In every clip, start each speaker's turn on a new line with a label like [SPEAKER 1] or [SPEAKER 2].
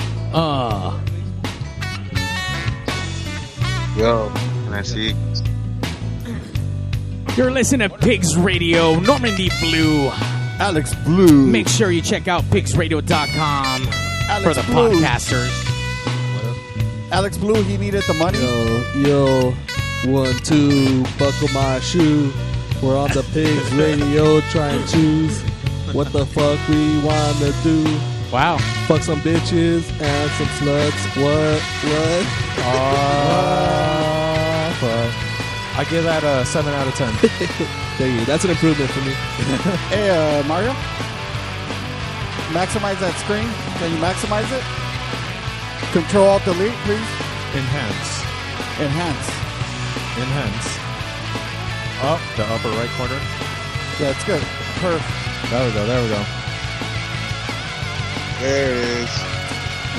[SPEAKER 1] Uh,
[SPEAKER 2] Yo, can I see?
[SPEAKER 1] you're listening to Pigs Radio, Normandy Blue.
[SPEAKER 3] Alex Blue.
[SPEAKER 1] Make sure you check out pigsradio.com for the
[SPEAKER 3] Blue.
[SPEAKER 1] podcasters.
[SPEAKER 3] Alex Blue, he needed the money.
[SPEAKER 4] Yo, yo, one, two, buckle my shoe. We're on the pigs radio trying to choose what the fuck we wanna do.
[SPEAKER 1] Wow.
[SPEAKER 4] Fuck some bitches and some sluts. What? What?
[SPEAKER 5] Uh, fuck. I give that a seven out of ten.
[SPEAKER 4] Thank you. That's an improvement for me.
[SPEAKER 3] Hey, uh, Mario, maximize that screen. Can you maximize it? Control Alt Delete, please.
[SPEAKER 5] Enhance,
[SPEAKER 3] Enhance.
[SPEAKER 5] enhance. Up the upper right corner.
[SPEAKER 3] Yeah, it's good. Perf.
[SPEAKER 5] There we go. There we go.
[SPEAKER 2] There it is.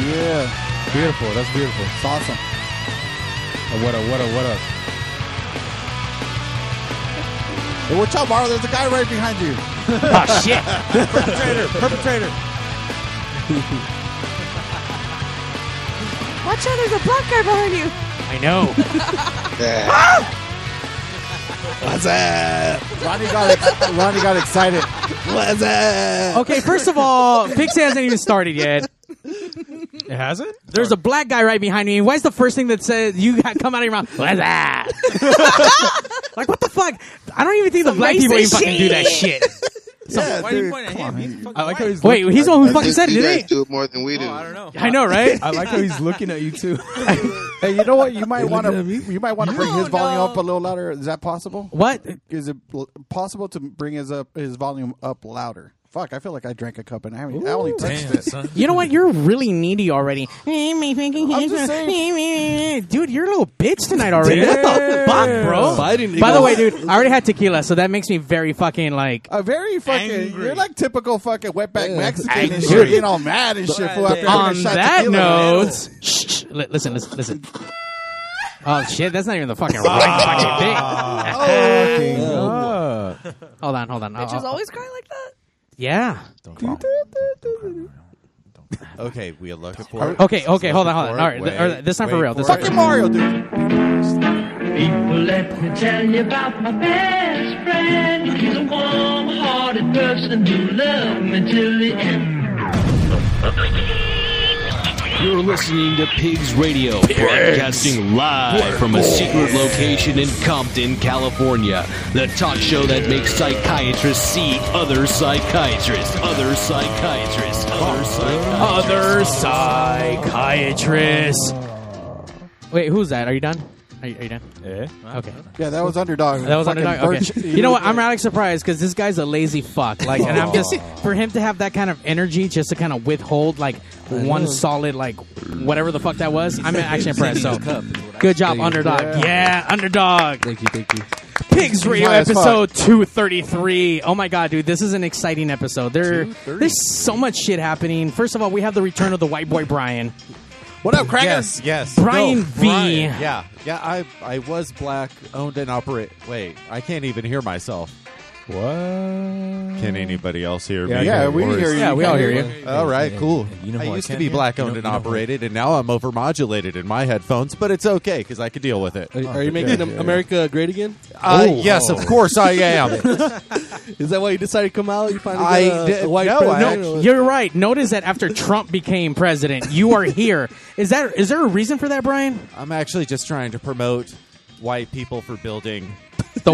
[SPEAKER 3] Yeah,
[SPEAKER 5] Beautiful. That's beautiful.
[SPEAKER 3] it's awesome.
[SPEAKER 5] Uh, What a what a what a.
[SPEAKER 3] Hey, watch out, Mario. There's a guy right behind you.
[SPEAKER 1] Oh, shit.
[SPEAKER 3] Perpetrator. Perpetrator.
[SPEAKER 6] Watch out, there's a black guy behind you.
[SPEAKER 1] I know.
[SPEAKER 2] Yeah.
[SPEAKER 3] Ronnie got ex- Ronnie got excited.
[SPEAKER 1] Okay, first of all, Pig hasn't even started yet.
[SPEAKER 5] It has it.
[SPEAKER 1] There's a black guy right behind me. Why's the first thing that says you got come out of your mouth? What's that? like what the fuck? I don't even think the black people even
[SPEAKER 6] racist
[SPEAKER 1] fucking do that shit.
[SPEAKER 3] yeah,
[SPEAKER 7] Why are you
[SPEAKER 3] dude,
[SPEAKER 7] pointing at
[SPEAKER 3] come
[SPEAKER 7] him?
[SPEAKER 3] on,
[SPEAKER 7] He's
[SPEAKER 3] man.
[SPEAKER 7] fucking
[SPEAKER 5] I like how
[SPEAKER 7] white.
[SPEAKER 5] he's.
[SPEAKER 1] Wait, he's the one who
[SPEAKER 2] I
[SPEAKER 1] fucking
[SPEAKER 2] think
[SPEAKER 1] said it,
[SPEAKER 2] you guys
[SPEAKER 1] didn't he?
[SPEAKER 2] do it more than we do.
[SPEAKER 7] Oh, I don't know.
[SPEAKER 1] I know, right?
[SPEAKER 5] I like how he's looking at you too.
[SPEAKER 3] Hey, you know what? You might want to
[SPEAKER 4] looking at
[SPEAKER 3] you might want to bring his
[SPEAKER 7] No,
[SPEAKER 3] volume
[SPEAKER 7] no.
[SPEAKER 3] up a little louder. Is that possible?
[SPEAKER 1] What?
[SPEAKER 3] Is it l- possible to bring his up his volume up louder? Fuck, I feel like I drank a cup and I, haven't- I only touched it.
[SPEAKER 7] son.
[SPEAKER 1] You know what? You're really needy already. I'm
[SPEAKER 3] just
[SPEAKER 1] Dude, you're a little bitch tonight already. What the fuck, bro?
[SPEAKER 4] Biting
[SPEAKER 1] By the way, dude, I already had tequila, so that makes me very fucking like.
[SPEAKER 3] A very fucking.
[SPEAKER 7] Angry.
[SPEAKER 3] You're like typical fucking wetback Mexican and
[SPEAKER 1] Angry.
[SPEAKER 3] shit, getting all mad and shit. Fool, after having a
[SPEAKER 1] On
[SPEAKER 3] shot
[SPEAKER 1] that
[SPEAKER 3] tequila.
[SPEAKER 1] note, shh, shh, li- listen, listen, listen. Oh shit, that's not even the fucking right fucking thing.
[SPEAKER 5] Ah.
[SPEAKER 1] Hold on, hold on. I'll-
[SPEAKER 6] Oh, Bitches
[SPEAKER 1] I'll-
[SPEAKER 6] always cry like that.
[SPEAKER 1] yeah.
[SPEAKER 8] Okay, we are looking for it.
[SPEAKER 1] Okay, okay, hold on, hold on.
[SPEAKER 8] Wait,
[SPEAKER 1] All right, th- all right, this time for
[SPEAKER 8] wait
[SPEAKER 1] real. This
[SPEAKER 8] for
[SPEAKER 1] time
[SPEAKER 8] it.
[SPEAKER 1] for
[SPEAKER 3] fucking Mario, dude.
[SPEAKER 9] Well, let me tell you about my best friend. He's a warm-hearted person who loved me till the end.
[SPEAKER 10] You're listening to Pigs Radio, broadcasting live from a secret location in Compton, California. The talk show that makes psychiatrists see other psychiatrists, other psychiatrists, other psychiatrists.
[SPEAKER 1] other psychiatrist. Wait, who's that? Are you done? Are you, are you done?
[SPEAKER 5] Eh?
[SPEAKER 1] Okay.
[SPEAKER 3] Yeah, that was underdog.
[SPEAKER 1] That was
[SPEAKER 3] Fucking
[SPEAKER 1] underdog. Okay.
[SPEAKER 3] bird-
[SPEAKER 1] You know what? I'm really surprised because this guy's a lazy fuck. Like, and I'm just for him to have that kind of energy, just to kind of withhold like one solid like whatever the fuck that was. I'm actually impressed. So, good job, underdog. Yeah, underdog.
[SPEAKER 4] Thank you, thank you.
[SPEAKER 1] Pigs Radio
[SPEAKER 3] high as fuck.
[SPEAKER 1] episode 233. Oh my god, dude, this is an exciting episode. There, there's so much shit happening. First of all, we have the return of the white boy Brian.
[SPEAKER 3] What up, Craig?
[SPEAKER 8] Yes, yes.
[SPEAKER 1] Brian
[SPEAKER 8] No,
[SPEAKER 1] V.
[SPEAKER 8] Brian, Yeah, yeah. I I was black owned and operate. Wait, I can't even hear myself.
[SPEAKER 5] What?
[SPEAKER 8] Can anybody else hear
[SPEAKER 5] Yeah,
[SPEAKER 8] me?
[SPEAKER 3] Yeah, we
[SPEAKER 8] Or is-
[SPEAKER 3] hear you.
[SPEAKER 1] Yeah, we all hear you.
[SPEAKER 8] All right, cool.
[SPEAKER 5] You know
[SPEAKER 8] I
[SPEAKER 5] who I
[SPEAKER 8] used to
[SPEAKER 5] can
[SPEAKER 8] be
[SPEAKER 5] hear?
[SPEAKER 8] black
[SPEAKER 5] You know-
[SPEAKER 8] owned and
[SPEAKER 5] you know who I-
[SPEAKER 8] operated, and now I'm overmodulated in my headphones, but it's okay because I can deal with
[SPEAKER 5] Oh,
[SPEAKER 8] it.
[SPEAKER 4] Are, are you making Am- America great again?
[SPEAKER 8] Uh, yes, of course I am.
[SPEAKER 4] Is that why you decided to come out? You finally
[SPEAKER 8] I
[SPEAKER 4] got a-
[SPEAKER 8] did-
[SPEAKER 4] a white
[SPEAKER 8] no, I
[SPEAKER 4] president?
[SPEAKER 8] actually-
[SPEAKER 4] Or-
[SPEAKER 1] You're right. Notice that after Trump became president, you are here. Is that is there a reason for that, Brian?
[SPEAKER 8] I'm actually just trying to promote white people for building
[SPEAKER 1] The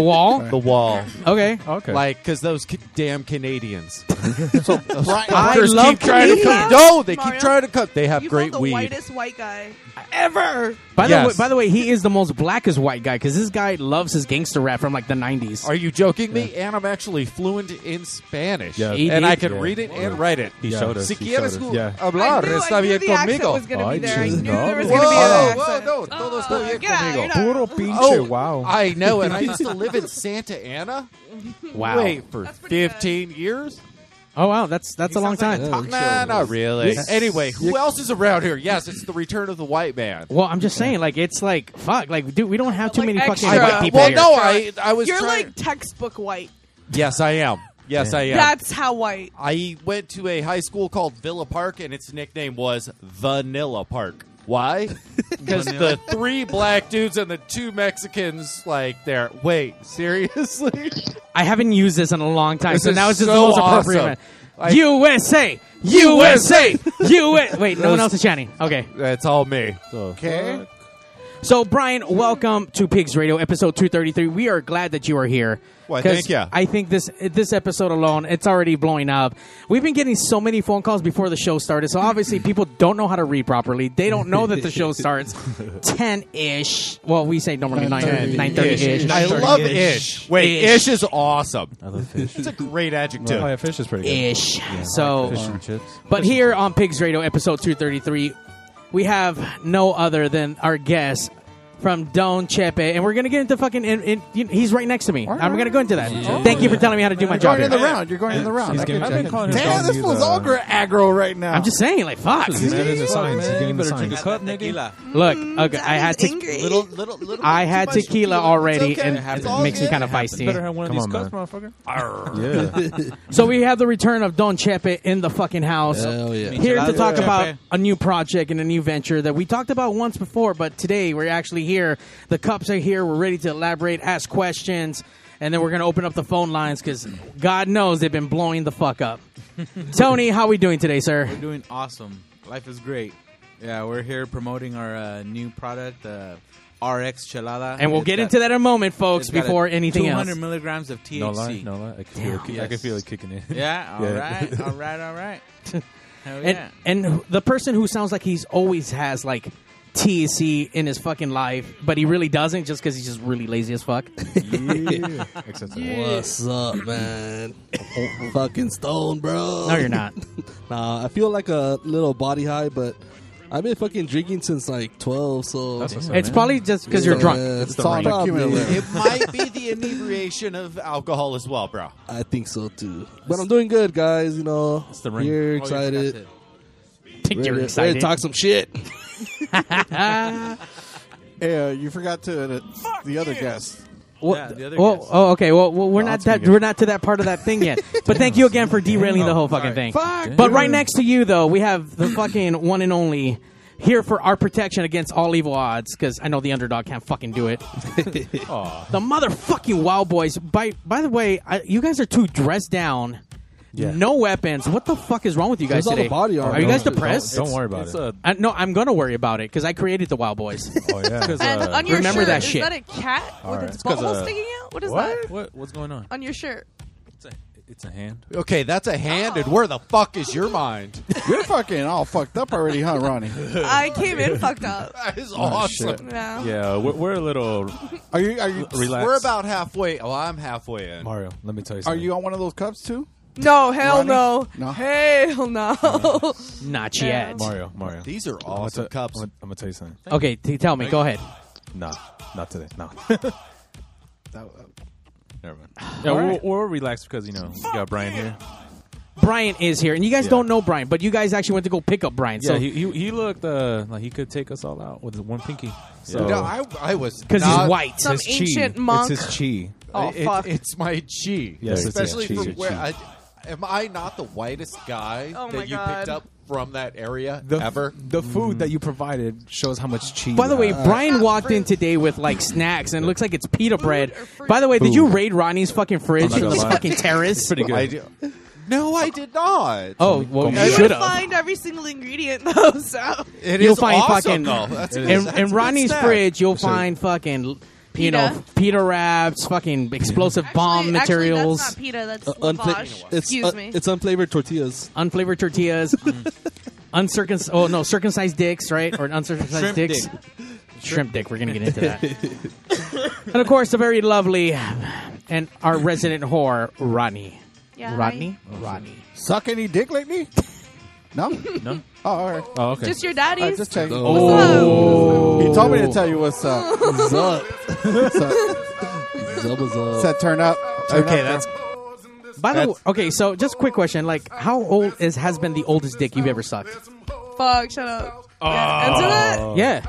[SPEAKER 1] wall?
[SPEAKER 8] the wall.
[SPEAKER 1] Okay.
[SPEAKER 5] Okay.
[SPEAKER 8] Like, because those ca- damn Canadians.
[SPEAKER 1] I
[SPEAKER 8] trying
[SPEAKER 1] love
[SPEAKER 8] to
[SPEAKER 1] Canadians.
[SPEAKER 8] come. No, Oh, they
[SPEAKER 6] Mario,
[SPEAKER 8] keep trying to come. They have
[SPEAKER 6] You
[SPEAKER 8] great
[SPEAKER 6] called the
[SPEAKER 8] weed.
[SPEAKER 6] whitest white guy ever.
[SPEAKER 1] By the,
[SPEAKER 8] Yes.
[SPEAKER 1] way, by the way, he is the most blackest white guy because this guy loves his gangster rap from like the 90s.
[SPEAKER 8] Are you joking me? And I'm actually fluent in Spanish.
[SPEAKER 5] Yeah.
[SPEAKER 1] ED?
[SPEAKER 8] And I can
[SPEAKER 5] Yeah.
[SPEAKER 8] read it and write it.
[SPEAKER 5] He showed us,
[SPEAKER 8] Si
[SPEAKER 5] he
[SPEAKER 8] quieres
[SPEAKER 5] showed us. Yeah.
[SPEAKER 6] I
[SPEAKER 8] hablar,
[SPEAKER 6] knew,
[SPEAKER 8] está
[SPEAKER 6] I knew
[SPEAKER 8] bien
[SPEAKER 6] the accent
[SPEAKER 8] conmigo.
[SPEAKER 6] was going to
[SPEAKER 5] Ay,
[SPEAKER 6] be there. I knew
[SPEAKER 5] chingado.
[SPEAKER 6] there was
[SPEAKER 8] Whoa,
[SPEAKER 6] going to be an
[SPEAKER 8] whoa,
[SPEAKER 6] accent.
[SPEAKER 8] no, todo está bien
[SPEAKER 6] get out,
[SPEAKER 8] conmigo.
[SPEAKER 6] you're not-
[SPEAKER 5] Puro pinche.
[SPEAKER 8] Oh,
[SPEAKER 5] wow.
[SPEAKER 8] I know, and I used to live in Santa Ana.
[SPEAKER 1] Wow.
[SPEAKER 8] Wait, for
[SPEAKER 6] That's pretty good.
[SPEAKER 8] 15 years?
[SPEAKER 1] Oh wow, that's that's a long time.
[SPEAKER 8] Nah, not really. Anyway, who else is around here? Yes, it's the return of the white man.
[SPEAKER 1] Well, I'm just saying, like it's like fuck, like dude, we don't have too
[SPEAKER 6] Like
[SPEAKER 1] many fucking
[SPEAKER 6] extra.
[SPEAKER 1] white people
[SPEAKER 8] well,
[SPEAKER 1] here.
[SPEAKER 8] no, I I was
[SPEAKER 6] You're
[SPEAKER 8] trying.
[SPEAKER 6] like textbook white.
[SPEAKER 8] yes, I am. Yes, I am.
[SPEAKER 6] That's how white.
[SPEAKER 8] I went to a high school called Villa Park, and its nickname was Vanilla Park. Why? Because the three black dudes and the two Mexicans, like, they're wait, seriously?
[SPEAKER 1] I haven't used this in a long time,
[SPEAKER 8] This
[SPEAKER 1] so
[SPEAKER 8] is
[SPEAKER 1] now it's just the
[SPEAKER 8] so
[SPEAKER 1] most appropriate.
[SPEAKER 8] awesome.
[SPEAKER 1] one.
[SPEAKER 8] I-
[SPEAKER 1] USA, USA, USA. Wait, no one else is chanting. Okay.
[SPEAKER 8] That's all me. So,
[SPEAKER 3] Okay.
[SPEAKER 1] So, Brian, welcome to Pigs Radio, episode 233. We are glad that you are here.
[SPEAKER 8] Why,
[SPEAKER 1] 'Cause
[SPEAKER 8] thank ya.
[SPEAKER 1] I think this this episode alone, it's already blowing up. We've been getting so many phone calls before the show started, so obviously people don't know how to read properly. They don't know that the show starts 10-ish. Well, we say normally 9.30-ish. 9, 9:30 -ish.
[SPEAKER 8] I love Ish. Wait,
[SPEAKER 1] Ish.
[SPEAKER 8] Ish is awesome.
[SPEAKER 5] I love fish.
[SPEAKER 8] It's a great adjective. uh,
[SPEAKER 5] oh yeah, fish is pretty good.
[SPEAKER 1] ish. so,
[SPEAKER 5] Fish and chips.
[SPEAKER 1] but here on Pigs Radio, episode 233, we have no other than our guest from Don Chepe, and we're gonna get into fucking. In, in, you- he's right next to me. I'm gonna go into that. Thank you for telling me how to do my
[SPEAKER 3] You're
[SPEAKER 1] job.
[SPEAKER 3] going
[SPEAKER 1] here.
[SPEAKER 3] in the round. You're going in the round.
[SPEAKER 5] He's
[SPEAKER 3] I
[SPEAKER 5] getting-
[SPEAKER 3] can
[SPEAKER 5] I've been
[SPEAKER 3] check it.
[SPEAKER 5] calling him
[SPEAKER 3] Damn,
[SPEAKER 5] Don
[SPEAKER 3] this
[SPEAKER 5] Cheadle.
[SPEAKER 3] fool's all gr- aggro right now.
[SPEAKER 1] I'm just saying, like, fuck.
[SPEAKER 5] Man, there's a sign. He's
[SPEAKER 4] Man,
[SPEAKER 5] getting
[SPEAKER 4] you
[SPEAKER 5] the
[SPEAKER 4] better drink
[SPEAKER 5] sign.
[SPEAKER 4] a cup, nigga.
[SPEAKER 1] Look, okay, I had to.
[SPEAKER 6] angry.
[SPEAKER 8] little, little
[SPEAKER 1] I had
[SPEAKER 8] too much
[SPEAKER 1] tequila already,
[SPEAKER 8] It's okay.
[SPEAKER 1] and
[SPEAKER 8] It's
[SPEAKER 1] it
[SPEAKER 8] all
[SPEAKER 1] makes me
[SPEAKER 8] good.
[SPEAKER 1] kind of
[SPEAKER 4] Better
[SPEAKER 1] feisty.
[SPEAKER 4] have one
[SPEAKER 5] Come
[SPEAKER 4] of
[SPEAKER 5] on,
[SPEAKER 4] these cups, motherfucker.
[SPEAKER 5] Yeah.
[SPEAKER 1] So we have the return of Don Chepe in the fucking house.
[SPEAKER 4] Hell yeah.
[SPEAKER 1] Here to talk
[SPEAKER 4] Chepe.
[SPEAKER 1] about a new project and a new venture that we talked about once before, but today we're actually here. The cups are here. We're ready to elaborate, ask questions, and then we're going to open up the phone lines because God knows they've been blowing the fuck up. Tony, how we doing today, sir?
[SPEAKER 7] We're doing awesome. Life is great. Yeah, we're here promoting our uh, new product, uh, RX Chalada.
[SPEAKER 1] And we'll
[SPEAKER 7] It's
[SPEAKER 1] get
[SPEAKER 7] got-
[SPEAKER 1] into that in a moment, folks,
[SPEAKER 7] it's got a
[SPEAKER 1] before anything else.
[SPEAKER 7] 200 milligrams of THC.
[SPEAKER 5] no lie, no lie. I can feel, it, I can
[SPEAKER 7] Yes.
[SPEAKER 5] feel it kicking in.
[SPEAKER 7] Yeah, all
[SPEAKER 5] Yeah.
[SPEAKER 7] right, all right, all right. Hell
[SPEAKER 1] And
[SPEAKER 7] yeah.
[SPEAKER 1] and who- the person who sounds like he's always has like TSC in his fucking life, but he really doesn't just because he's just really lazy as fuck.
[SPEAKER 7] Mm.
[SPEAKER 5] Except
[SPEAKER 4] What's up, man? Fucking stone, bro.
[SPEAKER 1] No, you're not.
[SPEAKER 4] Nah, I feel like a little body high, but I've been fucking drinking since like 12, so.
[SPEAKER 5] That's what's up,
[SPEAKER 1] it's
[SPEAKER 5] man.
[SPEAKER 1] probably just because you're
[SPEAKER 4] Yeah,
[SPEAKER 1] drunk.
[SPEAKER 4] It's,
[SPEAKER 3] all
[SPEAKER 4] all
[SPEAKER 3] accumulative.
[SPEAKER 8] It might be the inebriation of alcohol as well, bro.
[SPEAKER 4] I think so too. But I'm doing good, guys. You know,
[SPEAKER 5] the ring.
[SPEAKER 4] you're
[SPEAKER 7] Oh, you
[SPEAKER 4] excited.
[SPEAKER 7] forgot
[SPEAKER 1] Think you're
[SPEAKER 4] Ready- ready
[SPEAKER 1] excited.
[SPEAKER 4] to talk some shit.
[SPEAKER 3] Uh, you forgot to the other guest.
[SPEAKER 1] Well,
[SPEAKER 7] Yeah, the other
[SPEAKER 1] well,
[SPEAKER 7] guys.
[SPEAKER 1] oh, okay. Well, well we're not
[SPEAKER 5] it's
[SPEAKER 1] that
[SPEAKER 5] good.
[SPEAKER 1] we're not to that part of that thing yet. But thank you again for derailing the whole fucking thing.
[SPEAKER 3] Fuck.
[SPEAKER 1] But right next to you, though, we have the fucking one and only here for our protection against all evil odds. Because I know the underdog can't fucking do it. the motherfucking Wild Boys. By by the way, I, you guys are too dressed down. No weapons. What the fuck is wrong with you guys
[SPEAKER 4] There's all the
[SPEAKER 1] today?
[SPEAKER 4] body armor.
[SPEAKER 1] Are you guys
[SPEAKER 4] Don't-
[SPEAKER 1] depressed?
[SPEAKER 5] Don't worry about
[SPEAKER 4] It's
[SPEAKER 5] it.
[SPEAKER 4] a-
[SPEAKER 1] I, no, I'm gonna worry about it because I created the Wild Boys.
[SPEAKER 5] oh yeah.
[SPEAKER 1] uh,
[SPEAKER 6] And on your
[SPEAKER 1] remember
[SPEAKER 6] shirt, is
[SPEAKER 1] that shit.
[SPEAKER 6] that a cat with
[SPEAKER 5] right.
[SPEAKER 6] its
[SPEAKER 5] It's 'cause,
[SPEAKER 6] ball
[SPEAKER 5] uh,
[SPEAKER 6] sticking out? What is that?
[SPEAKER 5] What? What's going on?
[SPEAKER 6] On your shirt.
[SPEAKER 5] It's a, it's a hand.
[SPEAKER 8] Okay, that's a hand,
[SPEAKER 5] Oh.
[SPEAKER 8] and where the fuck is your mind?
[SPEAKER 3] You're fucking all fucked up already, huh, Ronnie? Oh,
[SPEAKER 6] I came in fucked up.
[SPEAKER 8] That is awesome.
[SPEAKER 6] No.
[SPEAKER 5] Yeah, we're, we're a little
[SPEAKER 3] Are you are you
[SPEAKER 5] relaxed.
[SPEAKER 8] We're about halfway. Oh, I'm halfway in.
[SPEAKER 5] Mario. Let me tell you.
[SPEAKER 3] are
[SPEAKER 5] Something.
[SPEAKER 3] you on one of those cups too?
[SPEAKER 6] No, hell
[SPEAKER 3] Ronnie?
[SPEAKER 6] no.
[SPEAKER 3] No.
[SPEAKER 6] Hell
[SPEAKER 5] Oh,
[SPEAKER 6] no.
[SPEAKER 1] Not yet.
[SPEAKER 5] Mario? Mario.
[SPEAKER 8] These are
[SPEAKER 5] I'm gonna
[SPEAKER 8] awesome
[SPEAKER 5] tell-
[SPEAKER 8] cups.
[SPEAKER 5] I'm gonna- I'm gonna tell you something.
[SPEAKER 1] Okay, t- tell me. Go ahead.
[SPEAKER 5] Nah,
[SPEAKER 11] Ah,
[SPEAKER 5] not today. No. Never mind. Yeah, we're, we're relaxed because you know we got Brian here.
[SPEAKER 1] Brian is here, and you guys
[SPEAKER 5] Yeah.
[SPEAKER 1] don't know Brian, but you guys actually went to go pick up Brian.
[SPEAKER 5] Yeah,
[SPEAKER 1] so
[SPEAKER 5] he, he he looked uh, like he could take us all out with one pinky. So
[SPEAKER 8] No, I, I was
[SPEAKER 1] because
[SPEAKER 8] not-
[SPEAKER 1] he's white.
[SPEAKER 6] Some
[SPEAKER 1] His chi.
[SPEAKER 6] ancient monk.
[SPEAKER 5] it's his chi.
[SPEAKER 6] oh,
[SPEAKER 8] It-
[SPEAKER 6] fuck.
[SPEAKER 8] it's my chi.
[SPEAKER 5] Yes, it's
[SPEAKER 8] especially
[SPEAKER 5] his chi.
[SPEAKER 8] from
[SPEAKER 5] It's
[SPEAKER 8] where.
[SPEAKER 5] your
[SPEAKER 8] I, am I not the whitest guy
[SPEAKER 6] Oh my
[SPEAKER 8] that you
[SPEAKER 6] God.
[SPEAKER 8] picked up from that area
[SPEAKER 5] The-
[SPEAKER 8] ever?
[SPEAKER 5] The food that you provided shows how much cheese.
[SPEAKER 1] By the way, Brian
[SPEAKER 6] not
[SPEAKER 1] walked in
[SPEAKER 6] fruit.
[SPEAKER 1] today with like snacks, and it looks like it's pita bread.
[SPEAKER 6] or fruit?
[SPEAKER 1] By the way, did you
[SPEAKER 5] Food.
[SPEAKER 1] raid Ronnie's fucking fridge?
[SPEAKER 5] I'm not gonna
[SPEAKER 1] He's
[SPEAKER 5] lie.
[SPEAKER 1] fucking terrorist.
[SPEAKER 5] pretty
[SPEAKER 8] I
[SPEAKER 5] good.
[SPEAKER 8] do. No, I did not.
[SPEAKER 1] Oh well,
[SPEAKER 5] Come on.
[SPEAKER 1] you
[SPEAKER 6] you would
[SPEAKER 1] should have.
[SPEAKER 6] find every single ingredient though, so
[SPEAKER 8] It
[SPEAKER 1] You'll
[SPEAKER 8] is
[SPEAKER 1] find fucking
[SPEAKER 8] awesome, though. That's a good-
[SPEAKER 1] in,
[SPEAKER 8] that's a
[SPEAKER 1] in
[SPEAKER 8] good
[SPEAKER 1] Ronnie's
[SPEAKER 8] snack.
[SPEAKER 1] fridge. You'll find fucking you know pita wraps, fucking explosive bomb
[SPEAKER 6] Actually- actually,
[SPEAKER 1] materials,
[SPEAKER 6] that's not pita. That's
[SPEAKER 4] Uh, unfla-
[SPEAKER 6] lavash.
[SPEAKER 4] it's,
[SPEAKER 6] Excuse
[SPEAKER 4] uh,
[SPEAKER 6] me.
[SPEAKER 4] It's unflavored tortillas.
[SPEAKER 1] unflavored tortillas, uncircumcised. Oh no, circumcised dicks, right? Or uncircumcised
[SPEAKER 7] Shrimp
[SPEAKER 1] dicks.
[SPEAKER 7] dick.
[SPEAKER 1] Shrimp dick. We're gonna get into that. and of course, the very lovely and our resident whore, Rodney.
[SPEAKER 6] yeah,
[SPEAKER 1] Rodney. Rodney.
[SPEAKER 3] Suck any dick lately? No.
[SPEAKER 5] No?
[SPEAKER 3] Oh, all right.
[SPEAKER 5] Oh,
[SPEAKER 6] I-
[SPEAKER 5] okay.
[SPEAKER 6] just your daddy's.
[SPEAKER 3] I just checked.
[SPEAKER 1] Oh.
[SPEAKER 3] He told me to tell you what's up.
[SPEAKER 4] Zup.
[SPEAKER 3] What's up?
[SPEAKER 4] Zubba's up.
[SPEAKER 3] Said turn up. Turn
[SPEAKER 8] Okay,
[SPEAKER 3] up.
[SPEAKER 8] that's
[SPEAKER 1] By the way, okay, so just quick question: like, how old is has been the oldest dick you've ever sucked? Oh.
[SPEAKER 6] Fuck, shut up. Yeah, answer that.
[SPEAKER 1] Yeah,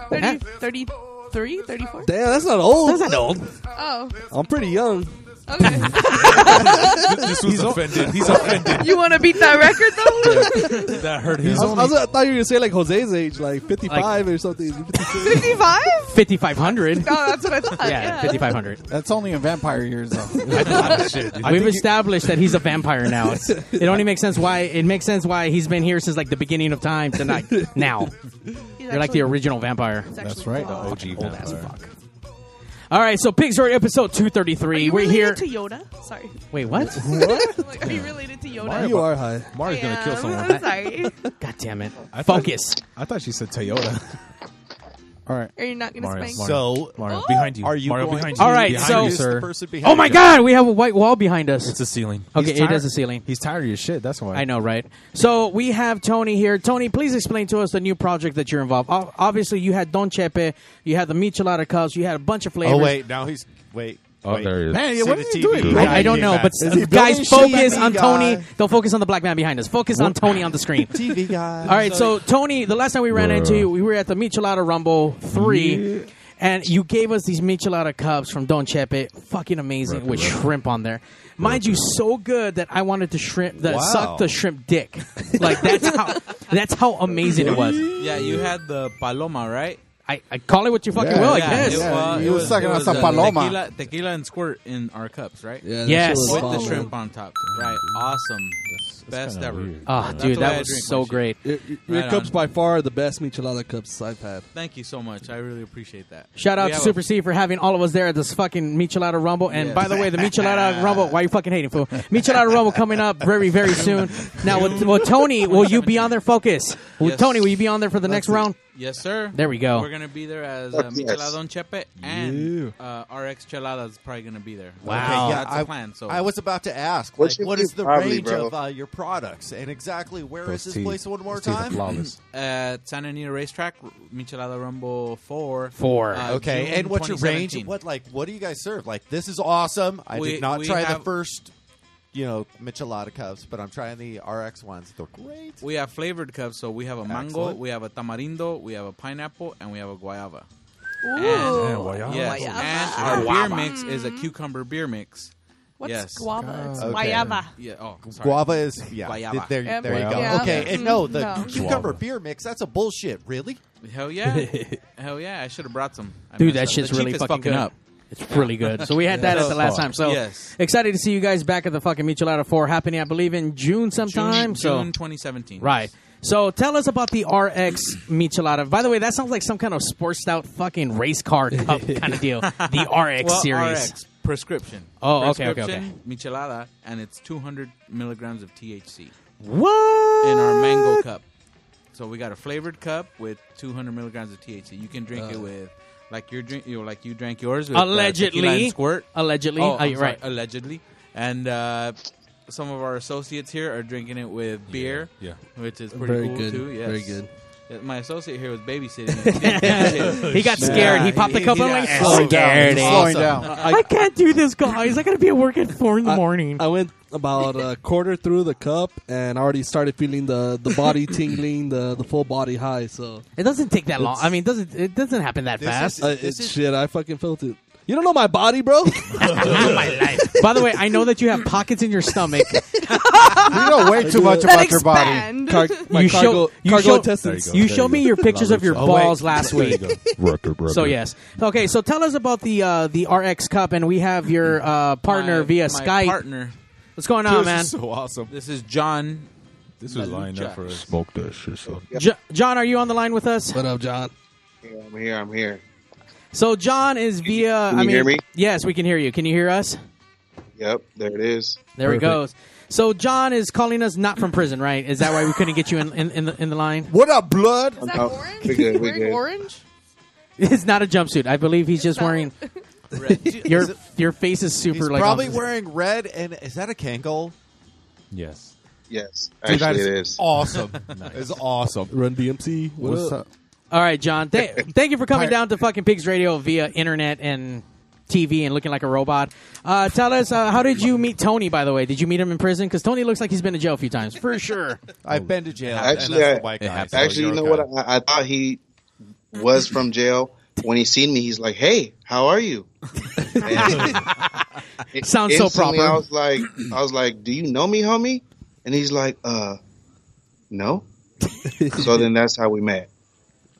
[SPEAKER 6] 30, 33, 34?
[SPEAKER 4] Damn, that's not old.
[SPEAKER 1] that's not old.
[SPEAKER 6] Oh.
[SPEAKER 4] I'm pretty young.
[SPEAKER 6] Okay.
[SPEAKER 5] this was offended. He's offended.
[SPEAKER 6] You want to beat that record though?
[SPEAKER 5] that hurt
[SPEAKER 4] I,
[SPEAKER 5] his
[SPEAKER 4] was- I was- I thought you were gonna say like Jose's age, like fifty-five or something.
[SPEAKER 6] 55? Oh,
[SPEAKER 1] 5500.
[SPEAKER 6] that's what I thought.
[SPEAKER 1] Yeah,
[SPEAKER 6] Yeah.
[SPEAKER 1] 5500.
[SPEAKER 3] That's only in vampire years, though.
[SPEAKER 1] We've established that he's a vampire now. It's, it only makes sense why it makes sense why he's been here since like the beginning of time to not now. You're like the original vampire.
[SPEAKER 5] That's right, the OG
[SPEAKER 1] Old
[SPEAKER 5] vampire.
[SPEAKER 1] ass fuck. All right, so Pigs Hurry episode 233. We're here.
[SPEAKER 6] related to Yoda? Sorry.
[SPEAKER 1] Wait, what?
[SPEAKER 6] Like, are you related to Yoda?
[SPEAKER 4] you are high.
[SPEAKER 5] Mario's
[SPEAKER 6] Yeah,
[SPEAKER 5] gonna kill someone.
[SPEAKER 6] I'm sorry.
[SPEAKER 1] God damn it.
[SPEAKER 5] I thought-
[SPEAKER 1] Focus.
[SPEAKER 5] I thought she said Toyota.
[SPEAKER 3] All right.
[SPEAKER 6] Are you not gonna
[SPEAKER 5] Mario,
[SPEAKER 6] spank?
[SPEAKER 5] Mario,
[SPEAKER 8] So,
[SPEAKER 5] Mario,
[SPEAKER 6] Oh!
[SPEAKER 5] behind you.
[SPEAKER 8] are you
[SPEAKER 5] Mario
[SPEAKER 8] going
[SPEAKER 5] behind
[SPEAKER 8] to
[SPEAKER 5] you?
[SPEAKER 1] All right,
[SPEAKER 5] behind
[SPEAKER 1] so-
[SPEAKER 5] you,
[SPEAKER 8] use the
[SPEAKER 5] sir.
[SPEAKER 8] person behind
[SPEAKER 1] Oh my
[SPEAKER 8] you?
[SPEAKER 1] god, we have a white wall behind us.
[SPEAKER 5] It's a ceiling.
[SPEAKER 1] Okay,
[SPEAKER 5] He's
[SPEAKER 1] it
[SPEAKER 5] tired-
[SPEAKER 1] is a ceiling.
[SPEAKER 5] He's tired of your shit. That's why.
[SPEAKER 1] I know, right? So we have Tony here. Tony, please explain to us the new project that you're involved. O- Obviously, you had Don Chepe, you had the Michelada Cups, you had a bunch of flavors.
[SPEAKER 8] Oh wait, now he's wait.
[SPEAKER 5] Oh,
[SPEAKER 8] wait.
[SPEAKER 5] there he is.
[SPEAKER 3] Man,
[SPEAKER 8] See
[SPEAKER 3] what
[SPEAKER 8] the
[SPEAKER 3] are you
[SPEAKER 8] TV
[SPEAKER 3] doing?
[SPEAKER 8] guy
[SPEAKER 1] I, I don't
[SPEAKER 8] came
[SPEAKER 1] know,
[SPEAKER 8] back.
[SPEAKER 1] but
[SPEAKER 3] Is he
[SPEAKER 1] guys,
[SPEAKER 3] building shit?
[SPEAKER 1] focus on
[SPEAKER 3] TV
[SPEAKER 1] Tony.
[SPEAKER 3] guy.
[SPEAKER 1] Don't focus on the black man behind us. Focus on Tony on the screen.
[SPEAKER 4] TV guy.
[SPEAKER 1] All right, so Tony, the last time we ran into you, we were at the Michelada Rumble three, and you gave us these Michelada cups from Don Chepe, fucking amazing, with shrimp on there. Mind you, so good that I wanted to shrimp, the,
[SPEAKER 8] Wow.
[SPEAKER 1] suck the shrimp dick. Like that's how that's how amazing it was.
[SPEAKER 7] Yeah, you had the paloma, right?
[SPEAKER 1] I, I call it what you fucking
[SPEAKER 3] Yeah,
[SPEAKER 1] will, I
[SPEAKER 7] yeah,
[SPEAKER 1] guess.
[SPEAKER 7] It,
[SPEAKER 3] Yeah,
[SPEAKER 7] wa-
[SPEAKER 3] you
[SPEAKER 7] it
[SPEAKER 3] was
[SPEAKER 7] was
[SPEAKER 3] sucking
[SPEAKER 7] it
[SPEAKER 3] on
[SPEAKER 7] was,
[SPEAKER 3] some
[SPEAKER 7] uh,
[SPEAKER 3] paloma.
[SPEAKER 7] Tequila, tequila and squirt in our cups, right?
[SPEAKER 4] Yeah,
[SPEAKER 1] Yes.
[SPEAKER 7] With
[SPEAKER 1] Wow.
[SPEAKER 7] the shrimp on top, right? Awesome, best ever.
[SPEAKER 1] Oh, dude,
[SPEAKER 7] That's the way
[SPEAKER 1] that
[SPEAKER 7] I
[SPEAKER 1] was
[SPEAKER 7] drink
[SPEAKER 1] so
[SPEAKER 7] my shit.
[SPEAKER 1] great.
[SPEAKER 4] Your, your
[SPEAKER 7] Right
[SPEAKER 4] cup's
[SPEAKER 7] on.
[SPEAKER 4] by far the best michelada cups I've had.
[SPEAKER 7] Thank you so much. I really appreciate that.
[SPEAKER 1] Shout out
[SPEAKER 7] We
[SPEAKER 1] to
[SPEAKER 7] have
[SPEAKER 1] Super
[SPEAKER 7] a-
[SPEAKER 1] C for having all of us there at this fucking Michelada Rumble. And by the way, the Michelada Rumble, why you fucking hating, fool? Michelada Rumble coming up very, very soon. Now, with, well, Tony, will you be on there? Focus. Well,
[SPEAKER 7] Yes.
[SPEAKER 1] Tony, will you be on there for the next round?
[SPEAKER 7] Yes, sir.
[SPEAKER 1] There we go.
[SPEAKER 7] We're gonna be there as uh,
[SPEAKER 2] Yes.
[SPEAKER 7] Micheladon Chepe and uh, RX Chelada is probably gonna be there.
[SPEAKER 1] Wow.
[SPEAKER 7] Okay, yeah, that's
[SPEAKER 8] I-
[SPEAKER 7] the plan. So
[SPEAKER 8] I was about to ask,
[SPEAKER 2] What
[SPEAKER 8] like,
[SPEAKER 2] should
[SPEAKER 8] what
[SPEAKER 2] we
[SPEAKER 8] is the
[SPEAKER 2] probably,
[SPEAKER 8] range
[SPEAKER 2] bro?
[SPEAKER 8] of uh, your products, and exactly where is
[SPEAKER 5] Those
[SPEAKER 8] this
[SPEAKER 5] teeth.
[SPEAKER 8] place? One more
[SPEAKER 5] Those teeth are
[SPEAKER 8] time.
[SPEAKER 5] flawless.
[SPEAKER 7] at Uh, San Anita Racetrack, Michelada Rumble Four.
[SPEAKER 1] Four.
[SPEAKER 7] uh,
[SPEAKER 8] Okay,
[SPEAKER 7] June
[SPEAKER 8] and what's your range?
[SPEAKER 7] 2017.
[SPEAKER 8] What like what do you guys serve? Like this is awesome. I
[SPEAKER 7] We-
[SPEAKER 8] did not
[SPEAKER 7] we
[SPEAKER 8] try the
[SPEAKER 7] have-
[SPEAKER 8] first, you know, Michelada cups, but I'm trying the RX ones. They're great.
[SPEAKER 7] We have flavored cups, so we have a mango,
[SPEAKER 8] Excellent.
[SPEAKER 7] we have a tamarindo, we have a pineapple, and we have a guayaba.
[SPEAKER 6] Ooh.
[SPEAKER 7] Yeah,
[SPEAKER 5] guayaba.
[SPEAKER 7] Yes.
[SPEAKER 6] Guayaba. Mm.
[SPEAKER 7] And our beer mix is a cucumber beer mix.
[SPEAKER 6] What's
[SPEAKER 7] Yes.
[SPEAKER 6] guava? It's
[SPEAKER 8] Okay.
[SPEAKER 6] guayaba.
[SPEAKER 7] Yeah. Oh, sorry.
[SPEAKER 8] Guava is yeah.
[SPEAKER 7] Guayaba.
[SPEAKER 8] th- There,
[SPEAKER 6] Yep.
[SPEAKER 8] there you go.
[SPEAKER 6] Guayaba.
[SPEAKER 8] Okay,
[SPEAKER 6] Yeah.
[SPEAKER 8] and no, the
[SPEAKER 6] No.
[SPEAKER 8] cucumber beer mix. That's a bullshit. Really?
[SPEAKER 7] Hell yeah. Hell yeah. I should have brought some. I
[SPEAKER 1] Dude,
[SPEAKER 7] messed
[SPEAKER 1] that
[SPEAKER 7] up.
[SPEAKER 1] shit's
[SPEAKER 7] The
[SPEAKER 1] really
[SPEAKER 7] chief is
[SPEAKER 1] fucking
[SPEAKER 7] fucking
[SPEAKER 1] good.
[SPEAKER 7] up.
[SPEAKER 1] It's really good. So we had that at the last time. So
[SPEAKER 7] Yes.
[SPEAKER 1] excited to see you guys back at the fucking Michelada 4 happening, I believe, in June sometime.
[SPEAKER 7] June,
[SPEAKER 1] so
[SPEAKER 7] June 2017.
[SPEAKER 1] Right. So tell us about the RX Michelada. By the way, that sounds like some kind of sports out fucking race car cup kind of deal. The RX
[SPEAKER 7] Well,
[SPEAKER 1] series.
[SPEAKER 7] RX prescription.
[SPEAKER 1] Oh, okay, okay,
[SPEAKER 7] prescription, Michelada, and it's 200 milligrams of THC
[SPEAKER 1] What?
[SPEAKER 7] in our mango cup. So we got a flavored cup with 200 milligrams of THC. You can drink it with, like your drink, you know, like you drank yours with uh, tequila
[SPEAKER 1] Uh. Allegedly.
[SPEAKER 7] and squirt.
[SPEAKER 1] Allegedly.
[SPEAKER 7] Oh,
[SPEAKER 1] Uh,
[SPEAKER 7] I'm
[SPEAKER 1] you're
[SPEAKER 7] sorry,
[SPEAKER 1] right.
[SPEAKER 7] Allegedly, and uh, some of our associates here are drinking it with beer.
[SPEAKER 5] yeah.
[SPEAKER 7] which is pretty
[SPEAKER 4] Very
[SPEAKER 7] cool
[SPEAKER 4] good.
[SPEAKER 7] too. Yes.
[SPEAKER 4] Very good.
[SPEAKER 7] Yeah, My associate here was babysitting.
[SPEAKER 1] He got scared. He popped the cup
[SPEAKER 8] yeah,
[SPEAKER 1] and went,
[SPEAKER 8] yeah.
[SPEAKER 1] "Oh, scared.
[SPEAKER 8] Awesome.
[SPEAKER 3] Slowing down.
[SPEAKER 1] I can't do this, guys. I gotta be at work at four in the morning.
[SPEAKER 4] I went about a quarter through the cup and already started feeling the, the body tingling, the, the full body high. So
[SPEAKER 1] it doesn't take that long. I mean, it doesn't it doesn't happen that
[SPEAKER 8] This
[SPEAKER 1] fast?
[SPEAKER 4] uh, it's shit. I fucking felt it. You don't know my body, bro.
[SPEAKER 1] By the way, I know that you have pockets in your stomach.
[SPEAKER 3] You know way too much
[SPEAKER 6] That
[SPEAKER 3] about your body.
[SPEAKER 6] expand.
[SPEAKER 4] Car- my
[SPEAKER 1] You
[SPEAKER 4] cargo,
[SPEAKER 1] show- you
[SPEAKER 4] cargo
[SPEAKER 1] show-
[SPEAKER 4] intestines.
[SPEAKER 5] There
[SPEAKER 1] you
[SPEAKER 5] there
[SPEAKER 1] showed
[SPEAKER 5] you
[SPEAKER 1] me
[SPEAKER 5] go.
[SPEAKER 1] your pictures of your
[SPEAKER 5] Oh,
[SPEAKER 7] wait.
[SPEAKER 1] balls last week.
[SPEAKER 5] Rucker, brother.
[SPEAKER 1] So yes. Okay, so tell us about the uh, the RX Cup, and we have your uh, partner
[SPEAKER 7] My-
[SPEAKER 1] via
[SPEAKER 7] my
[SPEAKER 1] Skype.
[SPEAKER 7] Partner,
[SPEAKER 1] What's going on, man?
[SPEAKER 8] so awesome.
[SPEAKER 7] this is John.
[SPEAKER 5] This was lined up for us. Smoke that shit. So.
[SPEAKER 1] Jo- John, are you on the line with us?
[SPEAKER 4] What up, John?
[SPEAKER 2] Yeah, I'm here. I'm here.
[SPEAKER 1] So John is via.
[SPEAKER 2] Can
[SPEAKER 1] I
[SPEAKER 2] you
[SPEAKER 1] mean,
[SPEAKER 2] hear me?
[SPEAKER 1] Yes, we can hear you. Can you hear us?
[SPEAKER 2] Yep, there it is.
[SPEAKER 1] There he goes. So John is calling us not from prison, right? Is that why we couldn't get you in in, in, the, in the line?
[SPEAKER 3] What up, blood?
[SPEAKER 6] Is that
[SPEAKER 2] Oh,
[SPEAKER 6] orange?
[SPEAKER 2] we good, we
[SPEAKER 6] Wearing
[SPEAKER 2] good.
[SPEAKER 6] orange?
[SPEAKER 1] It's not a jumpsuit. I believe he's just
[SPEAKER 6] not.
[SPEAKER 1] wearing
[SPEAKER 7] Right.
[SPEAKER 1] your your face is super
[SPEAKER 8] He's
[SPEAKER 1] like
[SPEAKER 8] probably
[SPEAKER 1] on-
[SPEAKER 8] wearing red, and is that a Kangol?
[SPEAKER 5] Yes.
[SPEAKER 2] Yes,
[SPEAKER 8] Dude, that
[SPEAKER 2] actually
[SPEAKER 8] is
[SPEAKER 2] it is.
[SPEAKER 8] Awesome. It's awesome.
[SPEAKER 4] Run DMC. What
[SPEAKER 3] What's
[SPEAKER 4] up?
[SPEAKER 3] up?
[SPEAKER 1] All right, John. Th- thank you for coming
[SPEAKER 3] Pirate.
[SPEAKER 1] down to fucking Pigs Radio via internet and TV and looking like a robot. Uh, tell us, uh, how did you meet Tony? By the way, did you meet him in prison? Because Tony looks like he's been to jail a few times for sure.
[SPEAKER 8] I've been to jail.
[SPEAKER 2] Actually,
[SPEAKER 8] and that's
[SPEAKER 2] I-
[SPEAKER 8] the white
[SPEAKER 5] It
[SPEAKER 8] guy,
[SPEAKER 5] happened.
[SPEAKER 8] so
[SPEAKER 2] Actually, you
[SPEAKER 8] you're
[SPEAKER 2] know
[SPEAKER 8] okay.
[SPEAKER 2] what? I, I thought he was from jail. When he seen me, he's like, "Hey, how are you?" And It-
[SPEAKER 1] Sounds so
[SPEAKER 2] instantly,
[SPEAKER 1] proper.
[SPEAKER 2] I was like, I was like, "Do you know me, homie?" And he's like, "Uh, no." so then that's how we met.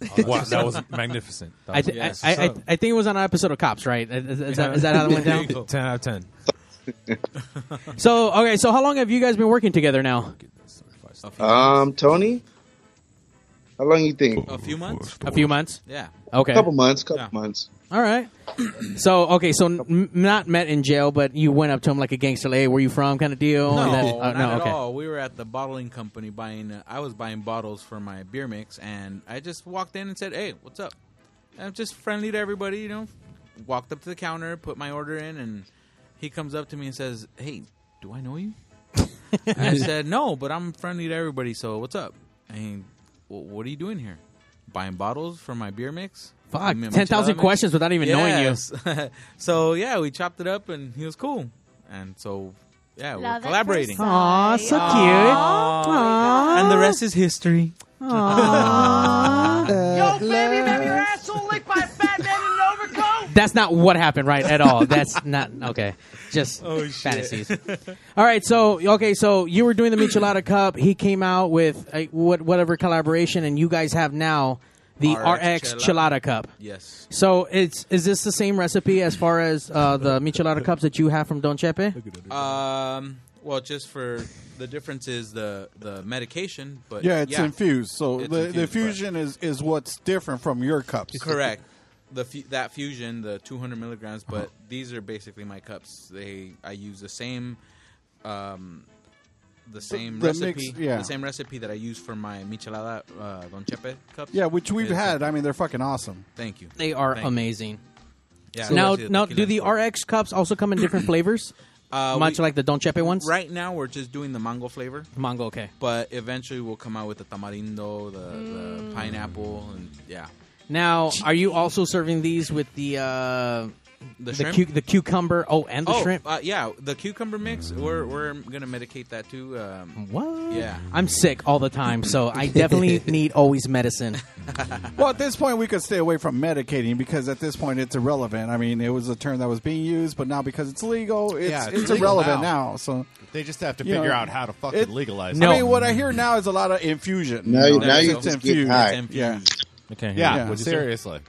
[SPEAKER 5] Oh,
[SPEAKER 8] Uh,
[SPEAKER 5] wow, that was magnificent. That
[SPEAKER 1] I,
[SPEAKER 5] was-
[SPEAKER 1] th-
[SPEAKER 5] Yes.
[SPEAKER 1] I, I, I think it was on an episode of Cops, right? Is, is that, is that how it went down?
[SPEAKER 5] ten out of ten.
[SPEAKER 1] So okay, so how long have you guys been working together now?
[SPEAKER 2] Um, Tony, how long you think?
[SPEAKER 7] A few months?
[SPEAKER 1] A few months.
[SPEAKER 7] Yeah.
[SPEAKER 1] Okay.
[SPEAKER 2] Couple months. Couple months.
[SPEAKER 1] All right. So okay, so n- not met in jail, but you went up to him like a gangster, like, "Hey, where you from?" kind of deal.
[SPEAKER 7] No,
[SPEAKER 1] and then- uh,
[SPEAKER 7] not
[SPEAKER 1] no,
[SPEAKER 7] at
[SPEAKER 1] okay.
[SPEAKER 7] all. We were at the bottling company buying. Uh, I was buying bottles for my beer mix, and I just walked in and said, "Hey, what's up?" I'm just friendly to everybody, you know. Walked up to the counter, put my order in, and he comes up to me and says, "Hey, do I know you?" and I said, "No, but I'm friendly to everybody. So what's up?" And he, "Well, what are you doing here? Buying bottles for my beer mix? I
[SPEAKER 1] Fuck,
[SPEAKER 7] mean,
[SPEAKER 1] ten thousand
[SPEAKER 7] michelada mix?"
[SPEAKER 1] questions without even knowing you.
[SPEAKER 7] knowing you. so yeah, we chopped it up, and he was cool. And so yeah, we're
[SPEAKER 12] Love at
[SPEAKER 7] collaborating.
[SPEAKER 12] first sight.
[SPEAKER 1] Aw, so
[SPEAKER 12] Aw.
[SPEAKER 1] cute. Aw.
[SPEAKER 7] Oh And the rest is history.
[SPEAKER 9] Yo, baby, baby, your asshole licked by a fat man in an overcoat.
[SPEAKER 1] That's not what happened, right? At all. That's not okay. Just
[SPEAKER 7] Oh, Uh,
[SPEAKER 1] fantasies. all right. So okay. So you were doing the Michelada Cup. He came out with a, what whatever collaboration, and you guys have now the RX,
[SPEAKER 7] RX
[SPEAKER 1] Chilada Cup.
[SPEAKER 7] Yes.
[SPEAKER 1] So it's is this the same recipe as far as uh, the Michelada cups that you have from Don Chepe?
[SPEAKER 7] Um. Well, just for the difference is the the medication, but
[SPEAKER 3] Yeah, it's infused. So
[SPEAKER 7] It's
[SPEAKER 3] the, the
[SPEAKER 7] infused,
[SPEAKER 3] fusion is, is what's different from your cups.
[SPEAKER 7] but- correct. The fu- that fusion, the 200 milligrams, but these are basically my cups. They I use the same, um, the same
[SPEAKER 3] the
[SPEAKER 7] recipe,
[SPEAKER 3] mix- yeah.
[SPEAKER 7] the same recipe that I use for my michelada uh, don chepe cups.
[SPEAKER 3] Yeah, which we've
[SPEAKER 7] It's-
[SPEAKER 3] had. I mean, they're fucking awesome.
[SPEAKER 7] Thank you.
[SPEAKER 1] They are
[SPEAKER 7] Thank you.
[SPEAKER 1] amazing.
[SPEAKER 7] Yeah,
[SPEAKER 1] now,
[SPEAKER 7] especially
[SPEAKER 1] now,
[SPEAKER 7] tequila
[SPEAKER 1] do the
[SPEAKER 7] and stuff.
[SPEAKER 1] RX cups also come in different flavors?
[SPEAKER 7] Uh,
[SPEAKER 1] much
[SPEAKER 7] we-
[SPEAKER 1] like the Don Chepe ones.
[SPEAKER 7] right now we're just doing the mango flavor,
[SPEAKER 1] Mango. Okay.
[SPEAKER 7] but eventually we'll come out with the tamarindo, the,
[SPEAKER 2] Mm.
[SPEAKER 7] the pineapple, and yeah,
[SPEAKER 1] Now, are you also serving these with the uh,
[SPEAKER 7] the,
[SPEAKER 1] the,
[SPEAKER 7] shrimp.
[SPEAKER 1] cu- the cucumber? Oh, and the
[SPEAKER 7] oh,
[SPEAKER 1] shrimp.
[SPEAKER 7] Uh, yeah, the cucumber mix. We're we're gonna medicate that too. Um,
[SPEAKER 1] What?
[SPEAKER 7] Yeah.
[SPEAKER 1] I'm sick all the time, so I definitely need always medicine.
[SPEAKER 3] Well, at this point, we could stay away from medicating because at this point, it's irrelevant. I mean, it was a term that was being used, but now because it's legal, it's,
[SPEAKER 8] Yeah, it's
[SPEAKER 3] it's,
[SPEAKER 8] legal
[SPEAKER 3] irrelevant
[SPEAKER 8] now.
[SPEAKER 3] now. So
[SPEAKER 8] They just have to
[SPEAKER 3] You
[SPEAKER 8] figure
[SPEAKER 3] know,
[SPEAKER 8] out how to fucking
[SPEAKER 3] it-
[SPEAKER 8] legalize.
[SPEAKER 1] No.
[SPEAKER 8] it.
[SPEAKER 3] I mean, what I hear now is a lot of infusion.
[SPEAKER 2] Now, you, now
[SPEAKER 7] that's
[SPEAKER 2] you
[SPEAKER 7] so-
[SPEAKER 2] just get
[SPEAKER 3] infused.
[SPEAKER 2] high.
[SPEAKER 7] It's infused.
[SPEAKER 3] Yeah.
[SPEAKER 5] Okay.
[SPEAKER 8] Yeah,
[SPEAKER 3] Yeah.
[SPEAKER 8] seriously.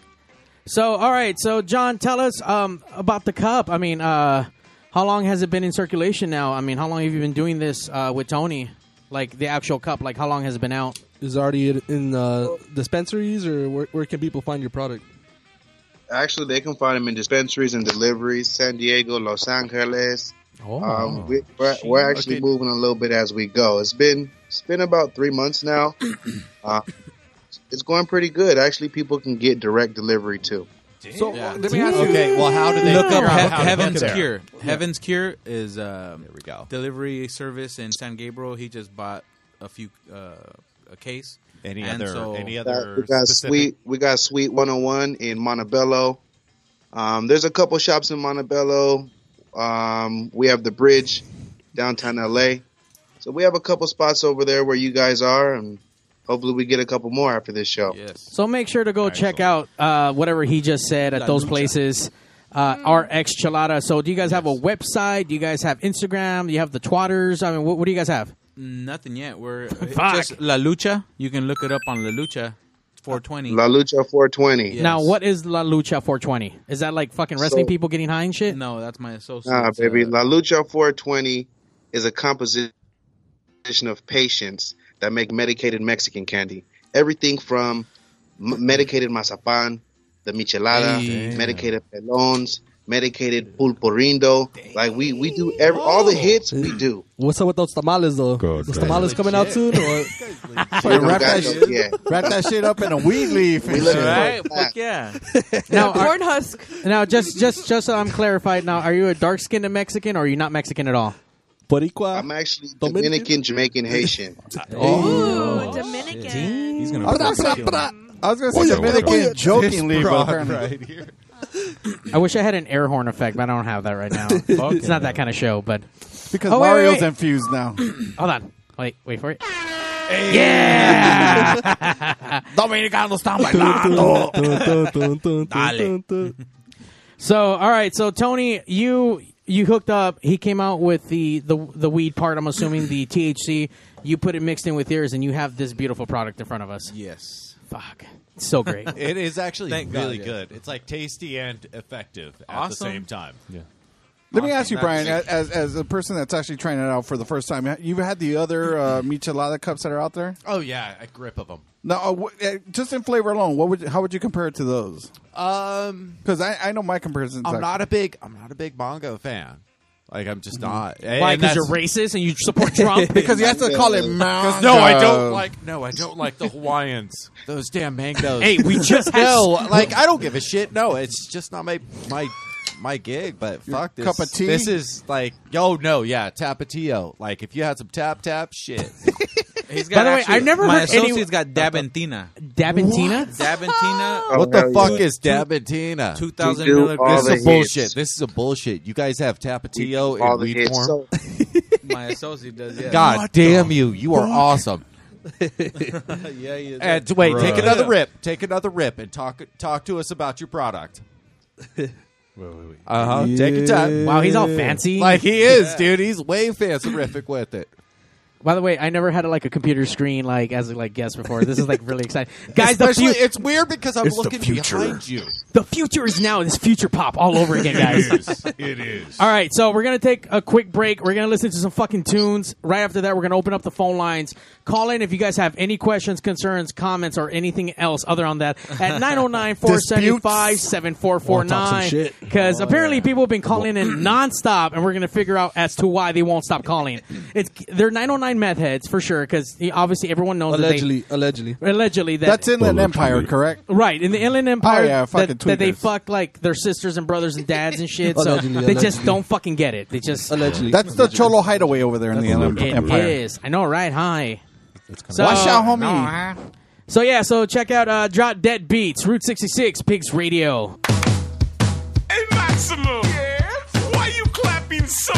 [SPEAKER 1] So, all right. So, John, tell us um, about the cup. I mean, uh, how long has it been in circulation now? I mean, how long have you been doing this uh, with Tony? Like the actual cup. Like, how long has it been out?
[SPEAKER 4] Is already in- in uh, dispensaries, or where, where can people find your product?
[SPEAKER 2] Actually, they can find them in dispensaries and deliveries, San Diego, Los Angeles.
[SPEAKER 1] Oh,
[SPEAKER 2] Um, we, we're, we're actually moving a little bit as we go. It's been it's been about three months now. Uh, it's going pretty good. Actually, people can get direct delivery too.
[SPEAKER 3] So
[SPEAKER 7] Yeah.
[SPEAKER 3] let me ask you.
[SPEAKER 8] Okay, well, how do they
[SPEAKER 7] Look up
[SPEAKER 8] figure out how
[SPEAKER 7] He-
[SPEAKER 8] to get
[SPEAKER 7] Heaven's
[SPEAKER 8] there?
[SPEAKER 7] Cure. Heaven's Cure is um,
[SPEAKER 8] There we go.
[SPEAKER 7] delivery service in San Gabriel. He just bought a few uh, a case.
[SPEAKER 8] Any
[SPEAKER 7] And
[SPEAKER 8] other?
[SPEAKER 7] so-
[SPEAKER 8] any
[SPEAKER 2] Uh,
[SPEAKER 8] other?
[SPEAKER 2] we got
[SPEAKER 8] specific-
[SPEAKER 2] sweet we got sweet 101 in montebello um, there's a couple shops in montebello um, we have the bridge downtown la so we have a couple spots over there where you guys are and hopefully we get a couple more after this show
[SPEAKER 7] Yes.
[SPEAKER 1] So make sure to go check out uh, whatever he just said at
[SPEAKER 7] La
[SPEAKER 1] those
[SPEAKER 7] Lucha.
[SPEAKER 1] places. Uh, RX Chilada. So, do you guys have a website? Do you guys have Instagram? Do you have the Twatters? I mean, what, what do you guys have?
[SPEAKER 7] Nothing yet. We're uh, just La Lucha. You can look it up on La Lucha 420.
[SPEAKER 2] la lucha 420
[SPEAKER 7] Yeah.
[SPEAKER 1] Now,
[SPEAKER 7] Yes.
[SPEAKER 1] what is La Lucha 420? Is that like fucking wrestling
[SPEAKER 2] So-
[SPEAKER 1] people getting high and shit?
[SPEAKER 7] no, that's my associate.
[SPEAKER 2] Nah, baby.
[SPEAKER 7] Uh,
[SPEAKER 2] La Lucha 420 is a composition of patients that make medicated Mexican candy. Everything from m- medicated mazapan, the michelada, medicated pelones, medicated pulpo rindo. Like we we do every, all
[SPEAKER 1] Oh.
[SPEAKER 2] the hits we do.
[SPEAKER 4] What's up with those tamales, though?
[SPEAKER 5] Good,
[SPEAKER 4] those
[SPEAKER 5] good.
[SPEAKER 4] tamales coming out soon, or
[SPEAKER 2] We don't
[SPEAKER 3] wrap
[SPEAKER 2] got
[SPEAKER 3] that
[SPEAKER 2] no-
[SPEAKER 3] shit-
[SPEAKER 2] yeah.
[SPEAKER 3] wrap that shit up in a weed leaf.
[SPEAKER 2] We
[SPEAKER 3] And
[SPEAKER 2] look
[SPEAKER 3] shit.
[SPEAKER 7] right?
[SPEAKER 2] for that.
[SPEAKER 7] Fuck yeah.
[SPEAKER 1] Now, are-
[SPEAKER 6] Corn husk.
[SPEAKER 1] Now, just just just so I'm clarified, now are you a dark skinned Mexican or are you not Mexican at all?
[SPEAKER 2] I'm
[SPEAKER 4] Boricua?
[SPEAKER 2] actually
[SPEAKER 4] Dominican?
[SPEAKER 2] Dominican, Jamaican, Haitian.
[SPEAKER 4] Oh.
[SPEAKER 6] Ooh, Dominican.
[SPEAKER 5] He's gonna.
[SPEAKER 3] Bra, bra, bra. I was going to say Dominican jokingly, but apparently-
[SPEAKER 1] I wish I had an air horn effect, but I don't have that right now. It's not that kind of show, but
[SPEAKER 3] because
[SPEAKER 1] Oh, wait, wait,
[SPEAKER 3] Mario's
[SPEAKER 1] wait.
[SPEAKER 3] infused now.
[SPEAKER 1] hold on. Wait, wait for it.
[SPEAKER 4] Dun, dun, dun, dun, dun, dun, dun.
[SPEAKER 1] So, all right. So, Tony, you you hooked up. He came out with the the the weed part. I'm assuming the THC. You put it mixed in with yours, and you have this beautiful product in front of us.
[SPEAKER 7] Yes.
[SPEAKER 1] Fuck. So great.
[SPEAKER 8] it is actually
[SPEAKER 7] Thank God,
[SPEAKER 8] really
[SPEAKER 7] yeah.
[SPEAKER 8] good. It's like tasty and effective at the
[SPEAKER 7] Awesome.
[SPEAKER 8] same time. Yeah.
[SPEAKER 3] Let me ask you,
[SPEAKER 8] That's-
[SPEAKER 3] Brian, as, as a person that's actually trying it out for the first time, you've had the other uh, michelada cups that are out there.
[SPEAKER 8] Oh yeah, a grip of them.
[SPEAKER 3] No, uh, wh- uh, just in flavor alone, what would you, how would you compare it to those?
[SPEAKER 8] Um,
[SPEAKER 3] Because I, I know my comparisons.
[SPEAKER 8] I'm not a big I'm not a big Mongo fan. Like I'm just not. And
[SPEAKER 1] Mm-hmm. Why? Because
[SPEAKER 8] that's-
[SPEAKER 1] you're racist and you support Trump.
[SPEAKER 3] because you have to call it mango.
[SPEAKER 8] No, I don't like. No, I don't like the Hawaiians. Those damn mangoes.
[SPEAKER 1] Hey, we just had-
[SPEAKER 8] no. Like I don't give a shit. No, it's just not my my my gig. But
[SPEAKER 3] Your
[SPEAKER 8] fuck this.
[SPEAKER 3] cup of tea?
[SPEAKER 8] This is like yo no yeah tapatio. Like if you had some tap tap shit.
[SPEAKER 7] He's
[SPEAKER 1] By the way, I've never
[SPEAKER 7] my
[SPEAKER 1] heard any-
[SPEAKER 7] associate's got Dabentina.
[SPEAKER 1] Dabentina.
[SPEAKER 7] Dabentina,
[SPEAKER 8] what the
[SPEAKER 2] Oh, hell
[SPEAKER 8] fuck
[SPEAKER 2] yeah.
[SPEAKER 8] is tapatina?
[SPEAKER 7] two thousand
[SPEAKER 2] You do
[SPEAKER 8] This
[SPEAKER 2] all
[SPEAKER 7] milligrams.
[SPEAKER 8] is
[SPEAKER 2] the
[SPEAKER 8] a
[SPEAKER 2] hits.
[SPEAKER 8] bullshit. This is a bullshit. You guys have tapatio
[SPEAKER 2] all
[SPEAKER 8] in
[SPEAKER 2] the
[SPEAKER 8] weed
[SPEAKER 2] hits.
[SPEAKER 8] form.
[SPEAKER 2] So,
[SPEAKER 7] My associate does. Yeah.
[SPEAKER 8] God damn you! You are awesome.
[SPEAKER 7] Yeah, yeah.
[SPEAKER 8] And wait,
[SPEAKER 5] Bruh.
[SPEAKER 8] take another rip. Take another rip and talk talk to us about your product.
[SPEAKER 5] Wait, wait, wait.
[SPEAKER 8] Uh huh. Take your time.
[SPEAKER 1] Wow, he's all fancy.
[SPEAKER 8] Like he is, dude. He's way fanciful with it.
[SPEAKER 1] By the way, I never had like a computer screen like as a like guest before. This is like really exciting, guys. The,
[SPEAKER 8] Especially,
[SPEAKER 1] fu-
[SPEAKER 8] it's weird because I'm
[SPEAKER 5] It's the
[SPEAKER 8] looking
[SPEAKER 5] future.
[SPEAKER 8] behind you.
[SPEAKER 1] the future is now. This future pop all over again, guys.
[SPEAKER 5] It is.
[SPEAKER 1] All right, so we're gonna take a quick break. We're gonna listen to some fucking tunes. Right after that, we're gonna open up the phone lines. Call in if you guys have any questions, concerns, comments, or anything else other on that at 909-475-7449.
[SPEAKER 4] shit. Oh,
[SPEAKER 1] Because apparently people have been calling in nonstop, and we're gonna figure out as to why they won't stop calling. It's they're 909 meth heads for sure. Because obviously everyone knows
[SPEAKER 4] Allegedly, allegedly.
[SPEAKER 1] that they, allegedly that
[SPEAKER 3] That's Inland Empire, correct? Oh,
[SPEAKER 1] Right in the Inland Empire,
[SPEAKER 3] yeah, fucking
[SPEAKER 1] that, that they
[SPEAKER 3] tweakers.
[SPEAKER 1] fuck like their sisters and brothers and dads and shit. so
[SPEAKER 4] Allegedly,
[SPEAKER 1] they just
[SPEAKER 4] allegedly.
[SPEAKER 1] don't fucking get it. They just
[SPEAKER 4] Allegedly.
[SPEAKER 3] That's the Cholo hideaway over there in the Inland
[SPEAKER 1] it
[SPEAKER 3] Empire.
[SPEAKER 1] is. I know, right? Hi. So,
[SPEAKER 3] Watch out, homie.
[SPEAKER 1] So yeah, so check out uh, Drop Dead Beats, Route 66, Pigs Radio.
[SPEAKER 12] Hey, Maximo! Why you clapping so?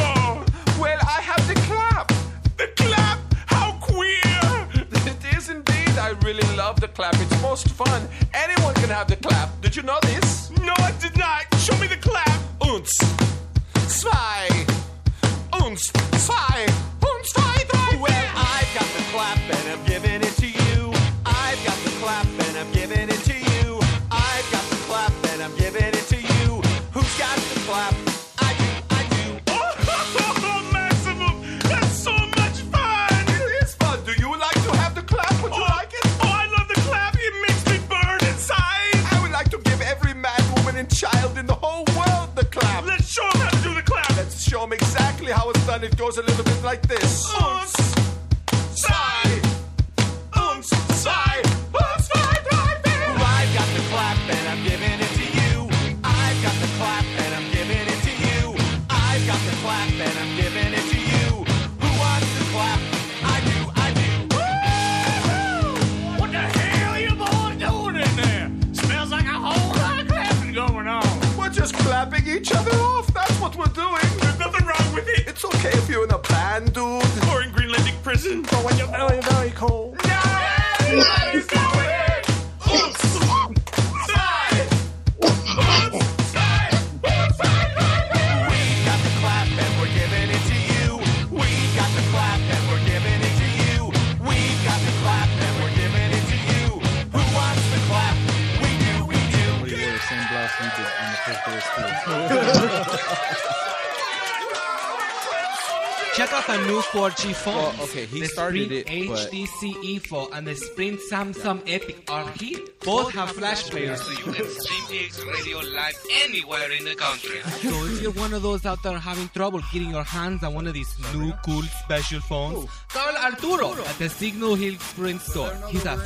[SPEAKER 12] Well, I have the clap. The clap? How queer! It is indeed. I really love the clap. It's most fun. Anyone can have the clap. Did you know this? No, I did not. Show me the clap. Uns. Zwei. Uns. Zwei. Uns. Zwei. Drei. Well, I've got the clap and I'm giving it to you. I've got the clap and I'm giving it to you. I've got the clap and I'm giving it to you. Who's got the clap? I do, I do. Oh, Maximum, that's so much fun. It is fun. Do you like to have the clap? Would you like it? Oh, I love the clap. It makes me burn inside. I would like to give every man, woman, and child in the whole world the clap. Let's show them how to do the clap. Let's show them exactly how it's done. It goes a little bit like this. Uns, sigh, uns, sigh, uns, sigh, drive in. Well, I've got the clap and I'm giving it to you. I've got the clap and I'm giving it to you. I've got the clap and I'm giving it to you. Who wants the clap? I do, I do. What the hell are you boys doing in there? Smells like a whole lot of clapping going on. We're just clapping each other off. That's what we're doing. There's nothing wrong with it. It's okay if you're in a band, dude. Or in Greenlandic prison. But when you're very, very cold. No! Everybody's going! Oops! Side! Oops! Side! Oops! Side! We got the clap and we're giving it to you. We got the clap and we're giving it to you. We got the clap and we're giving it to you. Who wants the clap? We do, we
[SPEAKER 7] You
[SPEAKER 12] do.
[SPEAKER 7] wear the same blouse you did on the first day of school.
[SPEAKER 13] Check out the new 4G phone.
[SPEAKER 7] Well, okay, he
[SPEAKER 13] the
[SPEAKER 7] started
[SPEAKER 13] Sprint
[SPEAKER 7] it, but-
[SPEAKER 13] HTC E4 E and the Sprint Samsung Epic are here. Both have flash players, so you can stream X Radio live anywhere in the country. so if you're one of those out there having trouble getting your hands on one of these new cool special phones, call Arturo at the Signal Hill Sprint store. He's at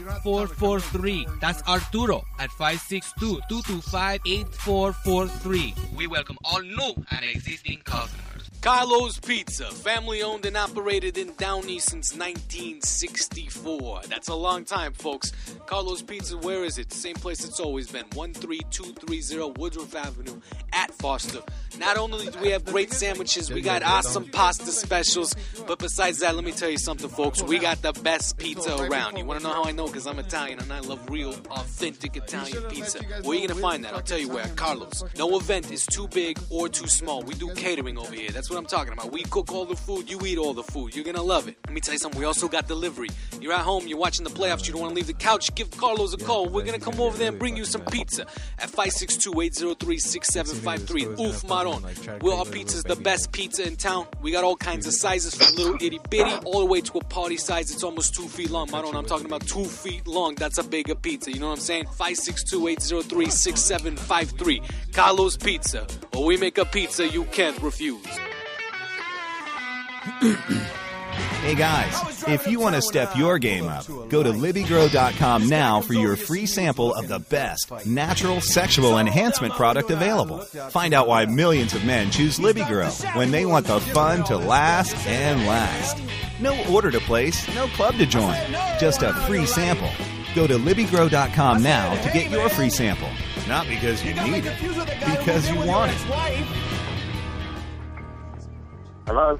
[SPEAKER 13] 562-225-8443. That's Arturo at 562-225-8443. We welcome all new and existing customers.
[SPEAKER 10] Kylo's Pizza, family owned and operated in Downey since 1964. That's a long time, folks. Carlos Pizza, where is it? Same place it's always been 13230 Woodruff Avenue at Foster. Not only do we have great sandwiches, we got awesome pasta specials, but besides that, let me tell you something, folks. We got the best pizza around. You want to know how I know? Because I'm Italian and I love real, authentic Italian pizza. Where you going to find that? I'll tell you where. Carlos. No event is too big or too small. We do catering over here. That's what I'm talking about. We cook all the food, you eat all the food. You're going to love it. Let me tell you something. We also got delivery. You're at home, you're watching the playoffs, you don't want to leave the couch, give Carlos a call. We're going to come over there and bring you some pizza at 562 803 6753. Oof, Maron. Will our pizza's the best pizza in town. We got all kinds of sizes from little itty bitty all the way to a party size. It's almost two feet long. Maron, I'm talking about two feet long. That's a bigger pizza. You know what I'm saying? 562 803 6753. Carlos Pizza. Or we make a pizza you can't refuse.
[SPEAKER 14] Hey guys, if you want to step your game up, go to LibbyGrow.com now for your free sample of the best natural sexual enhancement product available. Find out why millions of men choose Libby Grow when they want the fun to last and last. No order to place, no club to join, just a free sample. Go to LibbyGrow.com now to get your free sample. Not because you need it, because you want it.
[SPEAKER 15] Hello?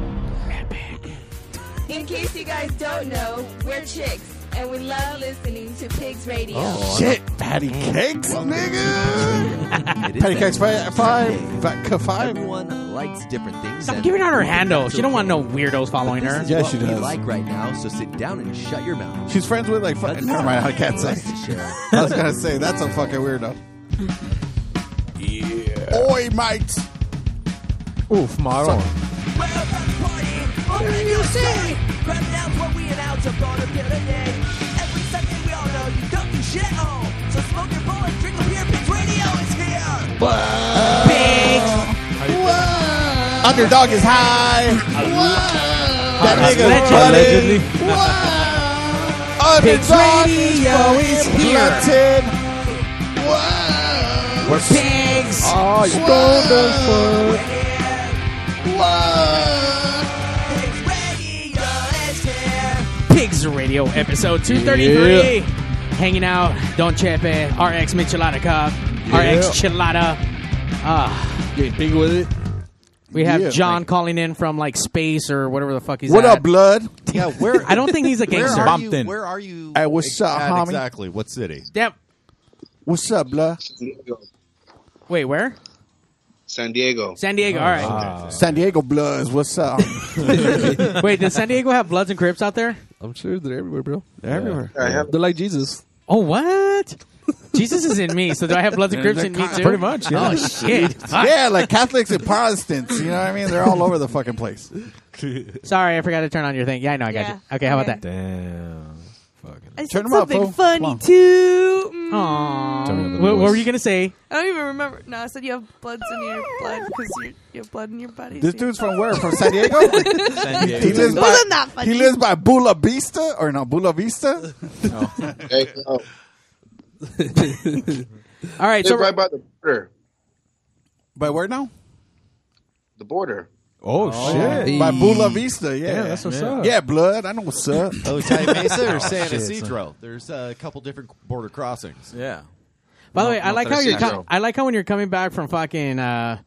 [SPEAKER 16] In case you guys don't know, we're chicks, and we love listening to Pigs Radio.
[SPEAKER 17] Oh.
[SPEAKER 4] Oh,
[SPEAKER 3] Shit, patty cakes, nigga. patty cakes five, five, back- five.
[SPEAKER 17] Everyone likes different things.
[SPEAKER 1] Stop giving out her handle. She don't want no weirdos following her.
[SPEAKER 3] Yeah, she
[SPEAKER 17] what we
[SPEAKER 3] does.
[SPEAKER 17] like right now, so sit down and shut your mouth.
[SPEAKER 3] She's friends with like. Fucking, never mind, I can't say. I was gonna say that's a fucking weirdo. yeah. Oi, mate.
[SPEAKER 4] Oof, Maron.
[SPEAKER 9] Open your seat. Grab now what we announced upon the other day. Every Sunday we all know you don't do shit at home. So smoke your bowl and drink a beer. Pigs Radio is here.
[SPEAKER 3] Underdog is high. That nigga
[SPEAKER 9] Allegedly.
[SPEAKER 3] funny. Underdog is fucking blunted.
[SPEAKER 9] We're pigs.
[SPEAKER 3] Oh, you golden food.
[SPEAKER 1] Pigs Radio episode 233. Hanging out, Don Chepe, RX Michelada Cup, RX Chilada. Ah,
[SPEAKER 4] getting big with it.
[SPEAKER 1] We have
[SPEAKER 3] Yeah.
[SPEAKER 1] John calling in from like space or whatever the fuck he's
[SPEAKER 3] What
[SPEAKER 1] at.
[SPEAKER 3] up, blood?
[SPEAKER 1] Yeah, where? I don't think he's a gangster.
[SPEAKER 3] Where are you? Hey, what's up,
[SPEAKER 1] at
[SPEAKER 3] homie?
[SPEAKER 1] exactly?
[SPEAKER 3] What city?
[SPEAKER 1] Yep.
[SPEAKER 3] What's up, blood?
[SPEAKER 1] Wait, where?
[SPEAKER 2] San Diego.
[SPEAKER 1] San Diego. All right.
[SPEAKER 3] San Diego Bloods. What's up?
[SPEAKER 1] Wait, does San Diego have Bloods and Crips out there?
[SPEAKER 4] I'm sure they're everywhere, bro.
[SPEAKER 3] They're everywhere.
[SPEAKER 4] Yeah. They're like Jesus.
[SPEAKER 1] Oh, what? Jesus is in me, so do I have Bloods and Crips in me too?
[SPEAKER 4] Pretty much, yeah.
[SPEAKER 1] Oh shit! Fuck.
[SPEAKER 3] yeah, like Catholics and Protestants. You know what I mean? They're all over the fucking place.
[SPEAKER 1] Sorry, I forgot to turn on your thing. Yeah, I know, I got you. Okay, how about that?
[SPEAKER 5] Damn.
[SPEAKER 6] I said
[SPEAKER 3] Turn 'em up,
[SPEAKER 6] something
[SPEAKER 3] fool. Come
[SPEAKER 6] funny
[SPEAKER 3] on.
[SPEAKER 6] too. Mm.
[SPEAKER 1] Aww. What, what were you gonna say?
[SPEAKER 6] I don't even remember. No, I said you have bloods in your blood because you you have blood in your body.
[SPEAKER 3] This dude's from where? From San Diego?
[SPEAKER 6] San Diego.
[SPEAKER 3] He lives
[SPEAKER 6] Wasn't
[SPEAKER 3] by,
[SPEAKER 6] that funny?
[SPEAKER 3] he lives by Bula Vista? Or no, Bula Vista?
[SPEAKER 1] All right,
[SPEAKER 2] Live
[SPEAKER 1] so
[SPEAKER 2] right by the border.
[SPEAKER 3] By where now?
[SPEAKER 2] The border.
[SPEAKER 3] Oh, shit. By Bula Vista, yeah.
[SPEAKER 2] Yeah, that's what's
[SPEAKER 3] yeah.
[SPEAKER 2] up.
[SPEAKER 3] Yeah, blood. I know what's up. Oh,
[SPEAKER 8] Otay Mesa Oh, or San
[SPEAKER 3] shit, son.
[SPEAKER 8] Isidro? There's a couple different border crossings.
[SPEAKER 7] Yeah.
[SPEAKER 1] By the way, I like how you're.
[SPEAKER 8] coming.
[SPEAKER 1] Com- I like how when you're coming back from fucking uh,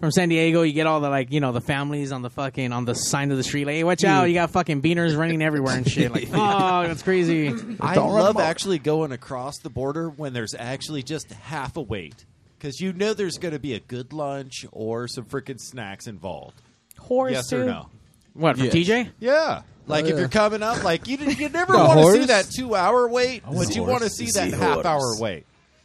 [SPEAKER 1] from San Diego, you get all the like you know the families on the fucking on the sign of the street. Like, hey, watch out! You got fucking beaners running everywhere and shit. Like, oh, that's crazy.
[SPEAKER 8] I love actually going across the border when there's actually just half a wait because you know there's going to be a good lunch or some freaking snacks involved.
[SPEAKER 6] Horse
[SPEAKER 8] yes
[SPEAKER 6] too.
[SPEAKER 8] or no?
[SPEAKER 1] What from
[SPEAKER 8] Yes.
[SPEAKER 1] TJ?
[SPEAKER 8] Yeah. Like
[SPEAKER 1] Oh,
[SPEAKER 8] if
[SPEAKER 1] yeah.
[SPEAKER 8] you're coming up, like you, you never
[SPEAKER 1] The
[SPEAKER 8] want to see
[SPEAKER 1] horse?
[SPEAKER 8] that two hour wait,
[SPEAKER 1] want
[SPEAKER 8] but
[SPEAKER 1] the
[SPEAKER 8] you
[SPEAKER 1] horse.
[SPEAKER 8] want to see
[SPEAKER 1] See
[SPEAKER 8] that
[SPEAKER 1] horse.
[SPEAKER 8] half hour wait.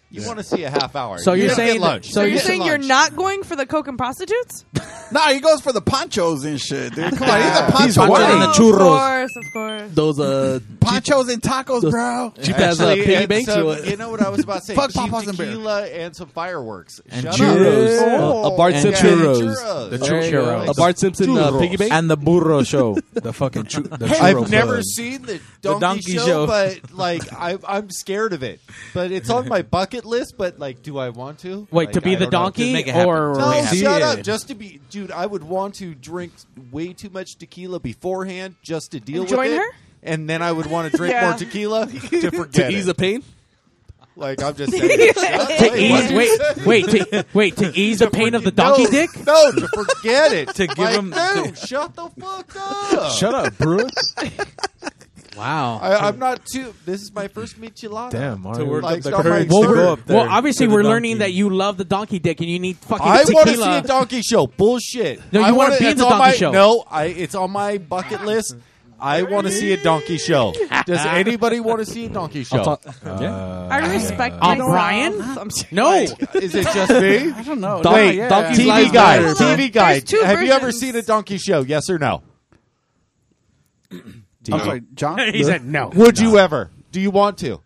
[SPEAKER 8] You want to see a half hour.
[SPEAKER 1] So
[SPEAKER 8] You
[SPEAKER 1] you're
[SPEAKER 8] don't get
[SPEAKER 1] saying that-
[SPEAKER 8] lunch.
[SPEAKER 1] so
[SPEAKER 8] You
[SPEAKER 1] you're
[SPEAKER 6] You're
[SPEAKER 8] get
[SPEAKER 6] saying
[SPEAKER 8] lunch.
[SPEAKER 6] you're not going for the coke and prostitutes?
[SPEAKER 3] Nah, he goes for the ponchos and shit, dude. Come on, he's a
[SPEAKER 4] He's
[SPEAKER 3] poncho.
[SPEAKER 4] watching
[SPEAKER 3] guy.
[SPEAKER 4] the
[SPEAKER 6] Of
[SPEAKER 4] churros.
[SPEAKER 6] course, of course.
[SPEAKER 4] Those uh,
[SPEAKER 3] Ponchos and tacos, bro.
[SPEAKER 4] Cheap ass uh,
[SPEAKER 8] Actually,
[SPEAKER 4] piggy
[SPEAKER 8] and
[SPEAKER 4] banks.
[SPEAKER 8] some-
[SPEAKER 4] you, uh,
[SPEAKER 8] you know what I was about to say?
[SPEAKER 3] Fuck
[SPEAKER 8] Cheap
[SPEAKER 3] Papa's and beer.
[SPEAKER 8] tequila and some fireworks.
[SPEAKER 7] And
[SPEAKER 8] Shut
[SPEAKER 7] churros.
[SPEAKER 8] Up.
[SPEAKER 4] Uh, a Bart
[SPEAKER 7] and
[SPEAKER 4] Simpson
[SPEAKER 8] churros.
[SPEAKER 4] The
[SPEAKER 7] The Oh. churros.
[SPEAKER 4] A Bart Simpson uh,
[SPEAKER 5] Churros.
[SPEAKER 4] piggy bank.
[SPEAKER 5] and the burro show. The fucking chu- the churro
[SPEAKER 8] I've never
[SPEAKER 5] club.
[SPEAKER 8] seen the
[SPEAKER 5] The
[SPEAKER 8] donkey,
[SPEAKER 5] donkey
[SPEAKER 8] show,
[SPEAKER 5] show.
[SPEAKER 8] but like I, I'm scared of it. But it's on my bucket list. But like, do I want to?
[SPEAKER 1] Wait,
[SPEAKER 8] Like,
[SPEAKER 1] to be
[SPEAKER 8] I
[SPEAKER 1] the
[SPEAKER 8] don't know.
[SPEAKER 1] donkey
[SPEAKER 8] To make it
[SPEAKER 1] or-
[SPEAKER 8] happen. no?
[SPEAKER 1] Make it happen.
[SPEAKER 8] shut
[SPEAKER 1] Yeah.
[SPEAKER 8] up. Just to be, dude. I would want to drink way too much tequila beforehand just to deal
[SPEAKER 6] And join
[SPEAKER 8] with it.
[SPEAKER 6] her?
[SPEAKER 8] And then I would want to drink
[SPEAKER 6] Yeah.
[SPEAKER 8] more tequila to forget
[SPEAKER 4] To ease
[SPEAKER 8] it.
[SPEAKER 4] the pain.
[SPEAKER 8] Like I'm just saying.
[SPEAKER 1] to ease, wait, wait, to, wait, to ease the pain of the donkey
[SPEAKER 8] no,
[SPEAKER 1] dick.
[SPEAKER 8] No, to forget it.
[SPEAKER 7] To give
[SPEAKER 8] like,
[SPEAKER 7] him-
[SPEAKER 8] no,
[SPEAKER 7] to-
[SPEAKER 8] shut the fuck up.
[SPEAKER 5] Shut up, bro.
[SPEAKER 1] Wow.
[SPEAKER 8] I, I'm not too. This is my first michelada.
[SPEAKER 5] Damn,
[SPEAKER 8] Oh, To
[SPEAKER 5] Mario.
[SPEAKER 8] work up the
[SPEAKER 5] Well,
[SPEAKER 8] courage
[SPEAKER 5] we're-
[SPEAKER 8] to go up
[SPEAKER 1] Well,
[SPEAKER 5] there
[SPEAKER 1] obviously,
[SPEAKER 5] to the
[SPEAKER 1] we're learning that
[SPEAKER 5] donkey.
[SPEAKER 1] you love the donkey dick, and you need fucking
[SPEAKER 8] I want to see
[SPEAKER 1] tequila.
[SPEAKER 8] a donkey show. Bullshit.
[SPEAKER 1] No, you
[SPEAKER 8] I
[SPEAKER 1] wanna
[SPEAKER 8] wanna-
[SPEAKER 1] be
[SPEAKER 8] it's
[SPEAKER 1] the
[SPEAKER 8] on
[SPEAKER 1] donkey
[SPEAKER 8] my-
[SPEAKER 1] show.
[SPEAKER 8] No, I, it's on my bucket list. I want to see a donkey show. Does anybody want to see a donkey show?
[SPEAKER 5] talk-
[SPEAKER 6] I respect
[SPEAKER 1] Uh,
[SPEAKER 6] myself.
[SPEAKER 1] Brian?
[SPEAKER 6] I'm sorry.
[SPEAKER 1] no,
[SPEAKER 8] is it just me?
[SPEAKER 1] I don't know.
[SPEAKER 8] Wait,
[SPEAKER 1] No, yeah.
[SPEAKER 8] donkey
[SPEAKER 1] Hold
[SPEAKER 8] TV
[SPEAKER 1] on,
[SPEAKER 8] guy.
[SPEAKER 1] hold on.
[SPEAKER 8] TV guy.
[SPEAKER 6] There's two
[SPEAKER 8] Have you ever
[SPEAKER 6] versions.
[SPEAKER 8] seen a donkey show? Yes or no?
[SPEAKER 3] I'm sorry, John.
[SPEAKER 1] He said no.
[SPEAKER 8] Would you ever? Do you want to?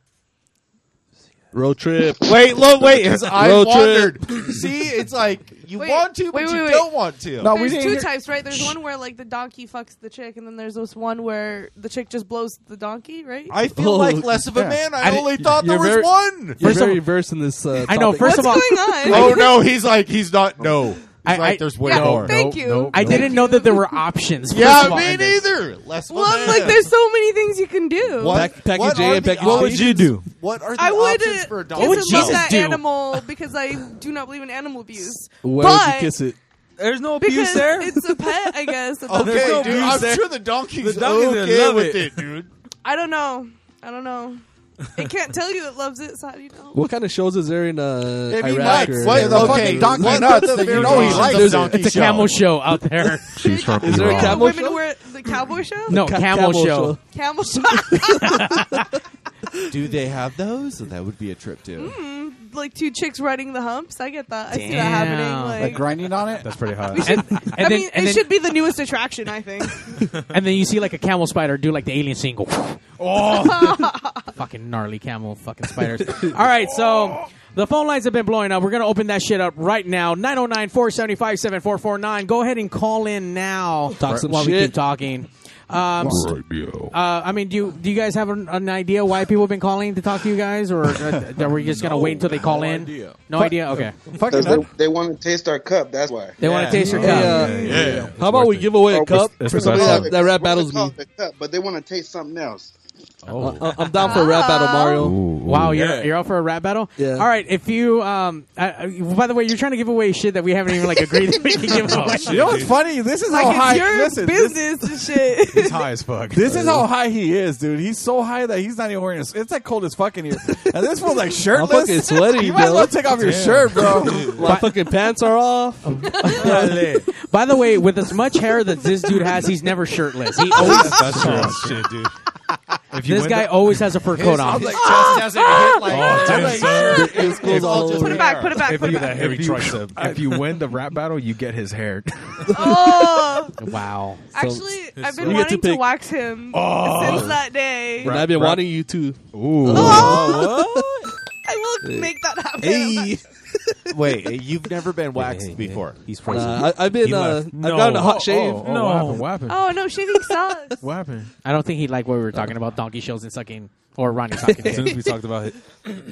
[SPEAKER 4] Road trip.
[SPEAKER 8] Wait, look, wait. His eyes
[SPEAKER 4] Road
[SPEAKER 8] wandered. See, it's like you
[SPEAKER 6] Wait,
[SPEAKER 8] want to, but
[SPEAKER 6] wait,
[SPEAKER 8] you
[SPEAKER 6] wait, wait.
[SPEAKER 8] don't want to.
[SPEAKER 3] No, we
[SPEAKER 6] there's
[SPEAKER 3] didn't
[SPEAKER 6] two
[SPEAKER 3] hear-
[SPEAKER 6] types, right? There's one where like the donkey fucks the chick, and then there's this one where the chick just blows the donkey, right?
[SPEAKER 8] I feel
[SPEAKER 4] Oh,
[SPEAKER 8] like less of a
[SPEAKER 3] yeah.
[SPEAKER 8] man. I,
[SPEAKER 1] I
[SPEAKER 8] only
[SPEAKER 1] didn't-
[SPEAKER 8] thought there
[SPEAKER 4] you're
[SPEAKER 8] was
[SPEAKER 4] very-
[SPEAKER 8] one.
[SPEAKER 4] You're
[SPEAKER 1] First of
[SPEAKER 4] very
[SPEAKER 1] all-
[SPEAKER 4] versed in this. Uh,
[SPEAKER 1] I know.
[SPEAKER 4] topic.
[SPEAKER 1] First
[SPEAKER 6] What's
[SPEAKER 1] of all,
[SPEAKER 6] going on?
[SPEAKER 8] Oh no, he's like he's not. No, he's
[SPEAKER 1] I-
[SPEAKER 8] like
[SPEAKER 1] I-
[SPEAKER 8] there's way
[SPEAKER 6] yeah,
[SPEAKER 8] more.
[SPEAKER 6] thank you.
[SPEAKER 1] I didn't know that there were options.
[SPEAKER 8] Yeah,
[SPEAKER 1] first of all,
[SPEAKER 8] me
[SPEAKER 1] in this.
[SPEAKER 8] neither. Less of a
[SPEAKER 6] Well, I'm
[SPEAKER 8] man.
[SPEAKER 6] like, there's so many things you can do.
[SPEAKER 8] What-
[SPEAKER 4] Pack- Package
[SPEAKER 8] what
[SPEAKER 4] A
[SPEAKER 8] are
[SPEAKER 4] and
[SPEAKER 8] the
[SPEAKER 4] package B. What would
[SPEAKER 8] options?
[SPEAKER 5] you do?
[SPEAKER 8] What are the
[SPEAKER 6] I would
[SPEAKER 8] options for a
[SPEAKER 6] uh,
[SPEAKER 8] dog?
[SPEAKER 1] would
[SPEAKER 6] kiss and love
[SPEAKER 1] Jesus
[SPEAKER 6] that
[SPEAKER 1] do?
[SPEAKER 6] animal because I do not believe in animal abuse.
[SPEAKER 4] Where
[SPEAKER 6] but
[SPEAKER 4] would you kiss it?
[SPEAKER 5] There's no abuse
[SPEAKER 6] Because
[SPEAKER 5] there.
[SPEAKER 6] it's a pet, I guess. a
[SPEAKER 8] Okay,
[SPEAKER 5] There's no
[SPEAKER 8] dude,
[SPEAKER 5] abuse
[SPEAKER 8] I'm
[SPEAKER 5] there.
[SPEAKER 8] sure the donkey's
[SPEAKER 5] The donkey's gonna
[SPEAKER 8] okay
[SPEAKER 5] love
[SPEAKER 8] with it.
[SPEAKER 5] it.
[SPEAKER 8] dude.
[SPEAKER 6] I don't know. I don't know. It can't tell you it loves it, so how do you know?
[SPEAKER 4] What kind of shows is there in uh,
[SPEAKER 8] If he
[SPEAKER 4] Iraq?
[SPEAKER 8] likes
[SPEAKER 4] or-
[SPEAKER 8] what the
[SPEAKER 3] the
[SPEAKER 8] okay,
[SPEAKER 3] fucking donkey
[SPEAKER 8] what
[SPEAKER 3] nuts
[SPEAKER 8] are the
[SPEAKER 3] that you know
[SPEAKER 8] variations
[SPEAKER 3] he likes.
[SPEAKER 8] of
[SPEAKER 4] There's a-
[SPEAKER 8] donkey
[SPEAKER 1] It's a camel show out there.
[SPEAKER 5] She's from
[SPEAKER 4] Is there a
[SPEAKER 5] Iran.
[SPEAKER 4] camel
[SPEAKER 6] women
[SPEAKER 4] show?
[SPEAKER 6] wear the cowboy show?
[SPEAKER 1] No,
[SPEAKER 4] Ca-
[SPEAKER 1] camel, show.
[SPEAKER 6] Camel show?
[SPEAKER 17] Do they have those? That would be a trip too.
[SPEAKER 6] Mm, like two chicks riding the humps? I get that. I see that
[SPEAKER 1] Damn.
[SPEAKER 3] Like
[SPEAKER 6] happening. Like,
[SPEAKER 3] grinding on it.
[SPEAKER 5] That's pretty hot.
[SPEAKER 1] And, and
[SPEAKER 6] I
[SPEAKER 1] then,
[SPEAKER 6] mean,
[SPEAKER 1] and,
[SPEAKER 6] it
[SPEAKER 1] then,
[SPEAKER 6] should be the newest attraction, I think.
[SPEAKER 1] and then you see like a camel spider do like the alien single. Oh, fucking gnarly camel, fucking spiders. All right, so the phone lines have been blowing up. We're gonna open that shit up right now. 909-475-7449. Go ahead and call in now.
[SPEAKER 4] Talk some
[SPEAKER 1] while we
[SPEAKER 4] shit.
[SPEAKER 1] keep talking. Um, uh, I mean, do you, do you guys have an, an idea why people have been calling to talk to you guys, or uh, are we just gonna wait until they call in?
[SPEAKER 7] idea.
[SPEAKER 1] No idea. Okay,
[SPEAKER 3] Fucking
[SPEAKER 2] Because they,
[SPEAKER 3] up.
[SPEAKER 2] they want to taste our cup. That's why.
[SPEAKER 1] they want to taste your
[SPEAKER 4] Hey,
[SPEAKER 1] cup.
[SPEAKER 4] uh,
[SPEAKER 5] Oh, yeah.
[SPEAKER 4] How about we give away a
[SPEAKER 2] Oh,
[SPEAKER 4] cup
[SPEAKER 5] it's-
[SPEAKER 4] for
[SPEAKER 5] it's
[SPEAKER 4] somebody
[SPEAKER 5] the
[SPEAKER 4] that,
[SPEAKER 5] best.
[SPEAKER 4] that rap
[SPEAKER 2] They wanna
[SPEAKER 4] battles
[SPEAKER 2] call
[SPEAKER 4] me?
[SPEAKER 2] it a cup, but they want to taste something else.
[SPEAKER 5] Oh.
[SPEAKER 4] I- Uh, I'm down for a rap battle, Mario.
[SPEAKER 1] Wow, you're
[SPEAKER 7] Yeah.
[SPEAKER 1] you're up for a rap battle.
[SPEAKER 4] Yeah.
[SPEAKER 1] All right, if you um, I, I- by the way, you're trying to give away shit that we haven't even like agreed that we
[SPEAKER 5] Oh,
[SPEAKER 1] can give away.
[SPEAKER 3] You know what's funny? This is
[SPEAKER 6] Like,
[SPEAKER 3] how
[SPEAKER 6] it's
[SPEAKER 3] high.
[SPEAKER 6] your
[SPEAKER 3] listen, this,
[SPEAKER 6] business and shit.
[SPEAKER 5] It's high as fuck.
[SPEAKER 3] this is how high he is, dude. He's so high that he's not even wearing. A, it's like cold as fucking here. And this one's like
[SPEAKER 4] I'm
[SPEAKER 3] shirtless.
[SPEAKER 4] fucking sweaty,
[SPEAKER 3] you might as
[SPEAKER 4] bro.
[SPEAKER 3] well take off your shirt, bro.
[SPEAKER 4] My fucking pants are off.
[SPEAKER 1] By the way, with as much hair that this dude has, he's never shirtless. He always
[SPEAKER 5] That's true. shit, dude. If you
[SPEAKER 1] this
[SPEAKER 5] win
[SPEAKER 1] guy
[SPEAKER 5] that-
[SPEAKER 1] always has a fur coat on.
[SPEAKER 8] Like,
[SPEAKER 4] Ah!
[SPEAKER 3] Ah!
[SPEAKER 8] chest doesn't hit like.
[SPEAKER 5] Oh, dude, sir.
[SPEAKER 4] It's goes all
[SPEAKER 8] just
[SPEAKER 4] over.
[SPEAKER 6] Put it back, put it back,
[SPEAKER 5] if
[SPEAKER 6] put it
[SPEAKER 5] you,
[SPEAKER 6] back.
[SPEAKER 5] if, you, if you win the rap battle, you get his hair.
[SPEAKER 6] Oh,
[SPEAKER 1] Wow.
[SPEAKER 6] actually, I've
[SPEAKER 4] You
[SPEAKER 6] been
[SPEAKER 4] get
[SPEAKER 6] wanting
[SPEAKER 4] to
[SPEAKER 6] to
[SPEAKER 4] pick.
[SPEAKER 6] wax him since that day.
[SPEAKER 4] And I've been
[SPEAKER 5] Rap-
[SPEAKER 4] wanting you to.
[SPEAKER 5] Ooh.
[SPEAKER 6] Oh. I will make that happen.
[SPEAKER 8] Wait, you've never been waxed before.
[SPEAKER 10] He's
[SPEAKER 4] Uh,
[SPEAKER 10] crazy.
[SPEAKER 4] I, I've been.
[SPEAKER 10] He
[SPEAKER 4] Uh,
[SPEAKER 10] left.
[SPEAKER 4] I've gotten a hot shave.
[SPEAKER 5] Oh, oh, What happened? What happened?
[SPEAKER 6] Oh no, shaving sucks.
[SPEAKER 5] What happened?
[SPEAKER 1] I don't think he liked what we were talking about donkey shows and sucking or Ronnie sucking.
[SPEAKER 5] As soon
[SPEAKER 1] dick.
[SPEAKER 5] as we talked about it,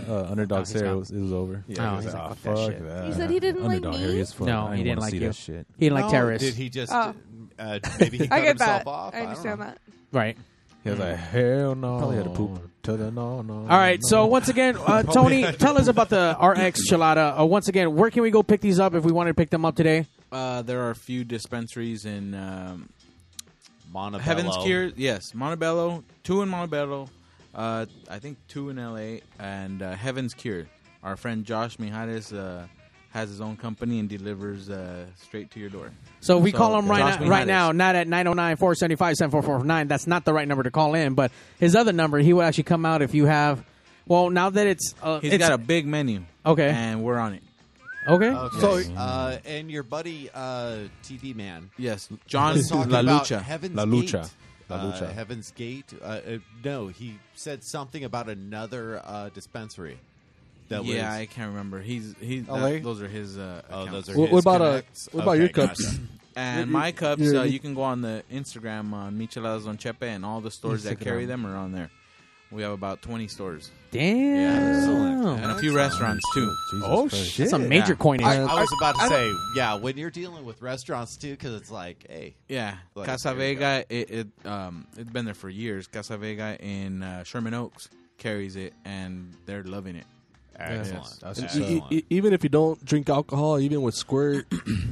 [SPEAKER 5] uh, underdog Sarah, it was, it was over.
[SPEAKER 1] Yeah,
[SPEAKER 5] I
[SPEAKER 1] Oh,
[SPEAKER 5] was
[SPEAKER 1] he's
[SPEAKER 5] like,
[SPEAKER 1] like,
[SPEAKER 5] "Ah,
[SPEAKER 1] fuck that shit."
[SPEAKER 6] You said he didn't like
[SPEAKER 5] Underdog
[SPEAKER 6] me?
[SPEAKER 5] hairy as fuck.
[SPEAKER 1] No,
[SPEAKER 5] I
[SPEAKER 1] he didn't
[SPEAKER 5] wanna
[SPEAKER 1] like
[SPEAKER 5] see
[SPEAKER 1] you.
[SPEAKER 5] That shit.
[SPEAKER 1] he didn't like
[SPEAKER 8] No,
[SPEAKER 1] terrorists.
[SPEAKER 8] Did he just?
[SPEAKER 6] Oh.
[SPEAKER 8] Uh, maybe he cut
[SPEAKER 6] I get
[SPEAKER 8] himself
[SPEAKER 6] that.
[SPEAKER 8] off.
[SPEAKER 6] I
[SPEAKER 8] don't
[SPEAKER 6] understand
[SPEAKER 8] know.
[SPEAKER 6] that.
[SPEAKER 1] Right.
[SPEAKER 5] He
[SPEAKER 6] Mm.
[SPEAKER 5] was like, hell no.
[SPEAKER 10] Probably had to poop.
[SPEAKER 5] To the no, no.
[SPEAKER 1] All right.
[SPEAKER 5] no.
[SPEAKER 1] So once again, uh, Tony, tell us about the RX Chilada. Uh, once again, where can we go pick these up if we wanted to pick them up today?
[SPEAKER 7] Uh, there are a few dispensaries in um,
[SPEAKER 8] Montebello.
[SPEAKER 7] Heaven's Cure. Yes, Montebello. Two in Montebello. Uh, I think two in L.A. and uh, Heaven's Cure. Our friend Josh Mijares uh, has his own company and delivers uh, straight to your door.
[SPEAKER 1] So we
[SPEAKER 7] So,
[SPEAKER 1] call him
[SPEAKER 7] Josh
[SPEAKER 1] right now,
[SPEAKER 7] Mihalis.
[SPEAKER 1] right now, not at 909-475-7449. That's not the right number to call in, but his other number, he will actually come out if you have Well, now that it's uh,
[SPEAKER 7] He's
[SPEAKER 1] it's-
[SPEAKER 7] got a big menu.
[SPEAKER 1] Okay.
[SPEAKER 7] And we're on it.
[SPEAKER 1] Okay.
[SPEAKER 17] So, uh, and your buddy, uh, TV man.
[SPEAKER 7] Yes, John
[SPEAKER 17] was talking
[SPEAKER 7] La
[SPEAKER 17] about
[SPEAKER 7] Lucha.
[SPEAKER 17] Heaven's
[SPEAKER 5] La Lucha.
[SPEAKER 17] Gate.
[SPEAKER 5] La
[SPEAKER 17] Uh,
[SPEAKER 5] Lucha.
[SPEAKER 17] Heaven's Gate. Uh, uh, no, he said something about another uh, dispensary. That was,
[SPEAKER 7] yeah, I can't remember. He's he's
[SPEAKER 17] LA?
[SPEAKER 7] that- those are his. Uh,
[SPEAKER 17] Oh,
[SPEAKER 7] accounts.
[SPEAKER 17] those are What- what his. about, uh,
[SPEAKER 7] Connects.
[SPEAKER 17] what about your cups?
[SPEAKER 7] gotcha.
[SPEAKER 17] Your-
[SPEAKER 7] And
[SPEAKER 17] your-
[SPEAKER 7] my cups,
[SPEAKER 17] your-
[SPEAKER 7] uh, you can go on the Instagram on Micheladas Don Chepe, and all the stores that carry
[SPEAKER 1] Instagram.
[SPEAKER 7] them are on there. We have about twenty stores.
[SPEAKER 1] Damn.
[SPEAKER 7] and a few restaurants too.
[SPEAKER 1] That's a major coinage.
[SPEAKER 17] I, Oh, I was about to say, yeah, when you're dealing with restaurants too, because it's like, hey,
[SPEAKER 7] Yeah,
[SPEAKER 17] like,
[SPEAKER 7] Casa
[SPEAKER 17] there you go.
[SPEAKER 7] Vega. It, it um it's been there for years. Casa Vega in uh, Sherman Oaks carries it, and they're loving it.
[SPEAKER 17] Excellent. That's
[SPEAKER 7] Yeah.
[SPEAKER 17] what's
[SPEAKER 4] E- e- e- even if you don't drink alcohol, even with squirt,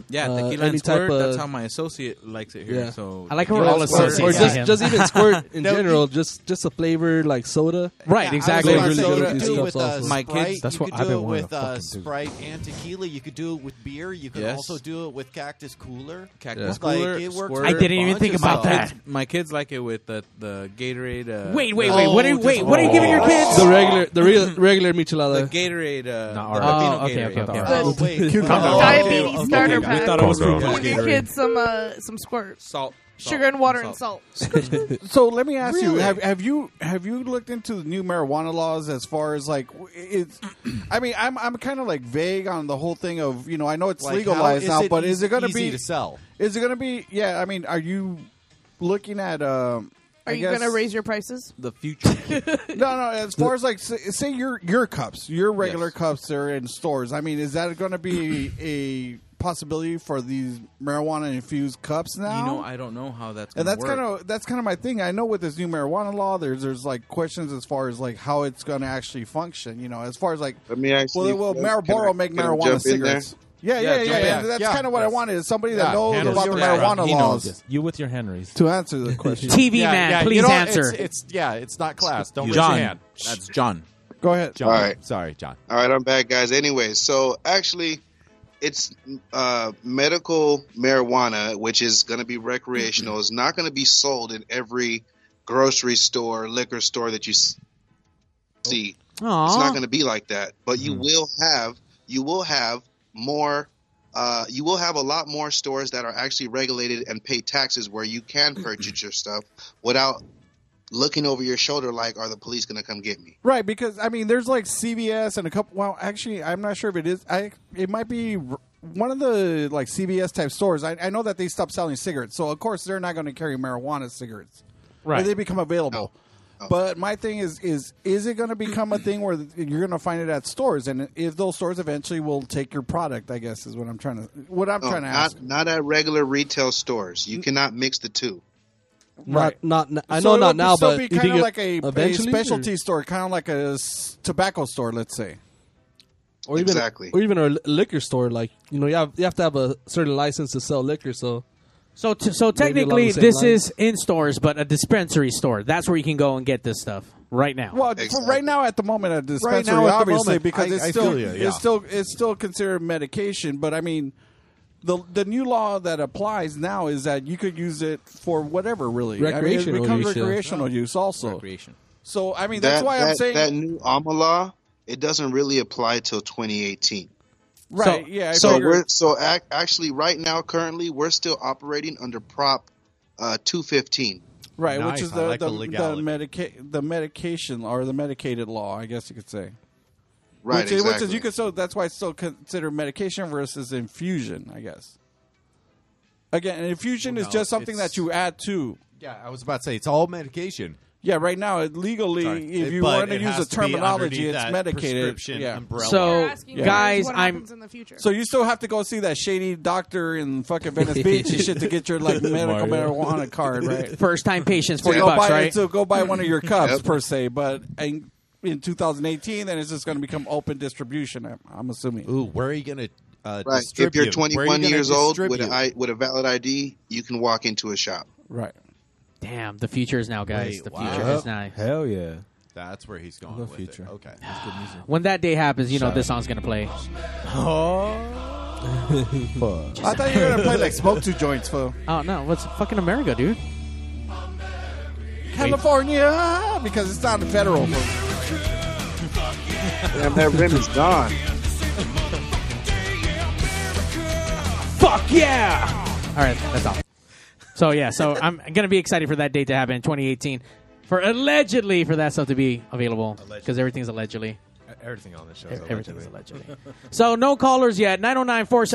[SPEAKER 7] Yeah,
[SPEAKER 4] uh,
[SPEAKER 7] tequila
[SPEAKER 4] any
[SPEAKER 7] and squirt.
[SPEAKER 4] type of-
[SPEAKER 7] that's how my associate likes it here.
[SPEAKER 4] Yeah.
[SPEAKER 7] So
[SPEAKER 4] Or
[SPEAKER 7] tequila
[SPEAKER 4] just-
[SPEAKER 7] squirt.
[SPEAKER 4] Or just, just even squirt in general, just just a flavor like soda.
[SPEAKER 17] Yeah, I was about to say, you could do it with uh,
[SPEAKER 4] My
[SPEAKER 17] Sprite,
[SPEAKER 4] kids.
[SPEAKER 17] you could do it with uh, Sprite and tequila. You could do it with beer. You could
[SPEAKER 7] Yes.
[SPEAKER 17] also do it with Cactus Cooler.
[SPEAKER 7] Cactus
[SPEAKER 17] Like,
[SPEAKER 7] cooler,
[SPEAKER 17] it works
[SPEAKER 7] squirt.
[SPEAKER 17] with a bunch of stuff.
[SPEAKER 7] My kids, my kids like it with the, the Gatorade. Uh,
[SPEAKER 1] Wait, wait, wait, what are-
[SPEAKER 7] just- oh.
[SPEAKER 1] wait, what are you giving your kids?
[SPEAKER 4] The regular, the regular, regular michelada.
[SPEAKER 7] The Gatorade. Uh,
[SPEAKER 4] Not
[SPEAKER 7] the
[SPEAKER 4] ours.
[SPEAKER 7] Filipino
[SPEAKER 4] Oh, okay,
[SPEAKER 7] Gatorade.
[SPEAKER 4] okay, okay.
[SPEAKER 7] Yeah.
[SPEAKER 4] Oh, wait. Cucumber.
[SPEAKER 7] Oh,
[SPEAKER 4] Diabetes
[SPEAKER 7] okay, okay,
[SPEAKER 6] starter
[SPEAKER 7] okay.
[SPEAKER 6] pack.
[SPEAKER 7] fruit
[SPEAKER 6] Give your kids some uh, some squirt,
[SPEAKER 7] salt,
[SPEAKER 6] sugar, and water, and salt.
[SPEAKER 3] So let me ask you
[SPEAKER 6] Really?
[SPEAKER 3] have have you have you looked into the new marijuana laws as far as like w- it's I mean I'm I'm kind of like vague on the whole thing of you know I know it's
[SPEAKER 17] Like, how
[SPEAKER 3] legalized
[SPEAKER 17] is
[SPEAKER 3] now
[SPEAKER 17] it
[SPEAKER 3] but is it going
[SPEAKER 17] easy
[SPEAKER 3] be
[SPEAKER 17] to sell?
[SPEAKER 3] Is it going to be yeah I mean are you looking at um
[SPEAKER 6] Are
[SPEAKER 3] I
[SPEAKER 6] you
[SPEAKER 3] guess-
[SPEAKER 6] gonna raise your prices?
[SPEAKER 7] The future.
[SPEAKER 3] no, no. As far as like, say, say your your cups, your regular cups, they're in stores. I mean, is that going to be a possibility for these marijuana infused cups now?
[SPEAKER 7] You know, I don't know how that's.
[SPEAKER 3] and
[SPEAKER 7] gonna
[SPEAKER 3] that's
[SPEAKER 7] work.
[SPEAKER 3] kind of that's kind of my thing. I know with this new marijuana law, there's there's like questions as far as like how it's going to actually function. You know, as far as like,
[SPEAKER 2] Let me ask
[SPEAKER 3] will it,
[SPEAKER 2] you,
[SPEAKER 3] will
[SPEAKER 2] can I- can I-
[SPEAKER 3] Marlboro make
[SPEAKER 2] can I
[SPEAKER 3] marijuana
[SPEAKER 2] jump in
[SPEAKER 3] cigarettes?
[SPEAKER 2] there?
[SPEAKER 3] Yeah,
[SPEAKER 2] Yeah,
[SPEAKER 3] yeah, yeah,
[SPEAKER 2] jump in.
[SPEAKER 3] yeah. That's
[SPEAKER 2] Yeah.
[SPEAKER 3] kind of what I wanted. Is somebody that
[SPEAKER 2] Yeah,
[SPEAKER 5] Oh,
[SPEAKER 3] knows
[SPEAKER 2] handle
[SPEAKER 3] about
[SPEAKER 2] your
[SPEAKER 3] the
[SPEAKER 2] background.
[SPEAKER 3] marijuana
[SPEAKER 2] He
[SPEAKER 3] laws
[SPEAKER 2] knows this.
[SPEAKER 5] You with your hand raised.
[SPEAKER 3] to answer the question.
[SPEAKER 17] Yeah, yeah, you don't- It's, it's yeah, it's not class. Don't raise
[SPEAKER 7] John.
[SPEAKER 17] your hand.
[SPEAKER 7] That's John.
[SPEAKER 3] Go ahead,
[SPEAKER 17] John.
[SPEAKER 2] All right.
[SPEAKER 17] Sorry, John.
[SPEAKER 2] All right, I'm back, guys. Anyway, so actually, it's uh, medical marijuana, which is going to be recreational, is not going to be sold in every grocery store, liquor store that you s- see.
[SPEAKER 1] Aw.
[SPEAKER 2] It's not going to be like that, but you will have you will have more. Uh, you will have a lot more stores that are actually regulated and pay taxes where you can purchase your stuff without looking over your shoulder like, are the police going to come get me?
[SPEAKER 3] Right, because I mean, there's like CVS and a couple. Well, actually, I'm not sure if it is. I it might be r- one of the like CVS type stores. I, I know that they stopped selling cigarettes, so of course they're not going to carry marijuana cigarettes.
[SPEAKER 1] Right.
[SPEAKER 3] when they become available. But my thing is, is is it going to become a thing where you're going to find it at stores, and if those stores eventually will take your product, I guess is what I'm trying to what I'm
[SPEAKER 2] No,
[SPEAKER 3] trying to
[SPEAKER 2] Oh, not,
[SPEAKER 3] ask. Mm.
[SPEAKER 2] Not at regular retail stores. You cannot mix the two.
[SPEAKER 4] Not, not, n- I
[SPEAKER 3] So
[SPEAKER 4] know
[SPEAKER 3] it
[SPEAKER 4] not
[SPEAKER 3] would
[SPEAKER 4] now,
[SPEAKER 3] still
[SPEAKER 4] but
[SPEAKER 3] be
[SPEAKER 4] you
[SPEAKER 3] kind of
[SPEAKER 4] think
[SPEAKER 3] like a,
[SPEAKER 4] it-
[SPEAKER 3] a
[SPEAKER 4] eventually,
[SPEAKER 3] specialty store, kind of like a s- tobacco store, let's say.
[SPEAKER 4] or, or even,
[SPEAKER 3] Exactly.
[SPEAKER 4] or even a li- liquor store. Like you know, you have you have to have a certain license to sell liquor. So,
[SPEAKER 1] so t- so technically, this is in stores, but a dispensary store. That's where you can go and get this stuff right now.
[SPEAKER 3] Well, for right now at the moment at dispensary,
[SPEAKER 1] now at the
[SPEAKER 3] obviously,
[SPEAKER 1] moment,
[SPEAKER 3] because
[SPEAKER 1] I-
[SPEAKER 3] it's
[SPEAKER 1] I
[SPEAKER 3] still
[SPEAKER 1] feel you, yeah.
[SPEAKER 3] it's still it's still considered medication. But I mean, the the new law that applies now is that you could use it for whatever really. I mean,
[SPEAKER 4] Recreational
[SPEAKER 3] it becomes
[SPEAKER 4] use, yeah.
[SPEAKER 3] recreational use also. Recreation. So I mean, that's
[SPEAKER 2] That-
[SPEAKER 3] why I'm
[SPEAKER 2] that-
[SPEAKER 3] saying
[SPEAKER 2] that new AMA law it doesn't really apply till 2018.
[SPEAKER 3] Right, So- yeah, I
[SPEAKER 2] so
[SPEAKER 3] figured-
[SPEAKER 2] we're so ac- actually right now currently we're still operating under Prop uh, 215.
[SPEAKER 3] right, which is the the, the, medica- the medication or the medicated law, I guess you could say.
[SPEAKER 2] Right,
[SPEAKER 3] which, is- which is
[SPEAKER 2] exactly.
[SPEAKER 3] you could so that's why it's still considered medication versus infusion, I guess. Again, an infusion
[SPEAKER 17] Well,
[SPEAKER 3] is
[SPEAKER 17] no,
[SPEAKER 3] just something
[SPEAKER 17] it's-
[SPEAKER 3] that you add to.
[SPEAKER 17] Yeah, I was about to say it's all medication.
[SPEAKER 3] Yeah, right now it legally,
[SPEAKER 17] Sorry.
[SPEAKER 3] if
[SPEAKER 17] It-
[SPEAKER 3] you
[SPEAKER 17] but
[SPEAKER 3] want to
[SPEAKER 17] it
[SPEAKER 3] use
[SPEAKER 17] has
[SPEAKER 3] a
[SPEAKER 17] to be
[SPEAKER 3] terminology,
[SPEAKER 17] underneath
[SPEAKER 3] it's
[SPEAKER 17] that
[SPEAKER 3] medicated.
[SPEAKER 17] prescription
[SPEAKER 3] Yeah.
[SPEAKER 17] umbrella.
[SPEAKER 1] So, You're asking guys,
[SPEAKER 6] what
[SPEAKER 1] I'm-
[SPEAKER 6] happens in the future.
[SPEAKER 3] So you still have to go see that shady doctor in fucking Venice Beach and shit to get your like medical
[SPEAKER 1] Mario.
[SPEAKER 3] marijuana card, right?
[SPEAKER 1] First time patients,
[SPEAKER 3] To
[SPEAKER 1] forty
[SPEAKER 3] go
[SPEAKER 1] bucks,
[SPEAKER 3] buy,
[SPEAKER 1] right?
[SPEAKER 3] To go buy one of your cups
[SPEAKER 1] Yep.
[SPEAKER 3] per se, but in, in 2018, then it's just going to become open distribution. I'm, I'm assuming.
[SPEAKER 17] Ooh, where are you going to uh,
[SPEAKER 2] Right. If you're 21 years old with an I, with a valid ID, you can walk into a shop.
[SPEAKER 3] Right.
[SPEAKER 1] Damn, the future is now, guys.
[SPEAKER 17] Wait,
[SPEAKER 1] the
[SPEAKER 17] wow.
[SPEAKER 1] future is now.
[SPEAKER 5] Hell yeah.
[SPEAKER 17] That's where he's going
[SPEAKER 5] The
[SPEAKER 17] with
[SPEAKER 5] future.
[SPEAKER 17] it. Okay.
[SPEAKER 1] When that day happens, you know
[SPEAKER 5] Shut
[SPEAKER 1] this
[SPEAKER 5] up.
[SPEAKER 1] song's gonna play.
[SPEAKER 5] Oh. Fuck.
[SPEAKER 3] I thought you were going to play like smoke two joints, fool.
[SPEAKER 1] Oh no, what's fucking America, dude?
[SPEAKER 3] California, because it's not federal. fool.
[SPEAKER 2] Damn, that rim is gone.
[SPEAKER 1] Fuck yeah! All right, that's all. So yeah, so I'm gonna be excited for that date to happen in 2018, for allegedly for that stuff to be available because everything's allegedly.
[SPEAKER 18] Everything on this show
[SPEAKER 1] E-
[SPEAKER 18] is
[SPEAKER 1] everything's So no callers yet.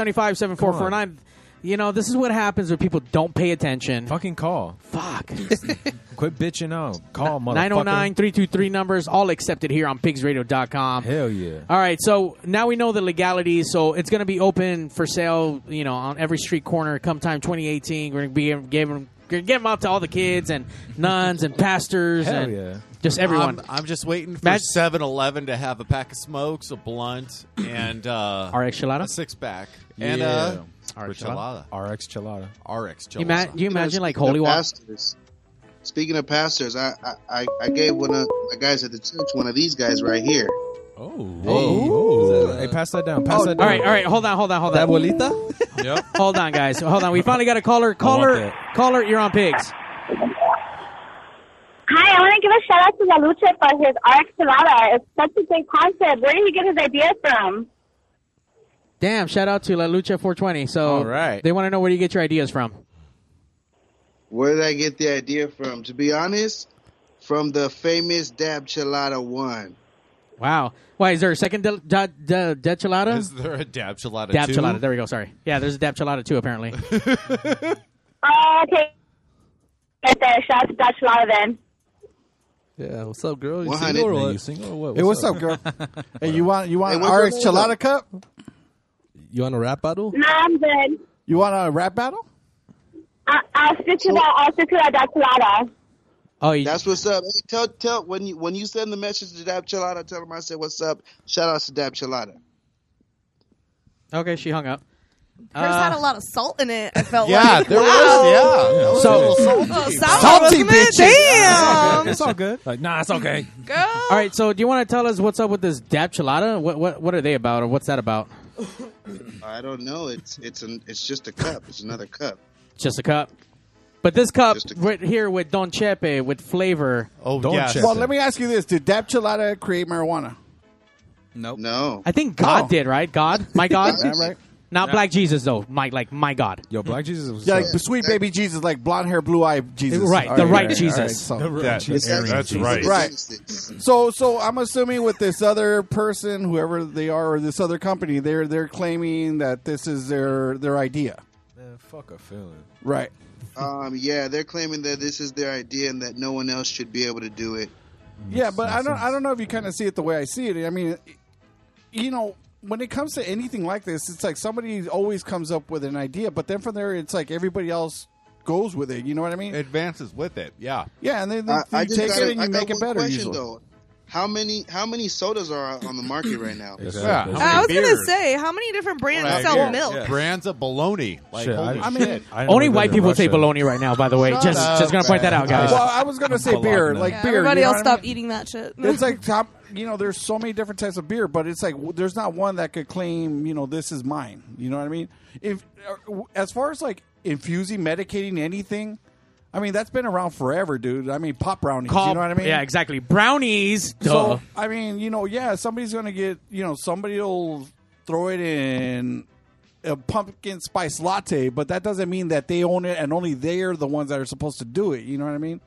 [SPEAKER 1] 909-475-7449. You know this is what happens when people don't pay attention. Fucking call. Fuck.
[SPEAKER 18] Quit bitching out. Call motherfucker.
[SPEAKER 1] 909-323 numbers all accepted here on pigsradio.com.
[SPEAKER 18] Hell yeah.
[SPEAKER 1] All right, so now we know the legalities. So it's going to be open for sale, you know, on every street corner come time 2018. We're going to be giving, gonna give them out to all the kids and nuns and pastors
[SPEAKER 17] Hell
[SPEAKER 1] and
[SPEAKER 17] yeah.
[SPEAKER 1] just everyone.
[SPEAKER 17] I'm, I'm just waiting for
[SPEAKER 1] Mag-
[SPEAKER 17] 7 Eleven to have a pack of smokes, a blunt, and uh,
[SPEAKER 1] RX Chilada?
[SPEAKER 17] A six pack. And
[SPEAKER 18] Yeah.
[SPEAKER 17] uh,
[SPEAKER 18] RX
[SPEAKER 17] Chilada.
[SPEAKER 18] RX Chilada.
[SPEAKER 17] RX Chilada.
[SPEAKER 1] You ma- you imagine like holy
[SPEAKER 2] The
[SPEAKER 1] water?
[SPEAKER 2] pastors. Speaking of pastors, I, I- I, I gave one of the guys at the church one of these guys right here.
[SPEAKER 18] Oh, hey, pass that down. Pass that down.
[SPEAKER 1] All right, all right, hold on, hold on, hold on. Abuelita?
[SPEAKER 18] Yep.
[SPEAKER 1] hold on, guys. Hold on. We finally got a caller. Caller, caller, you're on pigs.
[SPEAKER 19] Hi, I want to give a shout out to Lalucha for his RX Salada. It's such a great concept. Where did he get his idea from?
[SPEAKER 1] Damn, shout out to La Lucha 420. So
[SPEAKER 2] All right.
[SPEAKER 1] they want to know where you get your ideas from.
[SPEAKER 2] Where did I get the idea from? To be honest, from the famous Dab Chilada one.
[SPEAKER 1] Wow. Why, is there a second de- de- de- de- Chilada?
[SPEAKER 17] Is there a dab Chilada
[SPEAKER 1] Dab
[SPEAKER 17] too?
[SPEAKER 1] Chilada. There we go. Sorry. Yeah, there's a Dab Chilada too, apparently.
[SPEAKER 19] Oh, okay. Right there. Shout out to Dutch Law then.
[SPEAKER 4] Yeah, what's up, girl? You
[SPEAKER 3] 100.
[SPEAKER 4] single or
[SPEAKER 3] Hey,
[SPEAKER 4] what?
[SPEAKER 3] you single or what? Hey, What's what's up,
[SPEAKER 4] girl?
[SPEAKER 3] Hey, you want you want
[SPEAKER 4] Hey,
[SPEAKER 3] an
[SPEAKER 4] what's your
[SPEAKER 3] RX
[SPEAKER 4] name,
[SPEAKER 3] Chilada cup?
[SPEAKER 4] You want a rap battle?
[SPEAKER 19] No, I'm good.
[SPEAKER 3] You want a rap battle?
[SPEAKER 19] I- I'll stick to that. I'll stick to that Dutch Law.
[SPEAKER 1] Oh,
[SPEAKER 2] that's what's up. Hey, tell tell when you when you send the message to Dab Chilada, tell him I said what's up. Shout out to Dab Chilada.
[SPEAKER 1] Okay, she hung up.
[SPEAKER 6] Hers
[SPEAKER 1] Uh,
[SPEAKER 6] had a lot of salt in it. I felt
[SPEAKER 1] Yeah,
[SPEAKER 6] like
[SPEAKER 1] there
[SPEAKER 6] wow.
[SPEAKER 1] was, yeah. That was a little salty.
[SPEAKER 6] Oh, salty, bitch. Damn.
[SPEAKER 1] It's all good.
[SPEAKER 18] Like, nah, it's okay.
[SPEAKER 1] All right, so do you want to tell us what's up with this Dab Chilada? What what what are they about, or what's that about?
[SPEAKER 2] I don't know. It's it's an it's just a cup. It's another cup.
[SPEAKER 1] It's Just a cup. But this cup right here with Don Chepe with flavor.
[SPEAKER 17] Oh
[SPEAKER 3] Well, let me ask you this: Did Dab Chilada create marijuana?
[SPEAKER 7] Nope.
[SPEAKER 2] No.
[SPEAKER 1] I think God did, right? God, my God,
[SPEAKER 3] Is that Oh. right?
[SPEAKER 1] Not
[SPEAKER 3] Yeah.
[SPEAKER 1] Black Jesus though. My like my God.
[SPEAKER 18] Yo, Black Jesus was
[SPEAKER 3] Yeah, like sweet baby Jesus, like blonde hair, blue eye Jesus.
[SPEAKER 1] Right,
[SPEAKER 3] All
[SPEAKER 1] the right
[SPEAKER 3] all all
[SPEAKER 1] Jesus.
[SPEAKER 3] so-
[SPEAKER 1] The right That's- Jesus. that's
[SPEAKER 3] right.
[SPEAKER 1] right.
[SPEAKER 3] Right. So, so I'm assuming with this other person, whoever they are, or this other company, they're they're claiming that this is their their idea.
[SPEAKER 18] Man, fuck a feeling.
[SPEAKER 3] Right.
[SPEAKER 2] Um, yeah, they're claiming that this is their idea and that no one else should be able to do it.
[SPEAKER 3] Yeah, but I don't I don't know if you kind of see it the way I see it. I mean, you know, when it comes to anything like this, it's like somebody always comes up with an idea, but then from there, it's like everybody else goes with it. You know what I mean?
[SPEAKER 17] Advances with it. Yeah.
[SPEAKER 3] Yeah, and then
[SPEAKER 2] I- I
[SPEAKER 3] you
[SPEAKER 2] just
[SPEAKER 3] take
[SPEAKER 2] got
[SPEAKER 3] it
[SPEAKER 2] a-
[SPEAKER 3] and
[SPEAKER 2] I
[SPEAKER 3] you
[SPEAKER 2] got
[SPEAKER 3] make it
[SPEAKER 2] one
[SPEAKER 3] better.
[SPEAKER 2] question,
[SPEAKER 3] usually.
[SPEAKER 2] though. How many how many sodas are on the market right now?
[SPEAKER 17] Exactly.
[SPEAKER 6] I was
[SPEAKER 17] Beers.
[SPEAKER 6] gonna say, how many different brands
[SPEAKER 17] Right.
[SPEAKER 6] sell
[SPEAKER 17] Yeah.
[SPEAKER 6] milk?
[SPEAKER 17] Yeah. Brands of bologna. Like,
[SPEAKER 18] Shit,
[SPEAKER 17] holy
[SPEAKER 18] I- I mean,
[SPEAKER 17] shit.
[SPEAKER 18] I
[SPEAKER 1] Only white people say bologna right now. By the way,
[SPEAKER 17] Shut
[SPEAKER 1] just
[SPEAKER 17] up,
[SPEAKER 1] just gonna point that out, guys.
[SPEAKER 3] Well, I was gonna say beer, like
[SPEAKER 6] Yeah,
[SPEAKER 3] beer.
[SPEAKER 6] everybody
[SPEAKER 3] you know
[SPEAKER 6] else
[SPEAKER 3] what I mean?
[SPEAKER 6] stop eating that shit.
[SPEAKER 3] It's like top. You know, there's so many different types of beer, but it's like w- there's not one that could claim. You know, this is mine. You know what I mean? If uh, w- as far as like infusing, medicating anything, I mean that's been around forever, dude. I mean pop brownies. you know what I mean?
[SPEAKER 1] Yeah, exactly. Brownies. Duh.
[SPEAKER 3] So I mean, you know, yeah, somebody's gonna get. You know, somebody'll throw it in a pumpkin spice latte, but that doesn't mean that they own it and only they're the ones that are supposed to do it. You know what I mean?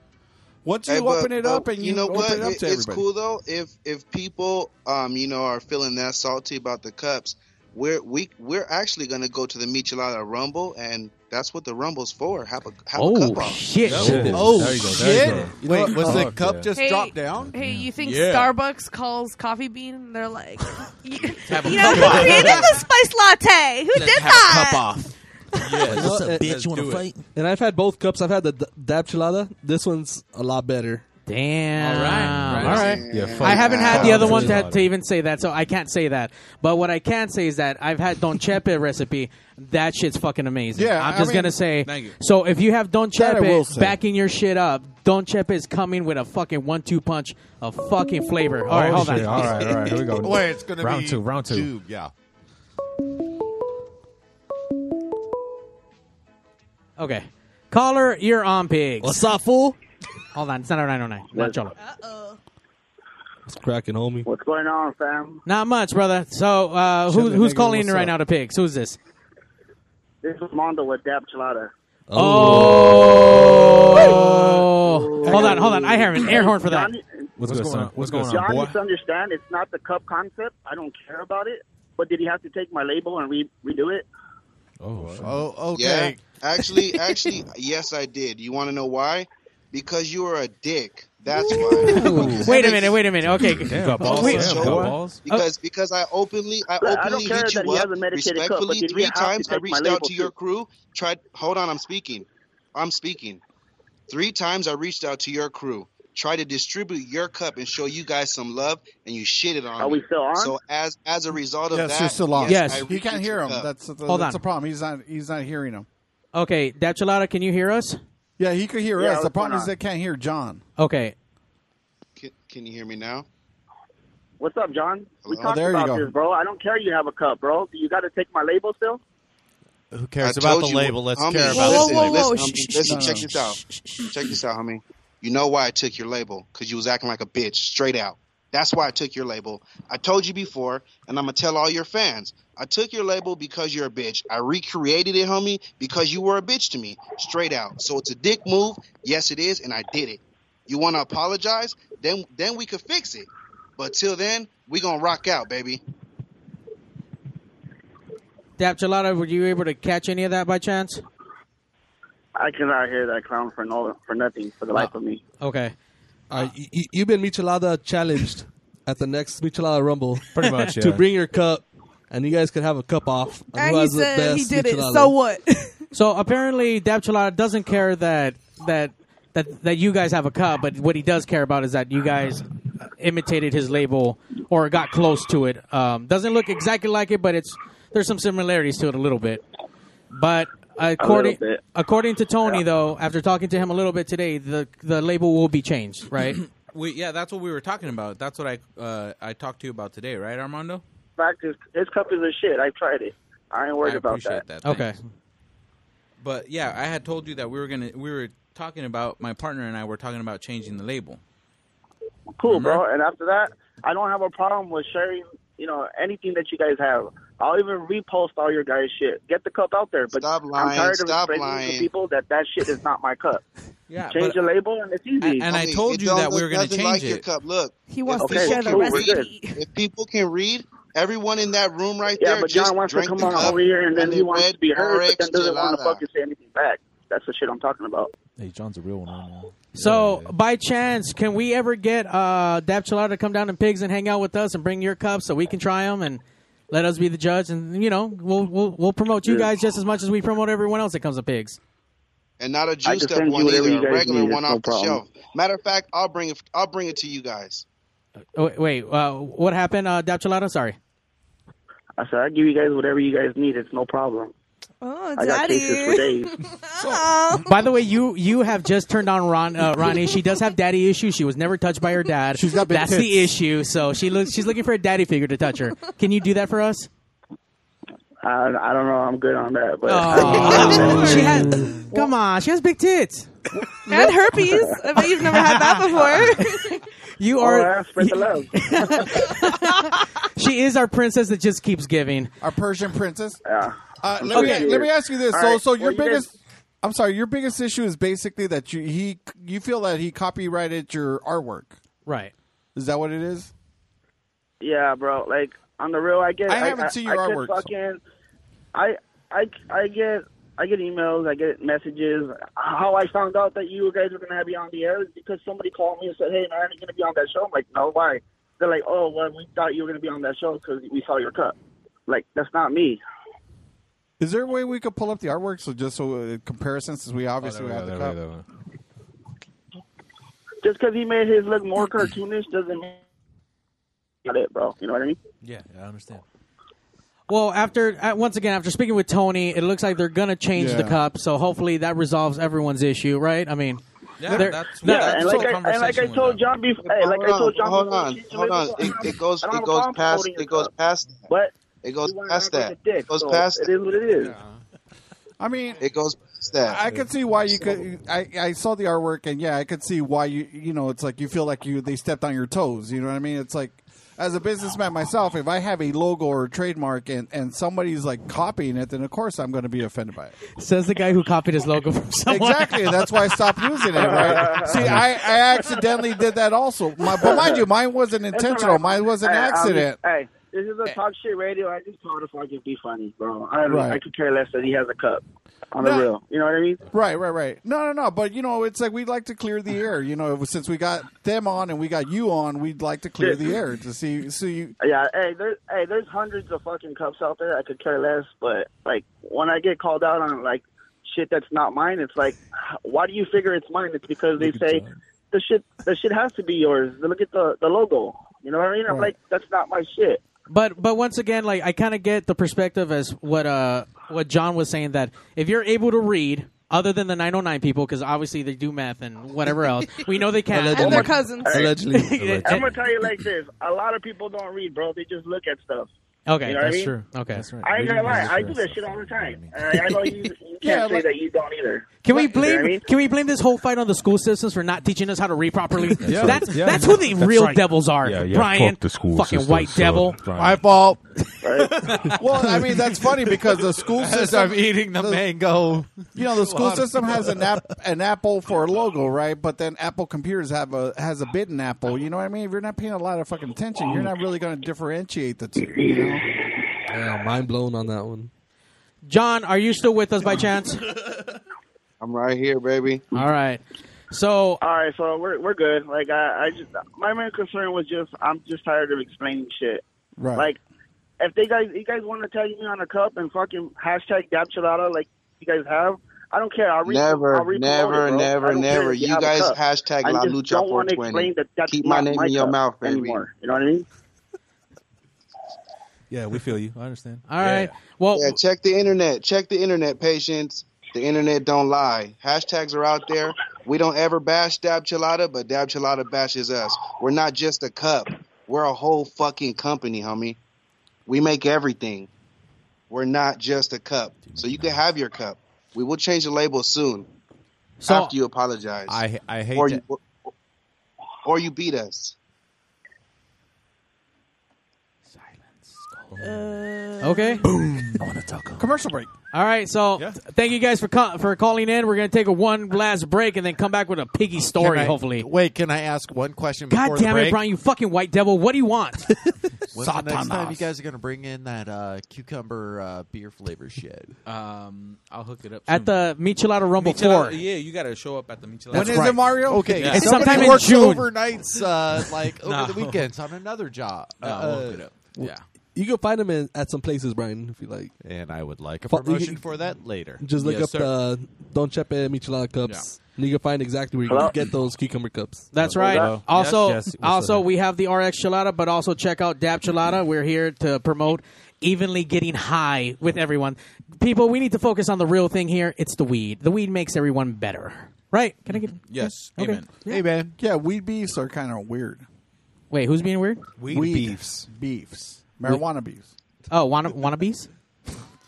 [SPEAKER 3] Once you
[SPEAKER 2] Hey, but-
[SPEAKER 3] open it
[SPEAKER 2] but
[SPEAKER 3] up and you,
[SPEAKER 2] know
[SPEAKER 3] open
[SPEAKER 2] what?
[SPEAKER 3] it up to
[SPEAKER 2] it's
[SPEAKER 3] everybody.
[SPEAKER 2] cool though. If if people um you know are feeling that salty about the cups, we're we we're actually gonna go to the Michelada Rumble, and that's what the Rumble's for. Have a have a
[SPEAKER 1] Oh
[SPEAKER 2] cup off.
[SPEAKER 1] shit!
[SPEAKER 17] Oh, shit. Wait, was the
[SPEAKER 2] Fuck,
[SPEAKER 17] cup
[SPEAKER 2] yeah.
[SPEAKER 17] just
[SPEAKER 6] hey,
[SPEAKER 17] dropped down?
[SPEAKER 6] Hey, you think
[SPEAKER 17] Yeah.
[SPEAKER 6] Starbucks calls coffee bean? And they're like, you,
[SPEAKER 17] Have a
[SPEAKER 6] you know who
[SPEAKER 17] cup off.
[SPEAKER 6] created the spice latte? Who did that?
[SPEAKER 4] off.
[SPEAKER 18] Yeah, what's up,
[SPEAKER 1] Uh,
[SPEAKER 18] bitch? You wanna fight?
[SPEAKER 4] And I've had both cups. I've had the d- dab chilada. This one's a lot better.
[SPEAKER 1] Damn. All right. All right.
[SPEAKER 4] Yeah, fuck
[SPEAKER 1] I haven't had
[SPEAKER 4] that.
[SPEAKER 1] the other one
[SPEAKER 4] Fuck
[SPEAKER 1] to, to even say that, so I can't say that. But what I can say is that I've had Don Chepe recipe. That shit's fucking amazing.
[SPEAKER 7] Yeah,
[SPEAKER 1] I'm
[SPEAKER 7] I
[SPEAKER 1] just
[SPEAKER 7] mean-
[SPEAKER 1] gonna say.
[SPEAKER 7] Thank you.
[SPEAKER 1] So if you have Don
[SPEAKER 7] That I will
[SPEAKER 1] Chepe
[SPEAKER 7] say.
[SPEAKER 1] backing your shit up, Don Chepe is coming with a fucking one-two punch of fucking flavor. All right,
[SPEAKER 18] Oh,
[SPEAKER 1] hold
[SPEAKER 18] shit.
[SPEAKER 1] on.
[SPEAKER 18] All right, all right. Here we go.
[SPEAKER 17] Wait, it's gonna
[SPEAKER 18] round
[SPEAKER 17] be
[SPEAKER 18] two. Round two.
[SPEAKER 17] two, Yeah.
[SPEAKER 1] Okay. Caller, oh you're on pigs. What's up, fool? Hold on, it's not a 909. Not Cholo.
[SPEAKER 4] It's cracking, homie.
[SPEAKER 20] What's going on, fam?
[SPEAKER 1] Not much, brother. So, uh, who,
[SPEAKER 4] Chilling,
[SPEAKER 1] who's
[SPEAKER 4] nigga.
[SPEAKER 1] calling in
[SPEAKER 4] What's
[SPEAKER 1] right
[SPEAKER 4] up?
[SPEAKER 1] now to pigs? Who's this?
[SPEAKER 20] This is Mondo with Dab Chilada.
[SPEAKER 1] Oh. Hold on, hold on. I hear an air horn for that.
[SPEAKER 20] Johnny-
[SPEAKER 1] What's What's good, going son? on? What's going on,
[SPEAKER 20] Y'all
[SPEAKER 1] boy?
[SPEAKER 20] need to understand it's not the cup concept. I don't care about it. But did he have to take my label and re- redo it?
[SPEAKER 2] Oh,
[SPEAKER 17] oh,
[SPEAKER 20] okay.
[SPEAKER 2] Yeah, actually, actually, yes, I did. You want to know why? Because you were a dick. That's why.
[SPEAKER 1] Wait a minute, wait a minute. Okay.
[SPEAKER 2] Damn,
[SPEAKER 1] Wait.
[SPEAKER 2] balls,
[SPEAKER 1] Wait. Oh,
[SPEAKER 2] damn, got balls. Because because I openly I
[SPEAKER 20] Look, I don't
[SPEAKER 2] openly
[SPEAKER 20] care
[SPEAKER 2] hit
[SPEAKER 20] that
[SPEAKER 2] you
[SPEAKER 20] he
[SPEAKER 2] up
[SPEAKER 20] has a medicated cup, but
[SPEAKER 2] respectfully
[SPEAKER 20] did we
[SPEAKER 2] three
[SPEAKER 20] have to
[SPEAKER 2] times. I
[SPEAKER 20] take my
[SPEAKER 2] reached out
[SPEAKER 20] label
[SPEAKER 2] to your
[SPEAKER 20] too?
[SPEAKER 2] crew. Tried. Hold on, I'm speaking. I'm speaking. Three times I reached out to your crew. Try to distribute your cup and show you guys some love, and you shitted on
[SPEAKER 20] Are
[SPEAKER 2] me.
[SPEAKER 20] we still on?
[SPEAKER 2] So as as a result of
[SPEAKER 3] Yes,
[SPEAKER 2] that,
[SPEAKER 3] you're still on.
[SPEAKER 2] Yes, I
[SPEAKER 3] you can't
[SPEAKER 2] reached
[SPEAKER 3] hear him.
[SPEAKER 2] up.
[SPEAKER 3] That's the,
[SPEAKER 1] Hold
[SPEAKER 3] that's
[SPEAKER 1] on.
[SPEAKER 3] the problem. He's not he's not hearing him.
[SPEAKER 1] Okay, Dapchalada, can you hear us?
[SPEAKER 3] Yeah, he could hear
[SPEAKER 2] Yeah,
[SPEAKER 3] us. The
[SPEAKER 2] what's
[SPEAKER 3] problem
[SPEAKER 2] going
[SPEAKER 3] is
[SPEAKER 2] on?
[SPEAKER 3] they can't hear John.
[SPEAKER 1] Okay.
[SPEAKER 2] Can, can you hear me now?
[SPEAKER 20] What's up, John? We
[SPEAKER 2] Hello?
[SPEAKER 20] talked
[SPEAKER 2] Oh, there you
[SPEAKER 20] about
[SPEAKER 2] go.
[SPEAKER 20] this, bro. I don't care you have a cup, bro. You got to take my label still?
[SPEAKER 17] Who cares
[SPEAKER 2] I
[SPEAKER 17] about
[SPEAKER 2] told
[SPEAKER 17] the
[SPEAKER 2] you-
[SPEAKER 17] label? Let's
[SPEAKER 2] homie,
[SPEAKER 17] care about
[SPEAKER 2] listen,
[SPEAKER 17] the label.
[SPEAKER 2] Listen, homie, listen, check this out. Check this out, homie. You know why I took your label? Because you was acting like a bitch, straight out. That's why I took your label. I told you before, and I'm gonna tell all your fans. I took your label because you're a bitch. I recreated it, homie, because you were a bitch to me, straight out. So it's a dick move. Yes, it is, and I did it. You wanna apologize? Then, then we could fix it. But till then, we gonna rock out, baby.
[SPEAKER 1] Dapchalada, were you able to catch any of that by chance?
[SPEAKER 20] I cannot hear that clown for no for nothing for the life of me.
[SPEAKER 1] Okay.
[SPEAKER 4] Uh, you, you- you've been Michelada challenged at the next Michelada Rumble.
[SPEAKER 5] Pretty much,
[SPEAKER 4] To
[SPEAKER 5] yeah.
[SPEAKER 4] bring your cup, and you guys could have a cup off. on who has the best Michelada.
[SPEAKER 1] what? so apparently, Dapchalada doesn't care that that that that you guys have a cup, but what he does care about is that you guys imitated his label or got close to it. Um, doesn't look exactly like it, but it's there's some similarities to it a little bit. But according
[SPEAKER 20] bit.
[SPEAKER 1] according to Tony, though, after talking to him a little bit today, the the label will be changed, right?
[SPEAKER 7] We, yeah, that's what we were talking about. That's what I uh, I talked to you about today, right, Armando?
[SPEAKER 20] Fact is, his cup is a shit. I tried it. I ain't worried
[SPEAKER 7] I
[SPEAKER 20] about
[SPEAKER 7] appreciate
[SPEAKER 20] that.
[SPEAKER 7] that. Thanks. But yeah, I had told you that we were gonna we were talking about my partner and I were talking about changing the label.
[SPEAKER 20] Cool,
[SPEAKER 2] Mm-hmm.
[SPEAKER 20] bro. And after that, I don't have a problem with sharing, you know, anything that you guys have. I'll even repost all your guys' shit. Get the cup out there. But
[SPEAKER 2] Stop
[SPEAKER 20] I'm
[SPEAKER 2] lying,
[SPEAKER 20] tired of
[SPEAKER 2] stop
[SPEAKER 20] explaining
[SPEAKER 2] lying.
[SPEAKER 20] to people that that shit is not my cup.
[SPEAKER 7] Yeah,
[SPEAKER 20] Change
[SPEAKER 2] but-
[SPEAKER 20] the label and it's easy.
[SPEAKER 2] Homie, it don't look nothing like Your cup. Look,
[SPEAKER 20] He wants
[SPEAKER 2] if
[SPEAKER 20] to
[SPEAKER 2] people
[SPEAKER 20] share the
[SPEAKER 2] can
[SPEAKER 20] recipe.
[SPEAKER 2] read- If people can read, everyone in that room right
[SPEAKER 20] Yeah,
[SPEAKER 2] there
[SPEAKER 20] but
[SPEAKER 2] just
[SPEAKER 20] John wants to
[SPEAKER 2] drank
[SPEAKER 20] come
[SPEAKER 2] the
[SPEAKER 20] on
[SPEAKER 2] cup
[SPEAKER 20] over here and then
[SPEAKER 2] it
[SPEAKER 20] he wants
[SPEAKER 2] read
[SPEAKER 20] to be heard, but
[SPEAKER 2] RX
[SPEAKER 20] then doesn't want to
[SPEAKER 2] Gelada.
[SPEAKER 20] fucking say anything back. That's the shit I'm talking about.
[SPEAKER 18] Hey, John's a real one right now.
[SPEAKER 1] So, by chance, can we ever get uh, Dap Chilada to come down and pigs and hang out with us and bring your cups so we can try them and let us be the judge? And you know, we'll we'll, we'll promote you
[SPEAKER 2] Yeah.
[SPEAKER 1] guys just as much as we promote everyone else that comes to pigs.
[SPEAKER 2] and not a
[SPEAKER 1] can
[SPEAKER 2] juiced up
[SPEAKER 1] send you
[SPEAKER 2] one
[SPEAKER 1] whatever
[SPEAKER 2] either,
[SPEAKER 1] you
[SPEAKER 2] a
[SPEAKER 1] guys
[SPEAKER 2] regular
[SPEAKER 1] need,
[SPEAKER 2] one
[SPEAKER 1] it's
[SPEAKER 2] off
[SPEAKER 1] no
[SPEAKER 2] the
[SPEAKER 1] problem.
[SPEAKER 2] shelf. Matter of fact, I'll bring it. I'll bring it to you guys.
[SPEAKER 1] Oh, wait, wait, uh, what happened, uh, Dap Chilada? Sorry.
[SPEAKER 20] I said, I give you guys whatever you guys need. It's no problem.
[SPEAKER 6] Oh,
[SPEAKER 20] I got cases for
[SPEAKER 6] daddy.
[SPEAKER 20] days.
[SPEAKER 1] By the way, you you have just turned on Ron uh, Ronnie. She does have daddy issues. She was never touched by her dad. She's got
[SPEAKER 3] big
[SPEAKER 1] That's
[SPEAKER 3] tits.
[SPEAKER 1] the issue. So she looks she's looking for a daddy figure to touch her. Can you do that for us?
[SPEAKER 20] I, I don't know. I'm good on that, but
[SPEAKER 1] Oh, she has. Come on, she has big tits.
[SPEAKER 6] And herpes. I bet you've never had that before.
[SPEAKER 1] You are. she is our princess that just keeps giving.
[SPEAKER 3] Our Persian princess.
[SPEAKER 20] Yeah.
[SPEAKER 3] Uh, let me let me ask you this.
[SPEAKER 1] All
[SPEAKER 3] so
[SPEAKER 1] right.
[SPEAKER 3] so
[SPEAKER 1] Well,
[SPEAKER 3] your
[SPEAKER 1] you
[SPEAKER 3] biggest I'm sorry, your biggest issue is basically that you he you feel that he copyrighted your artwork.
[SPEAKER 1] Right.
[SPEAKER 3] Is that what it is?
[SPEAKER 20] Yeah, bro. Like on the real, I get.
[SPEAKER 3] I haven't seen your
[SPEAKER 20] I get
[SPEAKER 3] artwork, so-
[SPEAKER 20] Fucking, I, I, I get, I get emails, I get messages. How I found out that you guys were gonna have me on the air is because somebody called me and said, "Hey, man, you're gonna be on that show." I'm like, "No, why?" They're like, "Oh, well, we thought you were gonna be on that show because we saw your cut." Like that's not me.
[SPEAKER 3] Is there a way we could pull up the artwork so just so uh, comparison since we obviously
[SPEAKER 5] we
[SPEAKER 3] have
[SPEAKER 5] go,
[SPEAKER 3] the
[SPEAKER 5] Oh, there
[SPEAKER 3] cup?
[SPEAKER 5] we
[SPEAKER 20] Just because he made his look more cartoonish doesn't mean not it, bro. You know what I mean?
[SPEAKER 7] Yeah, I understand.
[SPEAKER 1] Well, after uh, once again after speaking with Tony, it looks like they're gonna change the
[SPEAKER 20] Yeah.
[SPEAKER 1] cup. So hopefully that resolves everyone's issue, right? I mean,
[SPEAKER 7] Yeah,
[SPEAKER 1] they're-
[SPEAKER 7] that's-
[SPEAKER 1] they're-
[SPEAKER 20] yeah, and like, I, and like I told John before, hey, like
[SPEAKER 2] hold
[SPEAKER 20] I told
[SPEAKER 2] on,
[SPEAKER 20] John
[SPEAKER 2] hold
[SPEAKER 20] before,
[SPEAKER 2] on,
[SPEAKER 20] she's a
[SPEAKER 2] hold on.
[SPEAKER 20] little-
[SPEAKER 2] It, it goes,
[SPEAKER 20] I don't have
[SPEAKER 2] it
[SPEAKER 20] a
[SPEAKER 2] goes
[SPEAKER 20] problem
[SPEAKER 2] past,
[SPEAKER 20] promoting
[SPEAKER 2] it goes
[SPEAKER 20] yourself.
[SPEAKER 2] past that.
[SPEAKER 20] But
[SPEAKER 2] it goes
[SPEAKER 20] you wanna
[SPEAKER 2] past
[SPEAKER 20] act like
[SPEAKER 2] that.
[SPEAKER 20] a dick,
[SPEAKER 2] it goes
[SPEAKER 20] so
[SPEAKER 2] past
[SPEAKER 20] it is what it is.
[SPEAKER 3] I mean,
[SPEAKER 2] it goes. What's that?
[SPEAKER 3] I could see why you could. I, I saw the artwork, and yeah, I could see why you. You know, it's like you feel like you they stepped on your toes. You know what I mean? It's like, as a businessman myself, if I have a logo or a trademark, and and somebody's like copying it, then of course I'm going to be offended by it.
[SPEAKER 1] Says the guy who copied his logo from someone.
[SPEAKER 3] Exactly. That's why I stopped using it. Right? See, I, I accidentally did that also. My, but mind you, mine wasn't
[SPEAKER 20] It's
[SPEAKER 3] intentional.
[SPEAKER 20] alright.
[SPEAKER 3] Mine was an
[SPEAKER 20] Hey, um, I'll
[SPEAKER 3] accident.
[SPEAKER 20] just- Hey, this is a talk shit radio. I just called to fucking be funny, bro. I,
[SPEAKER 3] Right.
[SPEAKER 20] I could care less that he has a cup on
[SPEAKER 3] No.
[SPEAKER 20] the real. You know what I mean?
[SPEAKER 3] Right, right, right. No, no, no. But you know, it's like we'd like to clear the air. You know, since we got them on and we got you on, we'd like to clear the air to see. So you,
[SPEAKER 20] Yeah. Hey, there's hey, there's hundreds of fucking cups out there. I could care less, but like when I get called out on like shit that's not mine, it's like, why do you figure it's mine? It's because they say the shit the shit has to be yours. Look at the the logo. You know what I mean? I'm like, that's not my shit.
[SPEAKER 1] But but once again, like I kind of get the perspective as what uh what John was saying that if you're able to read. Other than the 909 people, because obviously they do math and whatever else, we know they can.
[SPEAKER 21] Allegedly. And their cousins. Allegedly.
[SPEAKER 1] And-
[SPEAKER 20] I'm gonna tell you like this: a lot of people don't read, bro. They just look at stuff.
[SPEAKER 1] okay,
[SPEAKER 20] You know what I
[SPEAKER 1] that's
[SPEAKER 20] mean?
[SPEAKER 1] true. Okay, that's right.
[SPEAKER 20] I ain't gonna lie, I do that shit all the time. I, I know you, you can't
[SPEAKER 1] Yeah,
[SPEAKER 20] say
[SPEAKER 1] like-
[SPEAKER 20] that you don't either.
[SPEAKER 1] Can we
[SPEAKER 20] You know
[SPEAKER 1] blame?
[SPEAKER 20] what I mean?
[SPEAKER 1] Can we blame this whole fight on the school systems for not teaching us how to read properly? that's
[SPEAKER 20] Yeah.
[SPEAKER 1] that's,
[SPEAKER 20] Yeah.
[SPEAKER 1] who the
[SPEAKER 20] That's
[SPEAKER 1] real
[SPEAKER 20] right.
[SPEAKER 1] devils are,
[SPEAKER 20] Yeah,
[SPEAKER 22] yeah,
[SPEAKER 1] Brian.
[SPEAKER 22] fuck the school
[SPEAKER 1] fucking
[SPEAKER 22] system,
[SPEAKER 1] white
[SPEAKER 22] so,
[SPEAKER 1] devil.
[SPEAKER 22] Brian.
[SPEAKER 3] my fault. well, I mean, that's funny because the school
[SPEAKER 1] As
[SPEAKER 3] system.
[SPEAKER 1] I'm eating the
[SPEAKER 3] mango. You know, the school
[SPEAKER 1] Water.
[SPEAKER 3] system has an app, an apple for a logo, right? But then Apple computers have a has a bitten apple. You know what I mean? If you're not paying a lot of fucking attention, you're not really going to differentiate the two. You know?
[SPEAKER 4] Yeah, mind blown on that one.
[SPEAKER 1] John, are you still with us by chance?
[SPEAKER 2] I'm right here, baby.
[SPEAKER 1] All right. So
[SPEAKER 20] all right, so we're we're good. Like I, I just my main concern was just I'm just tired of explaining shit.
[SPEAKER 3] Right.
[SPEAKER 20] Like if they guys you guys want to tag me on a cup and fucking hashtag Dabchilada like you guys have, I don't care. I'll re-
[SPEAKER 2] Never,
[SPEAKER 20] I'll re-
[SPEAKER 2] never,
[SPEAKER 20] promote it, bro.
[SPEAKER 2] never,
[SPEAKER 20] I don't care
[SPEAKER 2] never.
[SPEAKER 20] if
[SPEAKER 2] You
[SPEAKER 20] have a
[SPEAKER 2] guys
[SPEAKER 20] cup.
[SPEAKER 2] hashtag
[SPEAKER 20] I
[SPEAKER 2] La
[SPEAKER 20] just
[SPEAKER 2] Lucha
[SPEAKER 20] don't
[SPEAKER 2] 420.
[SPEAKER 20] wanna explain that that's
[SPEAKER 2] Keep my
[SPEAKER 20] not
[SPEAKER 2] name in your
[SPEAKER 20] cup
[SPEAKER 2] mouth, baby.
[SPEAKER 20] Anymore. You know what I mean?
[SPEAKER 7] Yeah, we feel you. I understand.
[SPEAKER 1] All right. Well,
[SPEAKER 2] yeah, check the internet. Check the internet, patience. The internet don't lie. Hashtags are out there. We don't ever bash Dab Chilada, but Dab Chilada bashes us. We're not just a cup. We're a whole fucking company, homie. We make everything. We're not just a cup. So you can have your cup. We will change the label soon.
[SPEAKER 8] So-
[SPEAKER 2] after you apologize.
[SPEAKER 8] I I hate
[SPEAKER 2] or
[SPEAKER 8] to-
[SPEAKER 2] you, or you beat us.
[SPEAKER 1] okay.
[SPEAKER 3] Boom. I want to talk. Commercial break.
[SPEAKER 1] All right. So th- thank you guys for ca- for calling in. We're gonna take a one last break and then come back with a piggy story.
[SPEAKER 8] Can I-
[SPEAKER 1] hopefully.
[SPEAKER 8] Wait, can I ask one question?
[SPEAKER 1] God
[SPEAKER 8] before the
[SPEAKER 1] damn it,
[SPEAKER 8] break?
[SPEAKER 1] Brian! You fucking white devil! What do you want?
[SPEAKER 8] When's the next time
[SPEAKER 1] Satanas.
[SPEAKER 8] you guys are gonna bring in that uh, cucumber uh, beer flavor shit?
[SPEAKER 23] Um, I'll hook it up
[SPEAKER 1] At the Michelada Rumble
[SPEAKER 23] Michelada-
[SPEAKER 1] Four.
[SPEAKER 23] Yeah, you got to show up at the Michelada.
[SPEAKER 1] That's When is right. it, Mario?
[SPEAKER 8] Okay,
[SPEAKER 1] Yeah.
[SPEAKER 8] if
[SPEAKER 1] It's
[SPEAKER 8] somebody
[SPEAKER 1] sometime in
[SPEAKER 8] works
[SPEAKER 1] June.
[SPEAKER 8] Overnights, uh, like over
[SPEAKER 23] No.
[SPEAKER 8] the weekends on another job.
[SPEAKER 23] No,
[SPEAKER 8] uh,
[SPEAKER 23] we'll hook it up. Yeah.
[SPEAKER 4] You can find them in, at some places, Brian, if you like.
[SPEAKER 8] And I would like a
[SPEAKER 4] Fu- you
[SPEAKER 8] promotion
[SPEAKER 4] can-
[SPEAKER 8] for that later.
[SPEAKER 4] Just look
[SPEAKER 8] Yes,
[SPEAKER 4] up
[SPEAKER 8] sir.
[SPEAKER 4] the Don Chepe Michelada cups. And you can find exactly where you
[SPEAKER 8] Hello?
[SPEAKER 4] can get those cucumber cups.
[SPEAKER 1] That's right. Also, also we have the RX Chilada, but also check out Dab Chilada. We're here to promote evenly getting high with everyone. People, we need to focus on the real thing here. It's the weed. The weed makes everyone better. Right? Can I get
[SPEAKER 23] Yes.
[SPEAKER 1] Okay.
[SPEAKER 23] Amen.
[SPEAKER 3] Hey man, yeah, weed beefs are kind of weird.
[SPEAKER 1] Wait, who's being weird?
[SPEAKER 3] Weed, beefs, beefs, marijuana beefs.
[SPEAKER 1] Oh, wanna wannabes?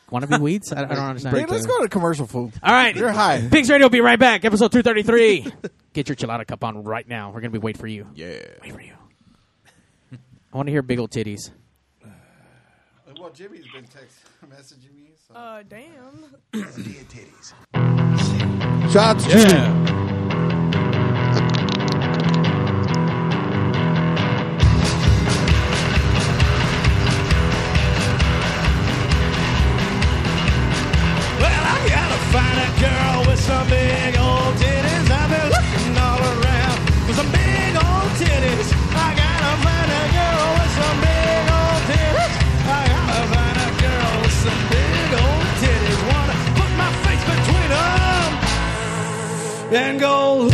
[SPEAKER 1] Wannabe weeds? I, I don't understand.
[SPEAKER 3] Hey, let's go to commercial food.
[SPEAKER 1] All right.
[SPEAKER 3] you're high.
[SPEAKER 1] Pigs Radio will be right back. Episode 233. Get your Chilada cup on right now. We're going to be wait for you.
[SPEAKER 23] Yeah.
[SPEAKER 1] Wait for you. I want to hear big old titties.
[SPEAKER 3] Uh, Well, Jimmy's been text messaging me. So.
[SPEAKER 21] Uh, damn.
[SPEAKER 3] titties. Shots, Jimmy.
[SPEAKER 12] Well, I gotta find a girl with some big old titties. I've been looking all around for some big old titties. I gotta find a girl with some big old titties. I gotta find a girl with some big old titties. Wanna put my face between them and go. Ooh.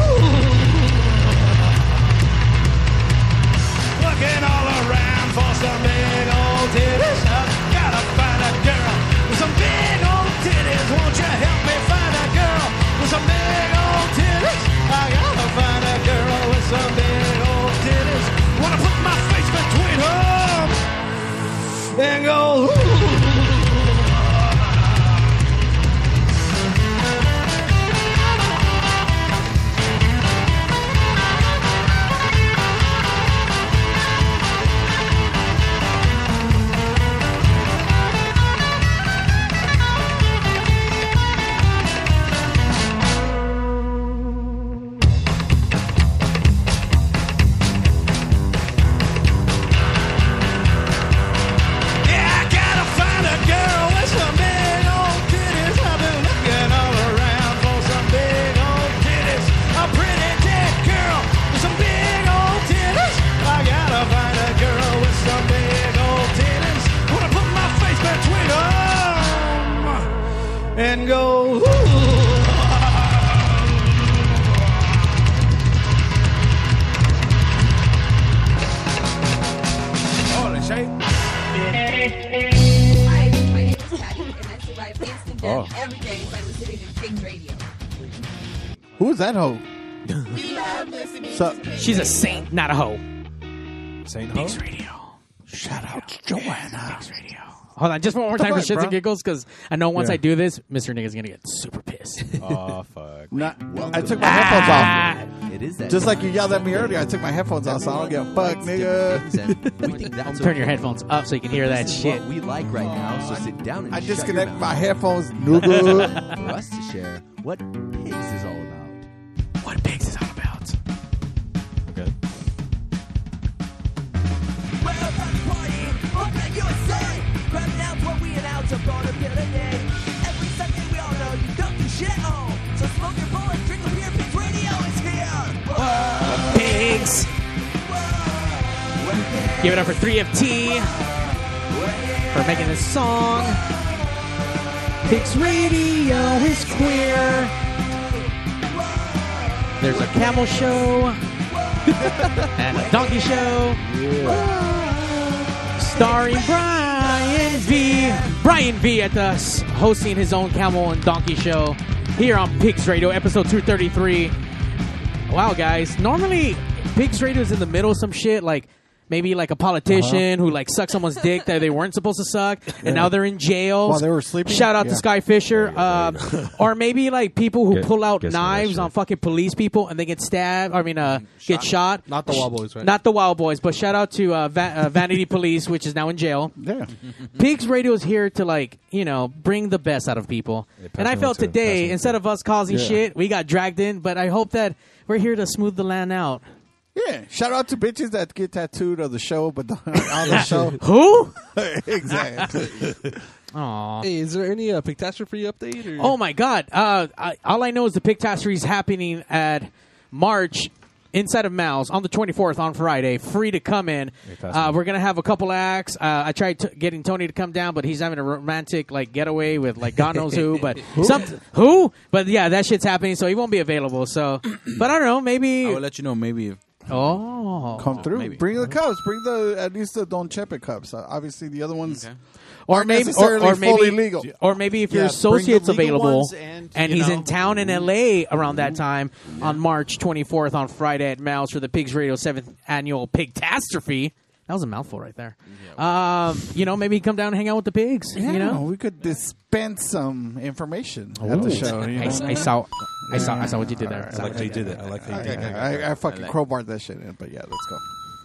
[SPEAKER 12] Looking all around for some big old titties. I gotta find a girl with some big old titties. Won't you help me find a girl with some big old titties? I gotta find a girl with some big old titties. Wanna put my face between them and go. Ooh.
[SPEAKER 24] and go. Ooh.
[SPEAKER 7] Holy shit.
[SPEAKER 16] Hi, my name is Patty, and I survive instant death
[SPEAKER 3] Oh.
[SPEAKER 16] every day by listening to Pigs Radio.
[SPEAKER 3] Who's that hoe?
[SPEAKER 16] We love listening
[SPEAKER 3] So-
[SPEAKER 16] to Pigs
[SPEAKER 1] She's a saint, not a hoe.
[SPEAKER 3] Saint
[SPEAKER 1] Pigs Radio. Shout out Joanna. Pigs Radio. Hold on, just one more
[SPEAKER 3] The
[SPEAKER 1] time for
[SPEAKER 3] fuck,
[SPEAKER 1] shits
[SPEAKER 3] bro?
[SPEAKER 1] and giggles, because I know once
[SPEAKER 3] Yeah.
[SPEAKER 1] I do this, Mr. Nigga's gonna get super pissed.
[SPEAKER 3] Oh,
[SPEAKER 1] fuck.
[SPEAKER 3] Not, I took my headphones off.
[SPEAKER 1] Ah. It is that
[SPEAKER 3] Just
[SPEAKER 1] time.
[SPEAKER 3] like you yelled at me earlier, I took my headphones off, so I don't give a fuck, nigga.
[SPEAKER 1] Turn your headphones up so you can hear that shit.
[SPEAKER 25] we like right now, so sit down and
[SPEAKER 3] I
[SPEAKER 25] shut your
[SPEAKER 3] disconnect
[SPEAKER 25] mouth.
[SPEAKER 3] my headphones, nigga.
[SPEAKER 25] For us to share what pigs is all about.
[SPEAKER 1] What pigs is all about?
[SPEAKER 25] Okay.
[SPEAKER 9] Up at USA, grabbing out what we announce upon a pillar day. Every Sunday we all know you don't do shit at home. So smoke your bowl and drink a beer, Pigs Radio is here.
[SPEAKER 1] Pigs. Give it up for 3FT for making this song. Pigs Radio is queer. There's a camel show and a donkey show. Starring Brian V. Brian V at the s- hosting his own camel and donkey show here on Pigs Radio, episode 233. Wow, guys. Normally, Pigs Radio is in the middle of some shit, like maybe like a politician
[SPEAKER 3] Uh-huh.
[SPEAKER 1] who like sucked someone's dick that they weren't supposed to suck, and now they're in jail.
[SPEAKER 3] While they were sleeping?
[SPEAKER 1] Shout out
[SPEAKER 3] Yeah.
[SPEAKER 1] to Sky Fisher. Uh, or maybe like people who
[SPEAKER 3] Get-
[SPEAKER 1] pull out
[SPEAKER 3] get some of that
[SPEAKER 1] knives on fucking police people and they get stabbed. I mean, uh, get shot.
[SPEAKER 3] Not the Wild Boys, right?
[SPEAKER 1] Not the Wild Boys, but shout out to uh, Va- uh, Vanity Police, which is now in jail.
[SPEAKER 3] Yeah.
[SPEAKER 1] Pigs Radio is here to like you know bring the best out of people. and I
[SPEAKER 24] on
[SPEAKER 1] felt
[SPEAKER 24] to-
[SPEAKER 1] today instead of us causing
[SPEAKER 3] Yeah.
[SPEAKER 1] shit, we got dragged in. But I hope that we're here to smooth the land out.
[SPEAKER 3] Yeah, shout out to bitches that get tattooed of the show, but don't- on the show.
[SPEAKER 1] Who?
[SPEAKER 3] exactly.
[SPEAKER 1] Aww.
[SPEAKER 4] Hey, is there any uh, pictastrophe update? Or?
[SPEAKER 1] Oh my God! Uh, I, all I know is the Pictastrophe is happening at March inside of Mal's on the 24th on Friday. Free to come in.
[SPEAKER 24] Pictastrophe.
[SPEAKER 1] Uh, we're gonna have a couple acts. Uh, I tried t- getting Tony to come down, but he's having a romantic like getaway with like God knows who. But some who? But yeah, that shit's happening, so he won't be available. So, but I don't know. Maybe
[SPEAKER 7] I will let you know. Maybe if
[SPEAKER 1] Oh,
[SPEAKER 3] come through.
[SPEAKER 1] Maybe.
[SPEAKER 3] Bring the cups. Bring the at least the Don Chepe cups. Uh, obviously, the other ones,
[SPEAKER 1] or
[SPEAKER 3] aren't
[SPEAKER 1] maybe or,
[SPEAKER 3] necessarily
[SPEAKER 1] or maybe
[SPEAKER 3] fully legal.
[SPEAKER 1] or maybe if your
[SPEAKER 3] Yeah,
[SPEAKER 1] associate's
[SPEAKER 3] bring the legal
[SPEAKER 1] available
[SPEAKER 3] ones
[SPEAKER 1] and,
[SPEAKER 3] and, you
[SPEAKER 1] he's
[SPEAKER 3] know. Mm-hmm.
[SPEAKER 1] in town in LA around that time on March 24th on Friday at Mouse for the Pigs Radio 7th annual Pigtastrophe. That was a mouthful right there. Um, you know, maybe come down and hang out with the pigs.
[SPEAKER 3] Yeah,
[SPEAKER 1] you know,
[SPEAKER 3] we could dispense some information
[SPEAKER 1] Ooh.
[SPEAKER 3] at the show. you
[SPEAKER 1] I-
[SPEAKER 3] know?
[SPEAKER 1] I saw- I saw- I saw what you did there. I like how you
[SPEAKER 3] Okay,
[SPEAKER 1] did it. I like how you
[SPEAKER 3] okay,
[SPEAKER 1] did it.
[SPEAKER 3] okay. I, I fucking
[SPEAKER 1] I like-
[SPEAKER 3] crowbarred that shit in, but yeah, let's go.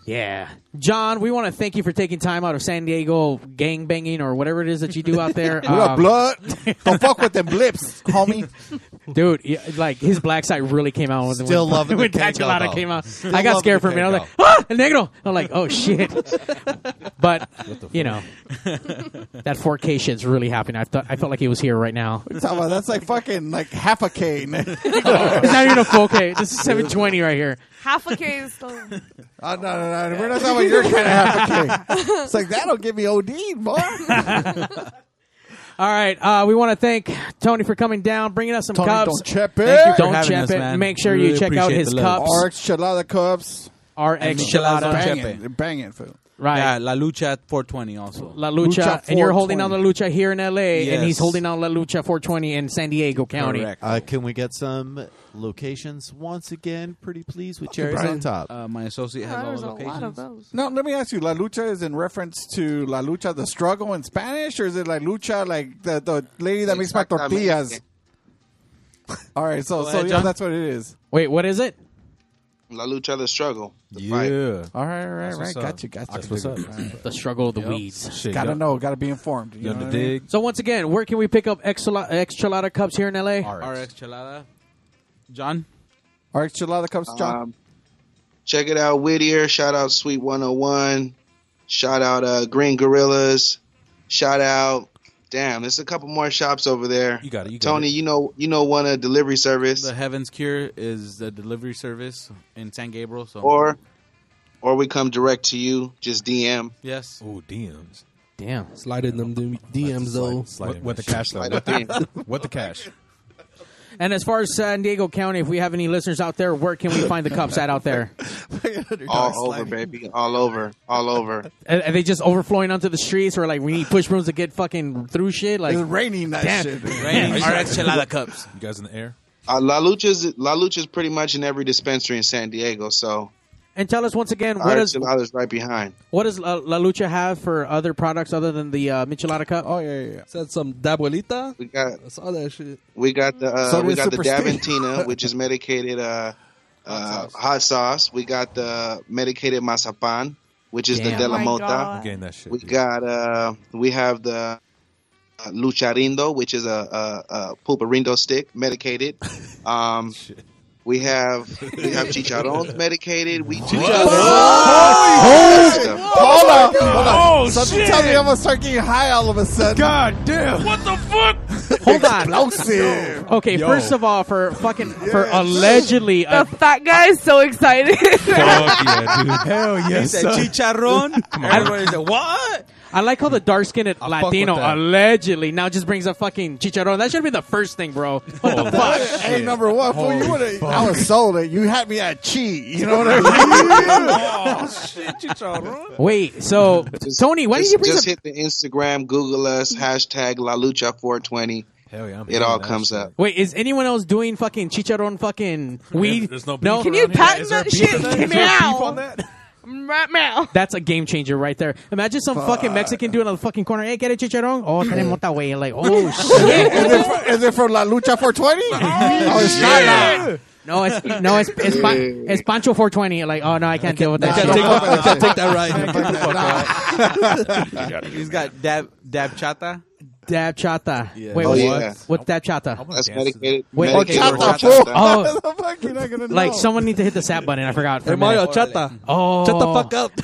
[SPEAKER 1] Yeah. John, we want to thank you for taking time out of San Diego gang banging or whatever it is that you do out there. Um,
[SPEAKER 3] We got blood. Don't fuck with them blips, homie.
[SPEAKER 1] dude. yeah, Like his black side really came out when
[SPEAKER 3] Still
[SPEAKER 1] when,
[SPEAKER 3] loving
[SPEAKER 1] when
[SPEAKER 3] the
[SPEAKER 1] Tattoo
[SPEAKER 3] tango,
[SPEAKER 1] Lotta
[SPEAKER 3] though.
[SPEAKER 1] came out.
[SPEAKER 3] Still
[SPEAKER 1] I got
[SPEAKER 3] loving
[SPEAKER 1] scared
[SPEAKER 3] the
[SPEAKER 1] for a minute. I was like,
[SPEAKER 3] tango.
[SPEAKER 1] ah, el negro. I'm like, oh shit. but you know, that 4K shit's really happening. I thought I felt like he was here right now.
[SPEAKER 3] What are you talking about? That's like fucking like half a K. nigga.
[SPEAKER 1] it's not even a 4K. This is 720 right here.
[SPEAKER 6] Half a K is still.
[SPEAKER 3] Oh, no, no, no. We're not talking about your kind of half a K. It's like that'll give me OD, boy.
[SPEAKER 1] All right, uh, we want to thank Tony for coming down, bringing us some
[SPEAKER 3] Tony
[SPEAKER 1] cups.
[SPEAKER 3] Don Chepe.
[SPEAKER 1] Thank you,
[SPEAKER 3] for
[SPEAKER 1] Don
[SPEAKER 3] having us,
[SPEAKER 1] Chepe.
[SPEAKER 3] man.
[SPEAKER 1] Make sure you
[SPEAKER 3] Really
[SPEAKER 1] check out
[SPEAKER 3] appreciate
[SPEAKER 1] his
[SPEAKER 3] the love.
[SPEAKER 1] cups.
[SPEAKER 3] RX Chalada cups.
[SPEAKER 1] RX Chalada.
[SPEAKER 3] Banging, banging food.
[SPEAKER 1] Right.
[SPEAKER 7] Yeah, La Lucha at 420 also.
[SPEAKER 1] La Lucha, and you're holding on La
[SPEAKER 7] 420.
[SPEAKER 1] Lucha here in LA, and he's
[SPEAKER 7] Yes.
[SPEAKER 1] holding on La Lucha 420 in San Diego County.
[SPEAKER 17] Uh, can we get some locations once again, pretty please, with cherries
[SPEAKER 3] Brian.
[SPEAKER 17] on top?
[SPEAKER 7] Uh, my associate
[SPEAKER 6] has all There's a lot locations. of those.
[SPEAKER 3] No, let me ask you. La lucha is in reference to la lucha, the struggle in Spanish, or is it la lucha, like the, the lady that makes my tortillas? All right, so
[SPEAKER 2] Go
[SPEAKER 3] so
[SPEAKER 2] ahead,
[SPEAKER 3] yeah,
[SPEAKER 2] John.
[SPEAKER 3] that's what it is.
[SPEAKER 1] Wait, what is it?
[SPEAKER 2] La lucha the struggle. The
[SPEAKER 3] Yeah. All right, all right,
[SPEAKER 2] That's
[SPEAKER 3] right.
[SPEAKER 2] what's up.
[SPEAKER 3] Got you, got you.
[SPEAKER 2] That's what's up.
[SPEAKER 1] The struggle of the weeds.
[SPEAKER 3] gotta know, gotta be informed. You, know what I mean?
[SPEAKER 1] So once again, where can we pick up Excel- Exchalada cups here in LA?
[SPEAKER 7] RX Chalada. John?
[SPEAKER 3] RX Chalada cups, John.
[SPEAKER 2] Um, check it out, Whittier. Shout out Sweet 101. Shout out uh, Green Gorillas. Shout out. Damn, there's a couple more shops over there. You
[SPEAKER 7] got it, you got
[SPEAKER 2] Tony,
[SPEAKER 7] it.
[SPEAKER 2] you know you know one a delivery service.
[SPEAKER 7] The Heaven's Cure is the delivery service in San Gabriel. So
[SPEAKER 2] or or we come direct to you. Just DM.
[SPEAKER 7] yes,
[SPEAKER 18] Ooh, DMs.
[SPEAKER 1] Damn.
[SPEAKER 4] Slide in them d- DMs though.
[SPEAKER 1] slide in With- with the cash, though. Slide
[SPEAKER 4] What
[SPEAKER 1] With in. the-
[SPEAKER 4] cash.
[SPEAKER 1] And as far as San Diego County, if we have any listeners out there, where can we find the cups at out there?
[SPEAKER 2] all over, baby, all over, all over.
[SPEAKER 1] Are are they just overflowing onto the streets, or like we need push brooms to get fucking through shit? Like
[SPEAKER 2] It's raining that
[SPEAKER 1] damn.
[SPEAKER 2] shit.
[SPEAKER 1] Damn.
[SPEAKER 7] cups.
[SPEAKER 5] You guys in the air?
[SPEAKER 2] Uh, La Lucha's La Lucha's pretty much in every dispensary in San Diego. So
[SPEAKER 1] And tell us once again,
[SPEAKER 2] what
[SPEAKER 1] what is
[SPEAKER 2] enchiladas right behind?
[SPEAKER 1] What does La, La Lucha have for other products other than the uh, Michelada cup? Oh yeah, yeah.
[SPEAKER 4] Said some dabuelita.
[SPEAKER 2] We got
[SPEAKER 4] I saw that shit.
[SPEAKER 2] we got the uh,
[SPEAKER 4] So
[SPEAKER 2] we
[SPEAKER 4] does
[SPEAKER 2] got the
[SPEAKER 4] Superstate.
[SPEAKER 2] Daventina, which is medicated uh, uh, hot sauce. We got the medicated mazapan, which is the
[SPEAKER 5] Damn.
[SPEAKER 2] de
[SPEAKER 5] Oh
[SPEAKER 2] la
[SPEAKER 5] my
[SPEAKER 2] mota.
[SPEAKER 5] God. Getting that shit,
[SPEAKER 2] we got uh, we have the uh, lucharindo, which is a, a, a pulparindo stick, medicated. Um, we have we have chicharrones medicated. We
[SPEAKER 3] Holy shit. Hold on,
[SPEAKER 2] Oh,
[SPEAKER 3] hold on.
[SPEAKER 2] God.
[SPEAKER 3] Something
[SPEAKER 2] Oh,
[SPEAKER 3] tells me
[SPEAKER 2] shit.
[SPEAKER 3] I'm gonna start getting high all of a sudden. God damn! What the fuck?
[SPEAKER 1] Hold on.
[SPEAKER 3] Explosive.
[SPEAKER 1] Okay,
[SPEAKER 3] Yo.
[SPEAKER 1] first of all, for fucking for allegedly
[SPEAKER 6] The
[SPEAKER 1] a
[SPEAKER 6] fat guy is so excited.
[SPEAKER 1] Hell
[SPEAKER 7] yes, He said son. chicharrón. Everybody said, what?
[SPEAKER 1] I like how the dark skinned
[SPEAKER 7] fuck with
[SPEAKER 1] Latino
[SPEAKER 7] that.
[SPEAKER 1] allegedly now just brings up fucking chicharrón. That should be the first thing, bro. What the fuck?
[SPEAKER 3] Hey, number one, fool, you would I was sold it. You had me at chi. You know what I mean?
[SPEAKER 1] Wait, so Tony, why did
[SPEAKER 2] just,
[SPEAKER 1] you bring
[SPEAKER 2] just
[SPEAKER 1] up?
[SPEAKER 2] hit the Instagram, Google us, hashtag La Lucha 420. Hell yeah! It all comes up.
[SPEAKER 1] Wait, is anyone else doing fucking chicharrón fucking weed?
[SPEAKER 2] there's no beef
[SPEAKER 1] no.
[SPEAKER 2] Can you around here. patent Is there that beef shit?
[SPEAKER 6] Get me out. Right now.
[SPEAKER 1] That's a game changer right there. Imagine some fucking Mexican dude on the fucking corner. Hey, get a chicharrón. Oh, tenemos that way. Like, oh shit.
[SPEAKER 3] is, it from, is it from La Lucha 420? oh, it's not.
[SPEAKER 1] No, it's no, it's it's, Pan- it's Pancho 420. Like, oh no, I can't deal with that.
[SPEAKER 3] I can't
[SPEAKER 1] shit.
[SPEAKER 3] take- I can't take that
[SPEAKER 7] He's got dab dab chata.
[SPEAKER 1] Dab chata.
[SPEAKER 7] Yeah.
[SPEAKER 1] Wait,
[SPEAKER 7] Oh,
[SPEAKER 1] what?
[SPEAKER 7] yeah.
[SPEAKER 1] What's dab chata?
[SPEAKER 2] That's medicated.
[SPEAKER 1] Wait,
[SPEAKER 2] medicated
[SPEAKER 1] oh,
[SPEAKER 2] horchata.
[SPEAKER 1] chata. Oh, like someone need to hit the sap button. I forgot. For
[SPEAKER 4] Hey,
[SPEAKER 1] a
[SPEAKER 4] Mario,
[SPEAKER 1] minute.
[SPEAKER 4] chata.
[SPEAKER 1] Oh,
[SPEAKER 4] Shut the fuck up.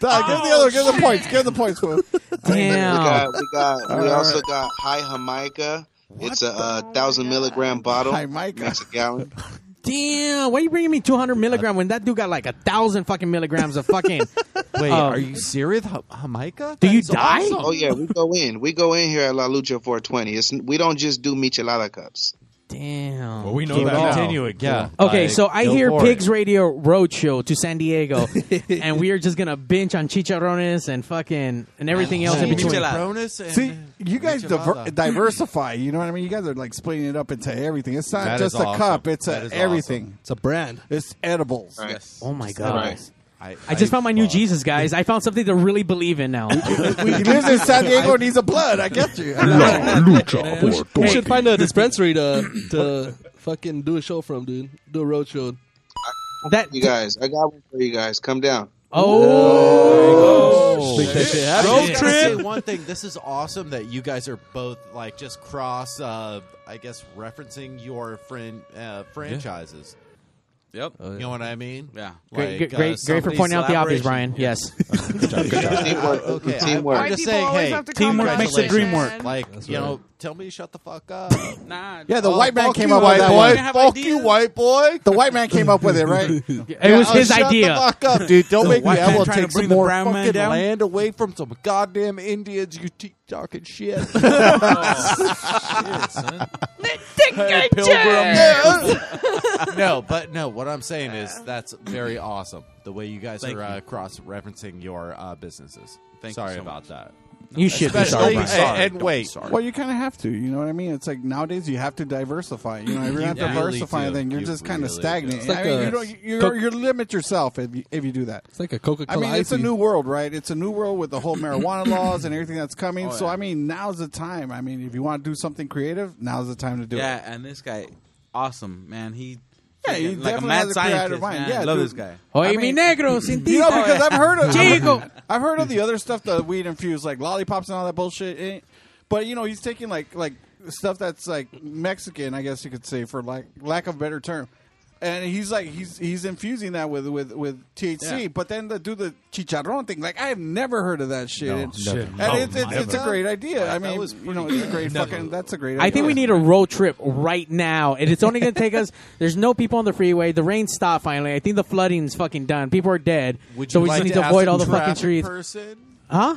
[SPEAKER 3] Dog, give the other, give the points, give the points, fool.
[SPEAKER 1] Damn.
[SPEAKER 2] Oh, We got, we got, we
[SPEAKER 3] All
[SPEAKER 2] also
[SPEAKER 3] right.
[SPEAKER 2] got high Jamaica. It's a uh, thousand milligram bottle. Jamaica makes a gallon.
[SPEAKER 1] Damn, why are you bringing me 200 milligram when that dude got like a thousand fucking milligrams of fucking?
[SPEAKER 8] Wait,
[SPEAKER 1] Uh,
[SPEAKER 8] are you serious, Ha- Jamaica?
[SPEAKER 1] Do you
[SPEAKER 8] That's awesome.
[SPEAKER 2] Oh yeah, we go in. We go in here at La Lucha 420. It's we don't just do michelada cups.
[SPEAKER 1] Damn.
[SPEAKER 5] Well, we know
[SPEAKER 2] Keep
[SPEAKER 5] that.
[SPEAKER 2] continuing,
[SPEAKER 5] now.
[SPEAKER 2] yeah.
[SPEAKER 1] Okay,
[SPEAKER 2] Like,
[SPEAKER 1] so I
[SPEAKER 2] go
[SPEAKER 1] hear
[SPEAKER 2] for
[SPEAKER 1] Pigs Radio Roadshow to San Diego, and we are just gonna binge on chicharrones and fucking and everything else in between.
[SPEAKER 3] See, you guys diver- diversify. You know what I mean? You guys are like splitting it up into everything. It's not
[SPEAKER 4] That is
[SPEAKER 3] just a
[SPEAKER 4] awesome.
[SPEAKER 3] cup; it's
[SPEAKER 4] That
[SPEAKER 3] a
[SPEAKER 4] is awesome.
[SPEAKER 3] everything.
[SPEAKER 4] It's a brand.
[SPEAKER 3] It's edibles.
[SPEAKER 1] Oh my
[SPEAKER 3] It's
[SPEAKER 1] god.
[SPEAKER 3] edibles.
[SPEAKER 1] I, just found my new Jesus, guys. I found something to really believe in now.
[SPEAKER 3] He lives in San Diego and he's a blood. I get you.
[SPEAKER 4] We should, we should find a dispensary to to fucking do a show from, dude. Do a road show.
[SPEAKER 1] That
[SPEAKER 2] you guys, I got one for you guys. Come down.
[SPEAKER 4] Oh. Make that shit happen.
[SPEAKER 2] Road
[SPEAKER 4] Yeah.
[SPEAKER 2] trip.
[SPEAKER 8] Say one thing. This is awesome that you guys are both like just cross. Uh, I guess referencing your friend uh, franchises.
[SPEAKER 7] Yep.
[SPEAKER 8] You know what I mean? uh,
[SPEAKER 7] Yeah.
[SPEAKER 1] Great, great, great, great for pointing out the obvious, Brian. Yes.
[SPEAKER 8] okay,
[SPEAKER 1] Teamwork.
[SPEAKER 8] I,
[SPEAKER 1] Why
[SPEAKER 8] am just
[SPEAKER 1] people
[SPEAKER 8] saying,
[SPEAKER 1] always
[SPEAKER 8] hey,
[SPEAKER 1] have to Teamwork come makes the dream
[SPEAKER 8] congratulations.
[SPEAKER 1] work.
[SPEAKER 8] Like,
[SPEAKER 1] That's
[SPEAKER 8] you
[SPEAKER 1] right.
[SPEAKER 8] know, tell me to shut the fuck up.
[SPEAKER 7] nah.
[SPEAKER 3] Yeah, the
[SPEAKER 8] Oh,
[SPEAKER 3] white man
[SPEAKER 8] fuck
[SPEAKER 3] came
[SPEAKER 8] you,
[SPEAKER 3] up with
[SPEAKER 8] white
[SPEAKER 3] that
[SPEAKER 8] boy.
[SPEAKER 3] one.
[SPEAKER 8] You have Fuck ideas? you,
[SPEAKER 3] white boy. The white man came up with it, right?
[SPEAKER 8] Yeah, oh, shut the fuck up, dude. Don't
[SPEAKER 3] The
[SPEAKER 8] make me.
[SPEAKER 3] white
[SPEAKER 8] I
[SPEAKER 3] man
[SPEAKER 8] will
[SPEAKER 3] trying to
[SPEAKER 8] take some
[SPEAKER 3] bring the
[SPEAKER 8] more
[SPEAKER 3] brown man
[SPEAKER 8] fucking
[SPEAKER 3] down?
[SPEAKER 8] land away from some goddamn Indians. You keep talking shit. Oh, Hey, pilgrim. no, but no. What I'm saying is that's very awesome. The way you guys
[SPEAKER 7] Thank
[SPEAKER 8] are uh, cross-referencing your uh, businesses.
[SPEAKER 7] Thank
[SPEAKER 8] sorry
[SPEAKER 7] you so
[SPEAKER 8] about that.
[SPEAKER 1] You should be sorry,
[SPEAKER 8] Especially-
[SPEAKER 1] Brian.
[SPEAKER 8] And, and wait,
[SPEAKER 3] Well, you kind of have to. You know what I mean? It's like nowadays you have to diversify. You know, if you're
[SPEAKER 8] You
[SPEAKER 3] not
[SPEAKER 8] really
[SPEAKER 3] diversifying,
[SPEAKER 8] do.
[SPEAKER 3] then you're
[SPEAKER 8] You
[SPEAKER 3] just kind of
[SPEAKER 8] really do.
[SPEAKER 3] stagnant.
[SPEAKER 8] It's like
[SPEAKER 3] I mean,
[SPEAKER 8] a
[SPEAKER 3] you don't, you
[SPEAKER 8] Coke-
[SPEAKER 3] you limit yourself if you, if you do that. It's
[SPEAKER 4] like a Coca
[SPEAKER 3] I
[SPEAKER 4] Cola.
[SPEAKER 3] mean, it's a new world, right? It's a new world with the whole marijuana laws and everything that's
[SPEAKER 8] Oh,
[SPEAKER 3] coming. So, I mean, now's the time. I mean, if you want to do something creative, now's the time to do
[SPEAKER 7] yeah,
[SPEAKER 3] it.
[SPEAKER 7] and this guy, awesome man. He,
[SPEAKER 3] Yeah, he
[SPEAKER 7] like a
[SPEAKER 3] definitely
[SPEAKER 7] mad
[SPEAKER 3] has a creative
[SPEAKER 7] scientist.
[SPEAKER 3] mind.
[SPEAKER 7] Man.
[SPEAKER 3] Yeah,
[SPEAKER 7] I love
[SPEAKER 3] dude.
[SPEAKER 7] this guy.
[SPEAKER 1] Oye, mi negro, sin
[SPEAKER 3] You know,
[SPEAKER 1] tito. eh,
[SPEAKER 3] because I've heard of
[SPEAKER 1] Chico.
[SPEAKER 3] I've, I've heard of the other stuff that weed infused, like lollipops and all that bullshit. eh, But you know, he's taking like like stuff that's like Mexican, I guess you could say, for like lack of better term. and he's like he's he's infusing that with with with THC.
[SPEAKER 26] Yeah.
[SPEAKER 3] But then to do the chicharron thing, like I've never heard of that shit.
[SPEAKER 26] No,
[SPEAKER 3] and
[SPEAKER 26] never.
[SPEAKER 3] and
[SPEAKER 26] No,
[SPEAKER 3] it's, it's, it's a
[SPEAKER 26] never.
[SPEAKER 3] great idea. I mean, you know, it's a great fucking. That's a great. idea.
[SPEAKER 1] I think we need a road trip right now, and it's only going to take us. There's no people on the freeway. The rain stopped finally. I think the flooding's fucking done. People are dead,
[SPEAKER 8] Would
[SPEAKER 1] so
[SPEAKER 8] you
[SPEAKER 1] we
[SPEAKER 8] like
[SPEAKER 1] just need
[SPEAKER 8] to
[SPEAKER 1] to avoid
[SPEAKER 8] ask
[SPEAKER 1] all
[SPEAKER 8] a
[SPEAKER 1] the fucking
[SPEAKER 8] traffic
[SPEAKER 1] trees.
[SPEAKER 8] person?
[SPEAKER 1] Huh?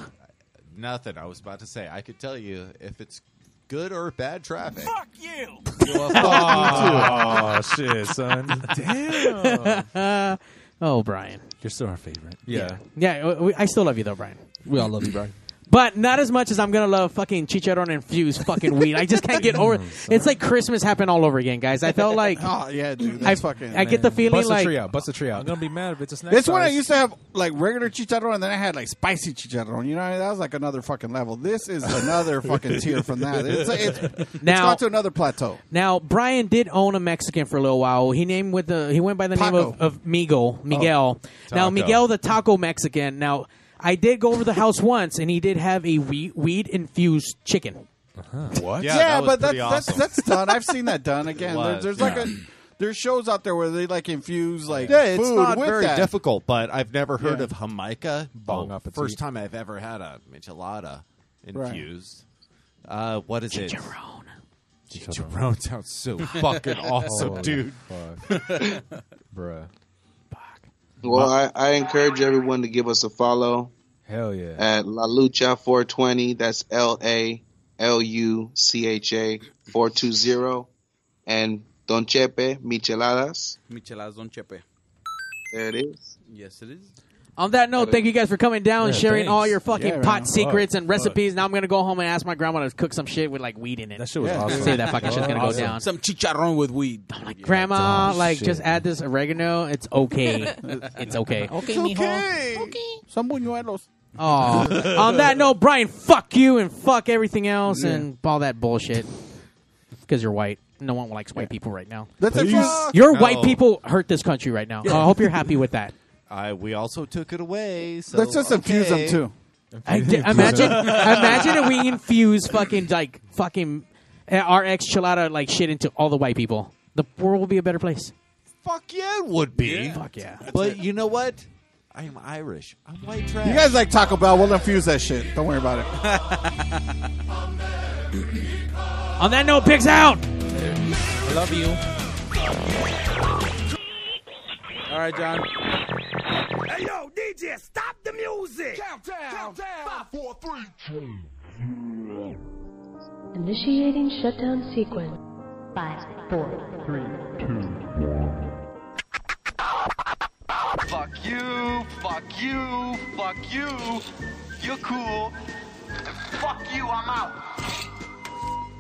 [SPEAKER 8] Nothing. I was about to say. I could tell you if it's good or bad traffic. Fuck you.
[SPEAKER 27] oh shit, son!
[SPEAKER 1] Damn. oh, Brian,
[SPEAKER 27] you're still our favorite.
[SPEAKER 1] yeah. w- we- I still love you though, Brian.
[SPEAKER 27] we all love you, Brian.
[SPEAKER 1] But not as much as I'm gonna love fucking chicharron infused fucking weed. I just can't get over. it. It's like Christmas happened all over again, guys. I felt like
[SPEAKER 3] oh yeah, dude,
[SPEAKER 1] I,
[SPEAKER 3] that's fucking.
[SPEAKER 1] I get the feeling
[SPEAKER 27] Bust
[SPEAKER 1] like
[SPEAKER 27] the tree out. Bust the tree out. I'm gonna be mad if it's a snack.
[SPEAKER 3] This one I used to have like regular chicharron, and then I had like spicy chicharron. You know, what I mean? that was like another fucking level. This is another fucking tier from that. It's it's, it's
[SPEAKER 1] Now-
[SPEAKER 3] gone to another plateau.
[SPEAKER 1] Now, Brian did own a Mexican for a little while. He named with the he went by the name of, of
[SPEAKER 27] Oh.
[SPEAKER 1] Miguel. Miguel. now
[SPEAKER 26] Taco.
[SPEAKER 1] Miguel the Taco Mexican. Now I did go over the house once, and he did have a weed, weed infused chicken.
[SPEAKER 8] What?
[SPEAKER 3] Uh-huh. Yeah, but that's, that's that's done. I've seen that done again.
[SPEAKER 8] It
[SPEAKER 3] There,
[SPEAKER 8] was,
[SPEAKER 3] there's
[SPEAKER 8] yeah.
[SPEAKER 3] like a there's shows out there where they like infuse like
[SPEAKER 8] Yeah, it's
[SPEAKER 3] food
[SPEAKER 8] not
[SPEAKER 3] with
[SPEAKER 8] very
[SPEAKER 3] that.
[SPEAKER 8] difficult, but I've never heard
[SPEAKER 3] Yeah.
[SPEAKER 8] of Jamaica.
[SPEAKER 3] Bong
[SPEAKER 8] Oh,
[SPEAKER 3] appetit.
[SPEAKER 8] first time I've ever had a michelada
[SPEAKER 3] Right.
[SPEAKER 8] infused. Uh, what is it?
[SPEAKER 1] Chicharron.
[SPEAKER 8] Chicharron sounds so fucking awesome,
[SPEAKER 27] Holy
[SPEAKER 8] dude.
[SPEAKER 27] fuck. Bruh.
[SPEAKER 2] Well, I, I encourage everyone to give us a follow
[SPEAKER 27] Hell yeah.
[SPEAKER 2] at La Lucha 420. That's L A L U C H A 420. And Don Chepe Micheladas.
[SPEAKER 7] Micheladas Don Chepe.
[SPEAKER 2] There it is.
[SPEAKER 7] Yes, it is.
[SPEAKER 1] On that note, thank you guys for coming down, and
[SPEAKER 7] Yeah,
[SPEAKER 1] sharing all
[SPEAKER 7] thanks.
[SPEAKER 1] your fucking
[SPEAKER 7] Yeah, man.
[SPEAKER 1] pot secrets
[SPEAKER 7] Fuck,
[SPEAKER 1] and
[SPEAKER 7] fuck.
[SPEAKER 1] recipes. Now I'm gonna go home and ask my grandma to cook some shit with like weed in it. That
[SPEAKER 27] shit was awesome.
[SPEAKER 1] See that fucking shit's gonna go
[SPEAKER 7] Awesome.
[SPEAKER 1] down.
[SPEAKER 7] Some chicharron with weed. I'm
[SPEAKER 1] like, Grandma,
[SPEAKER 7] Dumb
[SPEAKER 1] like
[SPEAKER 7] shit.
[SPEAKER 1] just add this oregano. It's okay. it's okay.
[SPEAKER 3] It's okay. Okay. Some buñuelos.
[SPEAKER 1] Oh. On that note, Brian, fuck you and fuck everything else
[SPEAKER 3] Yeah.
[SPEAKER 1] and all that bullshit. Because you're white. No one likes white people right now.
[SPEAKER 3] That's a Please. fuck.
[SPEAKER 1] Your
[SPEAKER 8] No.
[SPEAKER 1] white people hurt this country right now. I hope you're happy with that.
[SPEAKER 8] I, we also took it away. So
[SPEAKER 1] Let's just infuse 'em,
[SPEAKER 8] okay.
[SPEAKER 1] too. I d- imagine, imagine if we infuse fucking like fucking uh, our enchilada like shit into all the white people. The world will be a better place.
[SPEAKER 8] Fuck yeah, it would be.
[SPEAKER 1] Fuck yeah.
[SPEAKER 8] But you know what? I am Irish. I'm white trash.
[SPEAKER 3] You guys like Taco Bell? We'll infuse that shit. Don't worry about it.
[SPEAKER 1] On that note, pigs out.
[SPEAKER 7] I love you. All right, John.
[SPEAKER 28] Hey yo, DJ, stop the music! Countdown! Countdown! Five, four, three, two.
[SPEAKER 19] Initiating shutdown sequence. Five, four,
[SPEAKER 28] Three, two,
[SPEAKER 12] Fuck you, fuck you, fuck you. You're cool. Fuck you, I'm out.